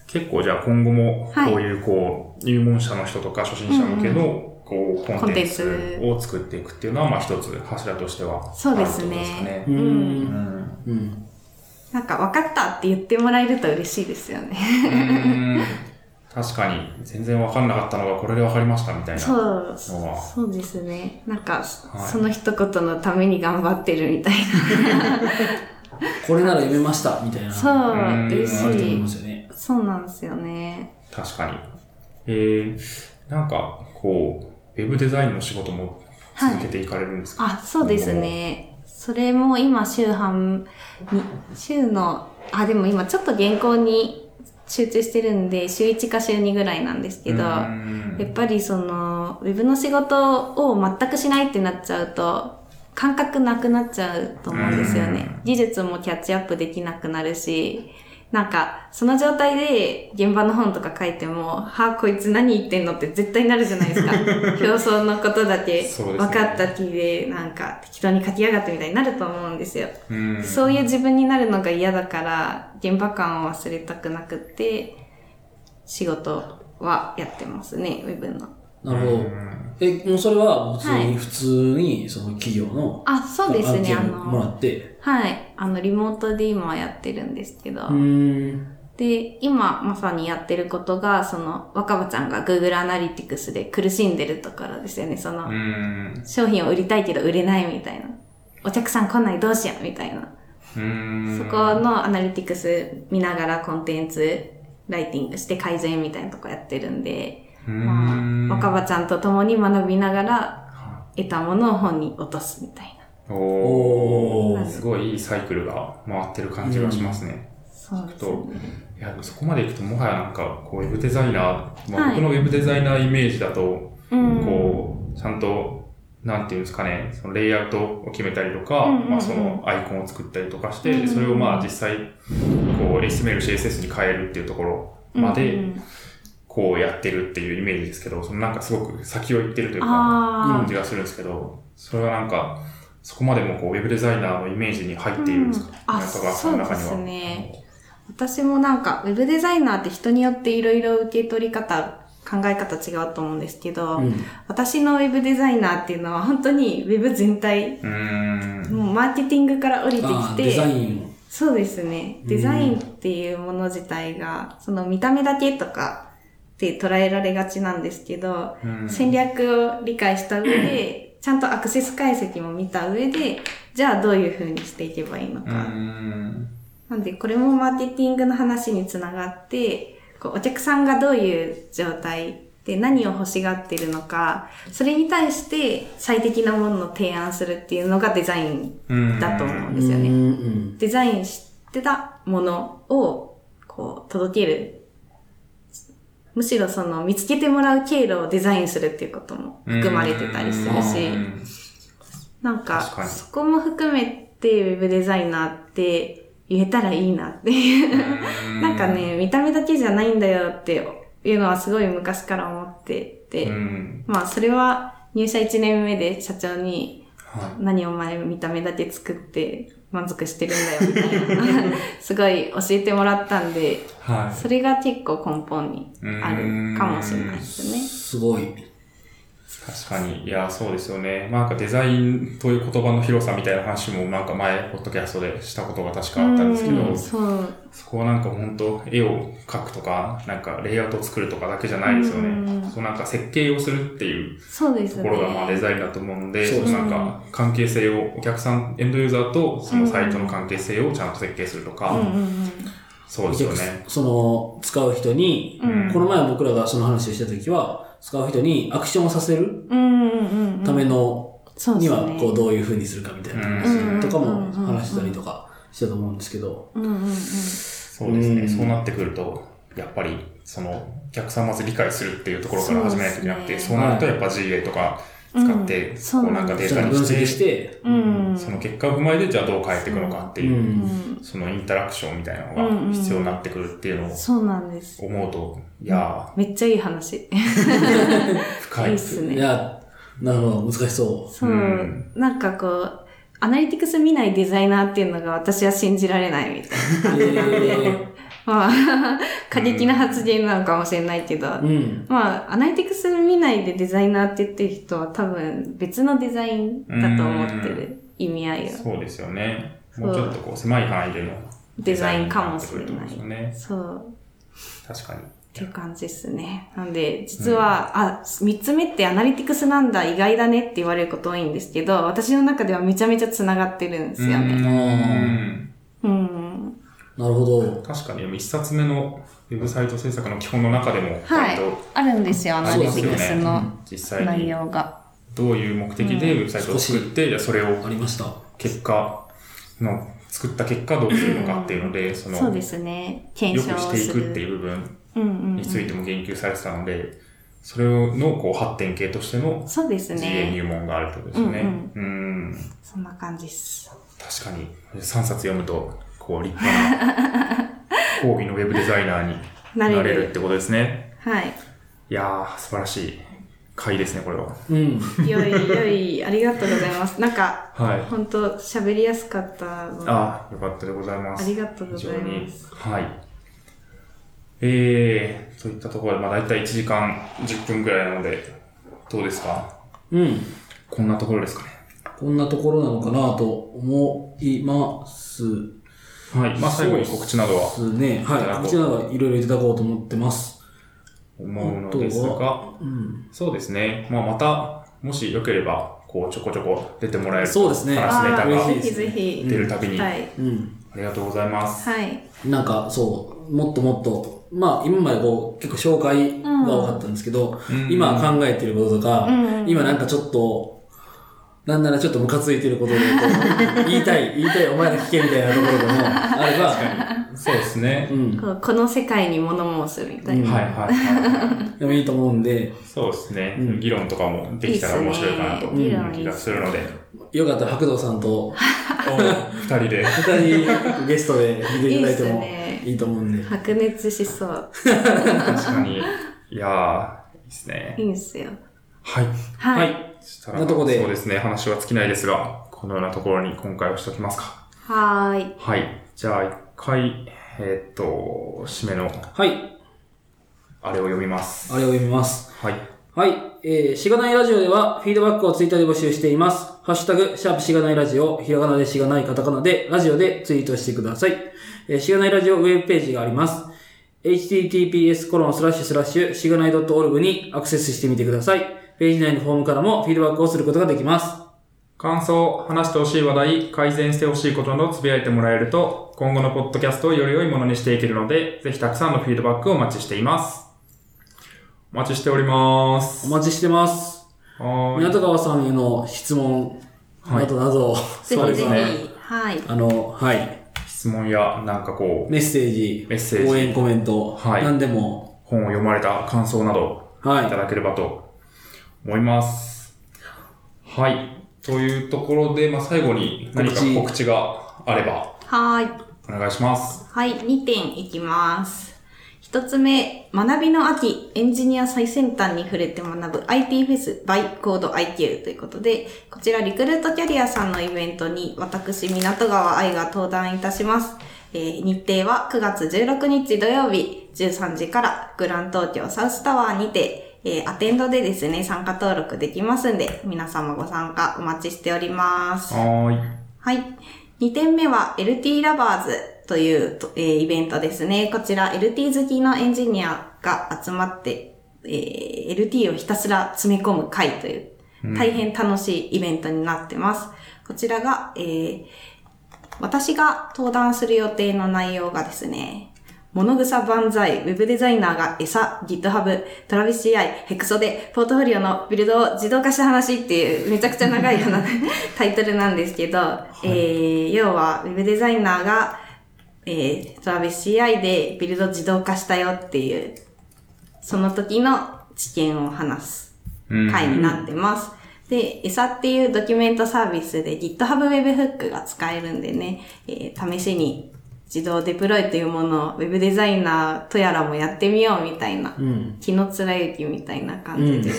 Speaker 1: 結構じゃあ今後も
Speaker 3: はい
Speaker 1: こういうこう、入門者の人とか初心者向けのこうコンテン
Speaker 3: コン
Speaker 1: ツ
Speaker 3: テンツ
Speaker 1: を作っていくっていうのはまあ一つ柱としては
Speaker 3: そうですね
Speaker 1: あるってことですか
Speaker 2: う
Speaker 1: ね
Speaker 2: ん
Speaker 1: うん
Speaker 2: うん
Speaker 3: なんか分かったって言ってもらえると嬉しいですよ ね。
Speaker 1: うん確かに全然わかんなかったのがこれでわかりましたみたいな。
Speaker 3: そう、
Speaker 1: のは
Speaker 3: そうですね。なんか、
Speaker 1: い
Speaker 3: その一言のために頑張ってるみたい
Speaker 2: これなら読めましたみたいな
Speaker 3: な。
Speaker 2: う
Speaker 3: そう
Speaker 1: う、ん
Speaker 3: 嬉
Speaker 2: あると思い
Speaker 3: しい
Speaker 2: ま。すよね
Speaker 3: そうなんですよね。
Speaker 1: 確かに。えー、なんかこう、ウェブデザインの仕事も
Speaker 3: はい
Speaker 1: 続けていかれるんですか、
Speaker 3: あ、そうですね。それも今、週半に、週の、あ、でも今ちょっと原稿に集中してるんで、週1か週2ぐらいなんですけど、
Speaker 1: う
Speaker 3: や
Speaker 1: ん
Speaker 3: っぱりその、ウェブの仕事を全くしないってなっちゃうと、感覚なくなっちゃうと思うんですよね。技術もキャッチアップできなくなるし、なんか、その状態で現場の本とか書いても、はあ、こいつ何言ってんのって絶対なるじゃないで すか。表層のことだけ
Speaker 1: そう
Speaker 3: 分
Speaker 1: ですね
Speaker 3: かった気で、なんか適当に書きやがってみたいになると思うんですよ。
Speaker 1: うん
Speaker 3: そういう自分になるのが嫌だから、現場感を忘れたくなくって、仕事はやってますね、ウェブの。
Speaker 4: なるほど。え、もうそれは普通に、
Speaker 3: はい
Speaker 4: 普通にその企業の
Speaker 3: あ、そうですね、あ
Speaker 4: 案件をもら
Speaker 3: の、
Speaker 4: って。
Speaker 3: はい、あの、リモートで今やってるんですけど、
Speaker 4: うーん。
Speaker 3: で、今まさにやってることが、その、若葉ちゃんが Google Analytics で苦しんでるところですよね、その、
Speaker 1: うん
Speaker 3: 商品を売りたいけど売れないみたいな。お客さん来ないどうしようみたいな。
Speaker 1: うん
Speaker 3: そこのアナリティクス見ながらコンテンツライティングして改善みたいなとこやってるんで、
Speaker 1: うん
Speaker 3: まあ、若葉ちゃんと共に学びながら得たものを本に落とすみたいな。
Speaker 1: お
Speaker 4: お
Speaker 1: お
Speaker 4: ー
Speaker 1: すごいいいサイクルが回ってる感じがしますね。
Speaker 3: そうです
Speaker 1: と
Speaker 3: ね。
Speaker 1: いや、でもそこまでいくともはやなんか、こう、ウェブデザイナー、まあ
Speaker 3: は
Speaker 1: 僕
Speaker 3: い
Speaker 1: のウェブデザイナーイメージだと、
Speaker 3: うん
Speaker 1: こう、ちゃんと、なんていうんですかね、そのレイアウトを決めたりとか、
Speaker 3: うんうんうん
Speaker 1: まあそのアイコンを作ったりとかして、
Speaker 3: うんうん
Speaker 1: それをまあ実際、こう、HTML、CSS に変えるっていうところまで、
Speaker 3: うんうん
Speaker 1: こうやってるっていうイメージですけど、そのなんかすごく先を行ってるというか、
Speaker 3: あー
Speaker 1: 感じがするんですけど、それはなんか、そこまでもこう、ウェブデザイナーのイメージに入っているんですか、
Speaker 3: うんあ
Speaker 1: 港川さんの中には。
Speaker 3: そうですね私もなんか、ウェブデザイナーって人によっていろいろ受け取り方、考え方違うと思うんですけど、
Speaker 4: うん。
Speaker 3: 私のウェブデザイナーっていうのは本当にウェブ全体、
Speaker 1: うーん。
Speaker 3: もうマーケティングから降りてきて、
Speaker 4: あーデザインを。
Speaker 3: そうですね。デザインっていうもの自体が、その見た目だけとかって捉えられがちなんですけど、
Speaker 1: うん
Speaker 3: 戦略を理解した上で、ちゃんとアクセス解析も見た上で、じゃあどういう風にしていけばいいの
Speaker 1: うー
Speaker 3: か。
Speaker 1: ん。
Speaker 3: なんで、これもマーケティングの話につながって、こうお客さんがどういう状態で何を欲しがってるのか、それに対して最適なものの提案するっていうのがデザイン
Speaker 1: うん
Speaker 3: だと思うん
Speaker 4: う
Speaker 3: ですよね。
Speaker 4: んうん。
Speaker 3: デザインしてたものを、こう、届ける。むしろその、見つけてもらう経路をデザインするっていうことも含まれてたりするし、なんか
Speaker 1: 確か、に
Speaker 3: そこも含めてウェブデザイナーって言えたらいいなっていう。 なんかね、見た目だけじゃないんだよっていうのはすごい昔から思ってて、
Speaker 1: うん。
Speaker 3: まあそれは入社1年目で社長に
Speaker 1: は
Speaker 3: 何お前見た目だけ作って満足してるんだよみたいなすごい教えてもらったんで
Speaker 1: い。は
Speaker 3: それが結構根本にあるかもしれないですね。
Speaker 4: すごい。
Speaker 1: い。確かに。いや、そうですよね。まあなんかデザインという言葉の広さみたいな話もなんか前、ポッドキャストでしたことが確かあったんですけど、
Speaker 3: うんそう
Speaker 1: そこはなんか本当絵を描くとか、なんかレイアウトを作るとかだけじゃないですよ
Speaker 3: うん
Speaker 1: ね。そうなんか設計をするっていう
Speaker 3: そうです
Speaker 1: と
Speaker 3: ね。
Speaker 1: ころがまあデザインだと思うので、
Speaker 4: そうです
Speaker 3: ね
Speaker 1: なんか関係性をお客さん、エンドユーザーとそのサイトの関係性をちゃんと設計するとか、
Speaker 3: うんうん
Speaker 1: そうですよね。
Speaker 4: その、使う人に、
Speaker 3: うん。うん
Speaker 4: この前僕らがその話をした時は、使う人にアクションをさせる
Speaker 3: うんうんうん。
Speaker 4: ための
Speaker 3: そう
Speaker 4: に
Speaker 3: ですね、
Speaker 4: はこうどういう風にするかみたいな話とかも話したりとかしたと思うんですけど、
Speaker 3: うんうん
Speaker 1: そ
Speaker 3: うん。
Speaker 1: うです
Speaker 4: う
Speaker 1: ね。
Speaker 4: ん
Speaker 1: そうなってくると、やっぱり、その、お客さんまず理解するっていうところから始めないといけなくて、
Speaker 3: そ
Speaker 1: そ
Speaker 4: ですね
Speaker 1: ううなるとやっぱ GA とか使って、
Speaker 3: うん
Speaker 1: こうなんかデー
Speaker 4: ち
Speaker 1: タ
Speaker 4: ゃんと
Speaker 1: に
Speaker 4: 分
Speaker 1: して、
Speaker 4: 析して、
Speaker 3: うん
Speaker 1: その結果を踏まえて、じゃあどう変えていくのかって
Speaker 4: う。
Speaker 1: いう、
Speaker 3: うんん
Speaker 1: そのインタラクションみたいなのが必要になってくるっていうのを
Speaker 3: そうなんです。
Speaker 1: 思うと、いや
Speaker 3: めっちゃいい話。
Speaker 1: ー、深
Speaker 3: いい
Speaker 1: い
Speaker 3: っ。すね。
Speaker 4: いや、なるほど、難しそ
Speaker 3: そう、
Speaker 1: うん
Speaker 3: なんかこう、アナリティクス見ないデザイナーっていうのが私は信じられないみたいな。
Speaker 4: う。 え
Speaker 3: まあ、 過激な発言なのかもしれないけど、
Speaker 4: ー、うん。
Speaker 3: まあ、アナリティクス見ないでデザイナーって言ってる人は多分別のデザインだと思ってる意味合いを。
Speaker 1: そうですよね。
Speaker 3: そう
Speaker 1: もうちょっとこう、狭い範囲での
Speaker 3: デザインかもしれな
Speaker 1: デ
Speaker 3: い
Speaker 1: ザインにってくるってことですよね。
Speaker 3: そう。
Speaker 1: 確かに。
Speaker 3: っていう感じですね。なんで、実は、あ、三つ目ってアナリティクスなんだ、意外だねって言われること多いんですけど、私の中ではめちゃめちゃ繋がってるんですよね。
Speaker 1: うん
Speaker 3: うん
Speaker 4: なるほど。
Speaker 1: 確かに、でも一冊目のウェブサイト制作の基本の中でも、
Speaker 3: は
Speaker 1: 割
Speaker 3: い
Speaker 1: と。
Speaker 3: あるんですよ、アナ
Speaker 1: あり
Speaker 3: リ
Speaker 1: ます
Speaker 3: テ
Speaker 1: よ
Speaker 3: ィクス
Speaker 1: ね
Speaker 3: の。
Speaker 1: 実際
Speaker 3: 内
Speaker 1: に。
Speaker 3: 容が。
Speaker 1: どういう目的でウェブサイトを作って、じゃあそれを
Speaker 4: ありました。
Speaker 1: 結果の、作った結果どうするのかっていうので、その、
Speaker 3: そうで
Speaker 1: よ
Speaker 3: すね。
Speaker 1: く
Speaker 3: 検証
Speaker 1: し
Speaker 3: を
Speaker 1: て
Speaker 3: す
Speaker 1: い
Speaker 3: る。
Speaker 1: くっていう部分
Speaker 3: うんうんうん
Speaker 1: についても言及されてたので、それのこう発展系としての
Speaker 3: そうです
Speaker 1: 自営
Speaker 3: ね。
Speaker 1: 入門があるってことですね。うん、
Speaker 3: そんな感じです。
Speaker 1: 確かに、3冊読むと、こう立派な 講義のウェブデザイナーに
Speaker 3: な
Speaker 1: な
Speaker 3: れる
Speaker 1: れるってことですね。
Speaker 3: はい。
Speaker 1: いやー、素晴らしい回ですね、これは。
Speaker 2: うん。
Speaker 3: 良い良い、ありがとうございます。なんか、
Speaker 1: はい。
Speaker 3: 本当喋りやすかったのであ
Speaker 1: あ、よかったでございます。
Speaker 3: りがとうございます。
Speaker 1: 非常に。はい。えー、といったところで、まあ大体1時間10分くらいなので、どうですか
Speaker 2: うん。
Speaker 1: こんなところですかね。
Speaker 2: こんなところなのかなと思います。
Speaker 1: はい。まあ最後に告知などは
Speaker 2: ですね。はい
Speaker 1: いただこう。
Speaker 2: こちらはいろいろいただこうと思ってます。
Speaker 1: 思うのです
Speaker 2: あと
Speaker 1: が、
Speaker 2: うん。
Speaker 1: そうですね。まあまた、もしよければ、こうちょこちょこ出てもらえると
Speaker 2: そうですね
Speaker 1: 話ネタ
Speaker 2: あ
Speaker 1: が
Speaker 2: ー
Speaker 3: ぜ
Speaker 2: 嬉し
Speaker 3: ひ
Speaker 2: い
Speaker 3: ぜ
Speaker 2: です
Speaker 3: ひ。
Speaker 1: 出るたびに。
Speaker 3: は
Speaker 1: あ
Speaker 3: い。
Speaker 2: うん。
Speaker 1: りがとうございます。
Speaker 3: はい。
Speaker 2: なんか、そう、もっともっと、まあ、今までこう、結構紹介が多かったんですけど、
Speaker 1: うん
Speaker 2: 今考えてることとか、
Speaker 3: うん
Speaker 2: 今なんかちょっと、なんならちょっとムカついてることでこ う、言いたい、言いたい、お前ら聞けみたいなところでもあれば、
Speaker 1: そうですね
Speaker 2: う。ん、
Speaker 3: こうこの世界に物申すみたい
Speaker 2: うん
Speaker 3: な。
Speaker 1: はいはいは
Speaker 2: でもいいと思うんで、
Speaker 1: い。そうですね
Speaker 2: うん。
Speaker 1: 議論とかもできたら面白いかなと
Speaker 3: いいっすね
Speaker 1: いう気がするので、
Speaker 2: よかったら白道さんと
Speaker 1: 二人で。
Speaker 2: 二人 ゲストで見ていただいても
Speaker 3: いいっすね
Speaker 2: いいと思うんで、
Speaker 3: 白熱しそう。
Speaker 1: 確かに。いやー、いいですね
Speaker 3: い。いんすよ。
Speaker 1: はい。
Speaker 3: はい。はい。
Speaker 1: そしたら
Speaker 2: なとこで
Speaker 1: そうですね、話は尽きないですが、このようなところに今回はしておきますか。
Speaker 3: ーい
Speaker 1: はい。じゃあ、一回、えーっと、締めの、
Speaker 2: はい、
Speaker 1: あれを読みます。
Speaker 2: あれを読みます。
Speaker 1: はい。
Speaker 2: はい。えー、しがないラジオでは、フィードバックをツイッターで募集しています。ハッシュタグ、シャープしがないラジオ、ひらがなでしがないカタカナで、ラジオでツイートしてください。えー、しがないラジオウェブページがあります。https コロンスラッシュスラッシュ、しがない .org にアクセスしてみてください。ページ内のフォームからもフィードバックをすることができます。
Speaker 1: 感想、話してほしい話題、改善してほしいことなどつぶやいてもらえると、今後のポッドキャストをより良いものにしていけるので、ぜひたくさんのフィードバックをお待ちしています。お待ちしておりま
Speaker 2: お
Speaker 1: す。
Speaker 2: 待ちしてます。
Speaker 1: はーい。
Speaker 2: 港川さんへの質問、
Speaker 1: はい
Speaker 2: などなど、
Speaker 3: ぜひぜ
Speaker 1: そうです
Speaker 3: ひ。はい。
Speaker 2: あの、はい。
Speaker 1: 質問や、なんかこう、
Speaker 2: メッセージ、
Speaker 1: メッセージ
Speaker 2: 応援コメント、
Speaker 1: はい
Speaker 2: 何でも、
Speaker 1: 本を読まれた感想など、
Speaker 2: はい
Speaker 1: いた。だければと思います。はい。というところで、まあ、最後に何か
Speaker 2: 告知
Speaker 1: 告知があれば
Speaker 3: はーい。
Speaker 1: お願いします。
Speaker 3: はい、2点いきます。1つ目、学びの秋、エンジニア最先端に触れて学ぶ IT フェス by コード IQ ということで、こちらリクルートキャリアさんのイベントに私、港川愛が登壇いたします。えー日程は9月16日土曜日13時からグラン東京サウスタワーにて、えーアテンドでですね、参加登録できますんで、皆様ご参加お待ちしております。
Speaker 1: はー
Speaker 3: はい。2点目は LT ラバーズというと、えーイベントですね。こちら LT 好きのエンジニアが集まって、えー LT をひたすら詰め込む会という、大変楽しいイベントになってます。こちらが、えー私が登壇する予定の内容がですね、物草万歳、ウェブデザイナーが餌、GitHub、トラビス CI、ヘクソで、ポートフォリオのビルドを自動化した話っていう、めちゃくちゃ長いようなタイトルなんですけど、えー、要は、ウェブデザイナーが、えー、トラビス CI でビルド自動化したよっていう、その時の知見を話す
Speaker 1: い。うん。
Speaker 3: 回になってます。で、餌っていうドキュメントサービスで GitHub Webhook が使えるんでね、えー試しに自動デプロイというものを Web デザイナーとやらもやってみようみたいな、
Speaker 2: うん。
Speaker 3: 気の貫之みたいな感じで、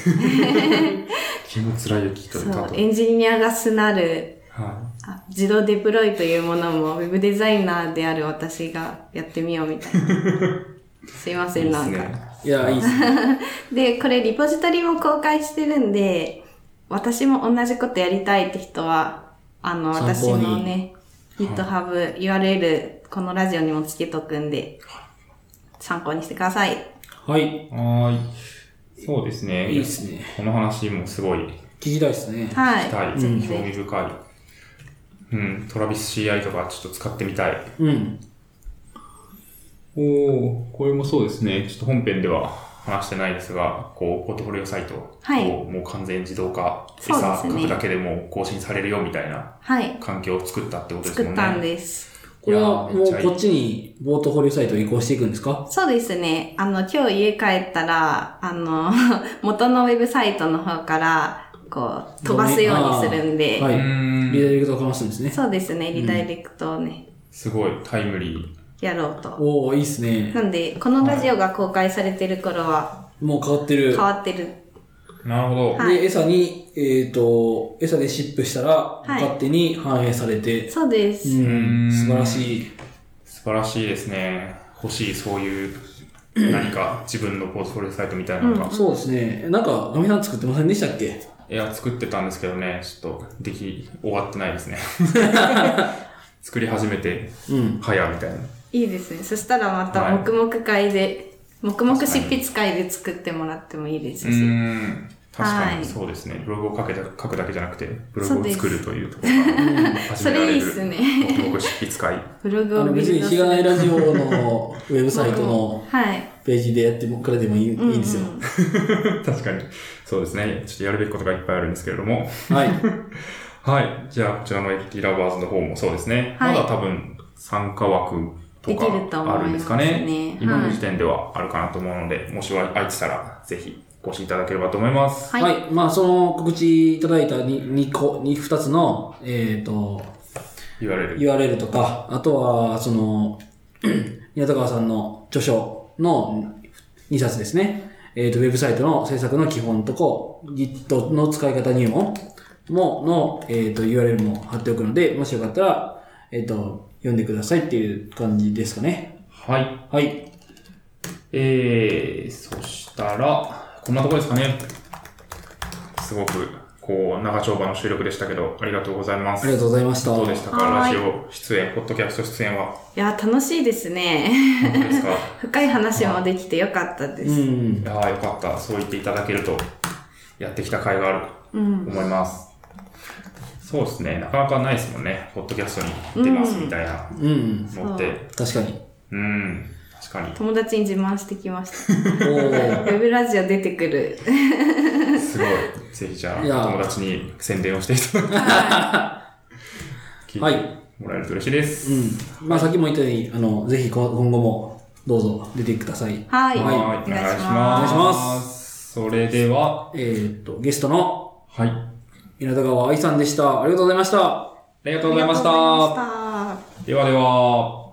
Speaker 1: キムツラユキという
Speaker 3: そ
Speaker 1: か
Speaker 3: う、エンジニアがすなる
Speaker 1: は
Speaker 3: あ自動デプロイというものも Web デザイナーである私がやってみようみた いな。すいま
Speaker 1: い。
Speaker 3: せ
Speaker 1: いい
Speaker 3: ん、
Speaker 1: で
Speaker 3: な
Speaker 1: す
Speaker 3: んか。
Speaker 1: ね。
Speaker 2: いや、いいっすね。
Speaker 3: で、これリポジトリも公開してるんで、私も同じことやりたいって人は、あの、
Speaker 2: 参
Speaker 3: 私
Speaker 2: 考に
Speaker 3: のね、GitHub、URL、このラジオにもつけとくんで、参考にしてください。
Speaker 2: はい。
Speaker 1: はーい。そうですね。
Speaker 2: いいっすね。
Speaker 1: この話もすごい
Speaker 2: 聞きたいですね。
Speaker 3: は
Speaker 1: 期
Speaker 3: い。
Speaker 1: 待、
Speaker 3: ぜひ
Speaker 1: 興味
Speaker 3: ぜ
Speaker 1: 深い。うん、トラビス CI とかちょっと使ってみたい。
Speaker 2: うん。
Speaker 1: おおこれもそうですね。ちょっと本編では話してないですが、こう、ポートフォリオサイトを、
Speaker 3: はい
Speaker 1: もう完全自動化、
Speaker 3: そうですね
Speaker 1: 書くだけでもう更新されるよみたいな
Speaker 3: はい。
Speaker 1: 環境を作ったってことです
Speaker 3: 作
Speaker 1: も
Speaker 3: っ
Speaker 1: ん
Speaker 3: たん
Speaker 1: ね。
Speaker 3: です。
Speaker 2: これはも
Speaker 1: いうやーめっちゃいい
Speaker 2: こっちにボート保留サイトを移行していくんですか
Speaker 3: そうですね。あの、今日家帰ったら、あの、 元のウェブサイトの方から、こう、飛ばすようにするんで、
Speaker 2: は
Speaker 1: う
Speaker 2: い。
Speaker 1: ーん
Speaker 2: リダイレクトをかましたんですね。
Speaker 3: そうですね。リダイレクトをね、
Speaker 1: すごいタイムリー。
Speaker 3: やろうと。
Speaker 2: おおいいっすね
Speaker 3: な。んで、このラジオが公開されてる頃は
Speaker 2: もう変わってる。
Speaker 3: 変わってる。
Speaker 1: なるほど。
Speaker 3: はい
Speaker 2: で、餌に、えっ、と、餌でシップしたら、
Speaker 3: い
Speaker 2: 勝手に反映されて、
Speaker 3: そうで
Speaker 2: う
Speaker 3: す。
Speaker 1: うん
Speaker 2: ん、素晴らしい。
Speaker 1: 素晴らしいですね。欲しい、そういう、何か自分のポートフォリオサイトみたいなのが。い
Speaker 2: そうですね。なんか、ガミさん作ってませんでしたっけ
Speaker 1: や、作ってたんですけどね、ちょっと、でき、終わってないです ね。作り始めて、
Speaker 2: うん。
Speaker 1: 早みたいな。
Speaker 3: いいですね。そしたらま
Speaker 1: は
Speaker 3: た
Speaker 1: い
Speaker 3: 黙々会で、黙々執筆会で作ってもらってもいいで
Speaker 1: う
Speaker 3: すし。
Speaker 1: ーん。確か
Speaker 3: は
Speaker 1: に
Speaker 3: い
Speaker 1: そうですね。ブログを書けた書くだけじゃなくて、ブロ
Speaker 3: そう
Speaker 1: グを
Speaker 3: です
Speaker 1: 作るというところから始められる。
Speaker 3: それいいっすね
Speaker 1: 僕僕執筆会。
Speaker 3: ブロ
Speaker 2: あ
Speaker 3: グを
Speaker 2: の、
Speaker 3: ビ
Speaker 2: 別
Speaker 3: ル
Speaker 2: に、
Speaker 3: ド
Speaker 2: しがない
Speaker 3: する
Speaker 2: ラジオのウェブサイトの
Speaker 3: はい。
Speaker 2: ページでやってもくれてもいい,、
Speaker 3: うんうん
Speaker 2: いいんですよ。
Speaker 1: 確かに。そうですね。ちょっとやるべきことがいっぱいあるんですけれども。
Speaker 2: はい。
Speaker 1: はい。じゃあ、こちらのエッティラバーズの方もそうですね。
Speaker 3: はい
Speaker 1: まだ多分、参加枠と
Speaker 3: できると思いま
Speaker 1: か
Speaker 3: すね
Speaker 1: あるんですかね。
Speaker 3: はい
Speaker 1: 今の時点ではあるかなと思うので、もし空いてたら、ぜひお越しいただければと思います。
Speaker 3: は
Speaker 2: はいい、まあ、その告知いただいた 2, 二個、二二つの、えっ、と、
Speaker 1: URL。
Speaker 2: URL とか、あとは、その、 宮田川さんの著書の2冊ですね。えっ、と、ウェブサイトの制作の基本とこ、Git の使い方入門も、の、えっ、と、URL も貼っておくので、もしよかったら、えっ、と、読んでくださいっていう感じですかね。
Speaker 1: はい。
Speaker 2: はい。
Speaker 1: えー、そしたら、こんなとこですかね。すごく、こう、長丁場の収録でしたけど、ありがとうございます。
Speaker 2: ありがとうございました。
Speaker 1: どうでしたか
Speaker 3: は
Speaker 1: ラ
Speaker 3: ーい
Speaker 1: ジオ出演、ポッドキャスト出演は。
Speaker 3: いや、楽しいですね。
Speaker 1: どうですか
Speaker 3: 深い話もできてよかったで
Speaker 2: う
Speaker 3: す。
Speaker 1: い
Speaker 2: ん。
Speaker 1: やーよかった。そう言っていただけると、やってきた甲斐がある
Speaker 3: うん。
Speaker 1: と思います。そうですね。なかなかないですもんね。ポッドキャストに出ますみたいな
Speaker 2: うん。
Speaker 1: のって。
Speaker 2: 確かに。
Speaker 1: うん。確かに。
Speaker 3: 友達に自慢してきました。
Speaker 2: おー
Speaker 3: ウ ェブラジオ出てくる。
Speaker 1: すごい。ぜひじゃ
Speaker 2: いや
Speaker 1: あ、
Speaker 2: ー
Speaker 1: 友達に宣伝をしていただいて聞
Speaker 2: はいい。
Speaker 1: てもらえると嬉しいです。。
Speaker 2: うん。まあ、さっきも言ったように、あの、ぜひこ今後もどうぞ出てください。
Speaker 3: はい。
Speaker 2: はい
Speaker 3: お願いします。
Speaker 2: お願いします
Speaker 1: それでは、
Speaker 2: えーっと、ゲストの
Speaker 1: はい。
Speaker 2: 稲田川愛さんでした。ありがとうございました。
Speaker 1: ありがと
Speaker 3: あ
Speaker 1: うござい
Speaker 3: り
Speaker 1: ま
Speaker 3: がと
Speaker 1: し
Speaker 3: うござい
Speaker 1: た。
Speaker 3: ました。
Speaker 1: ではでは。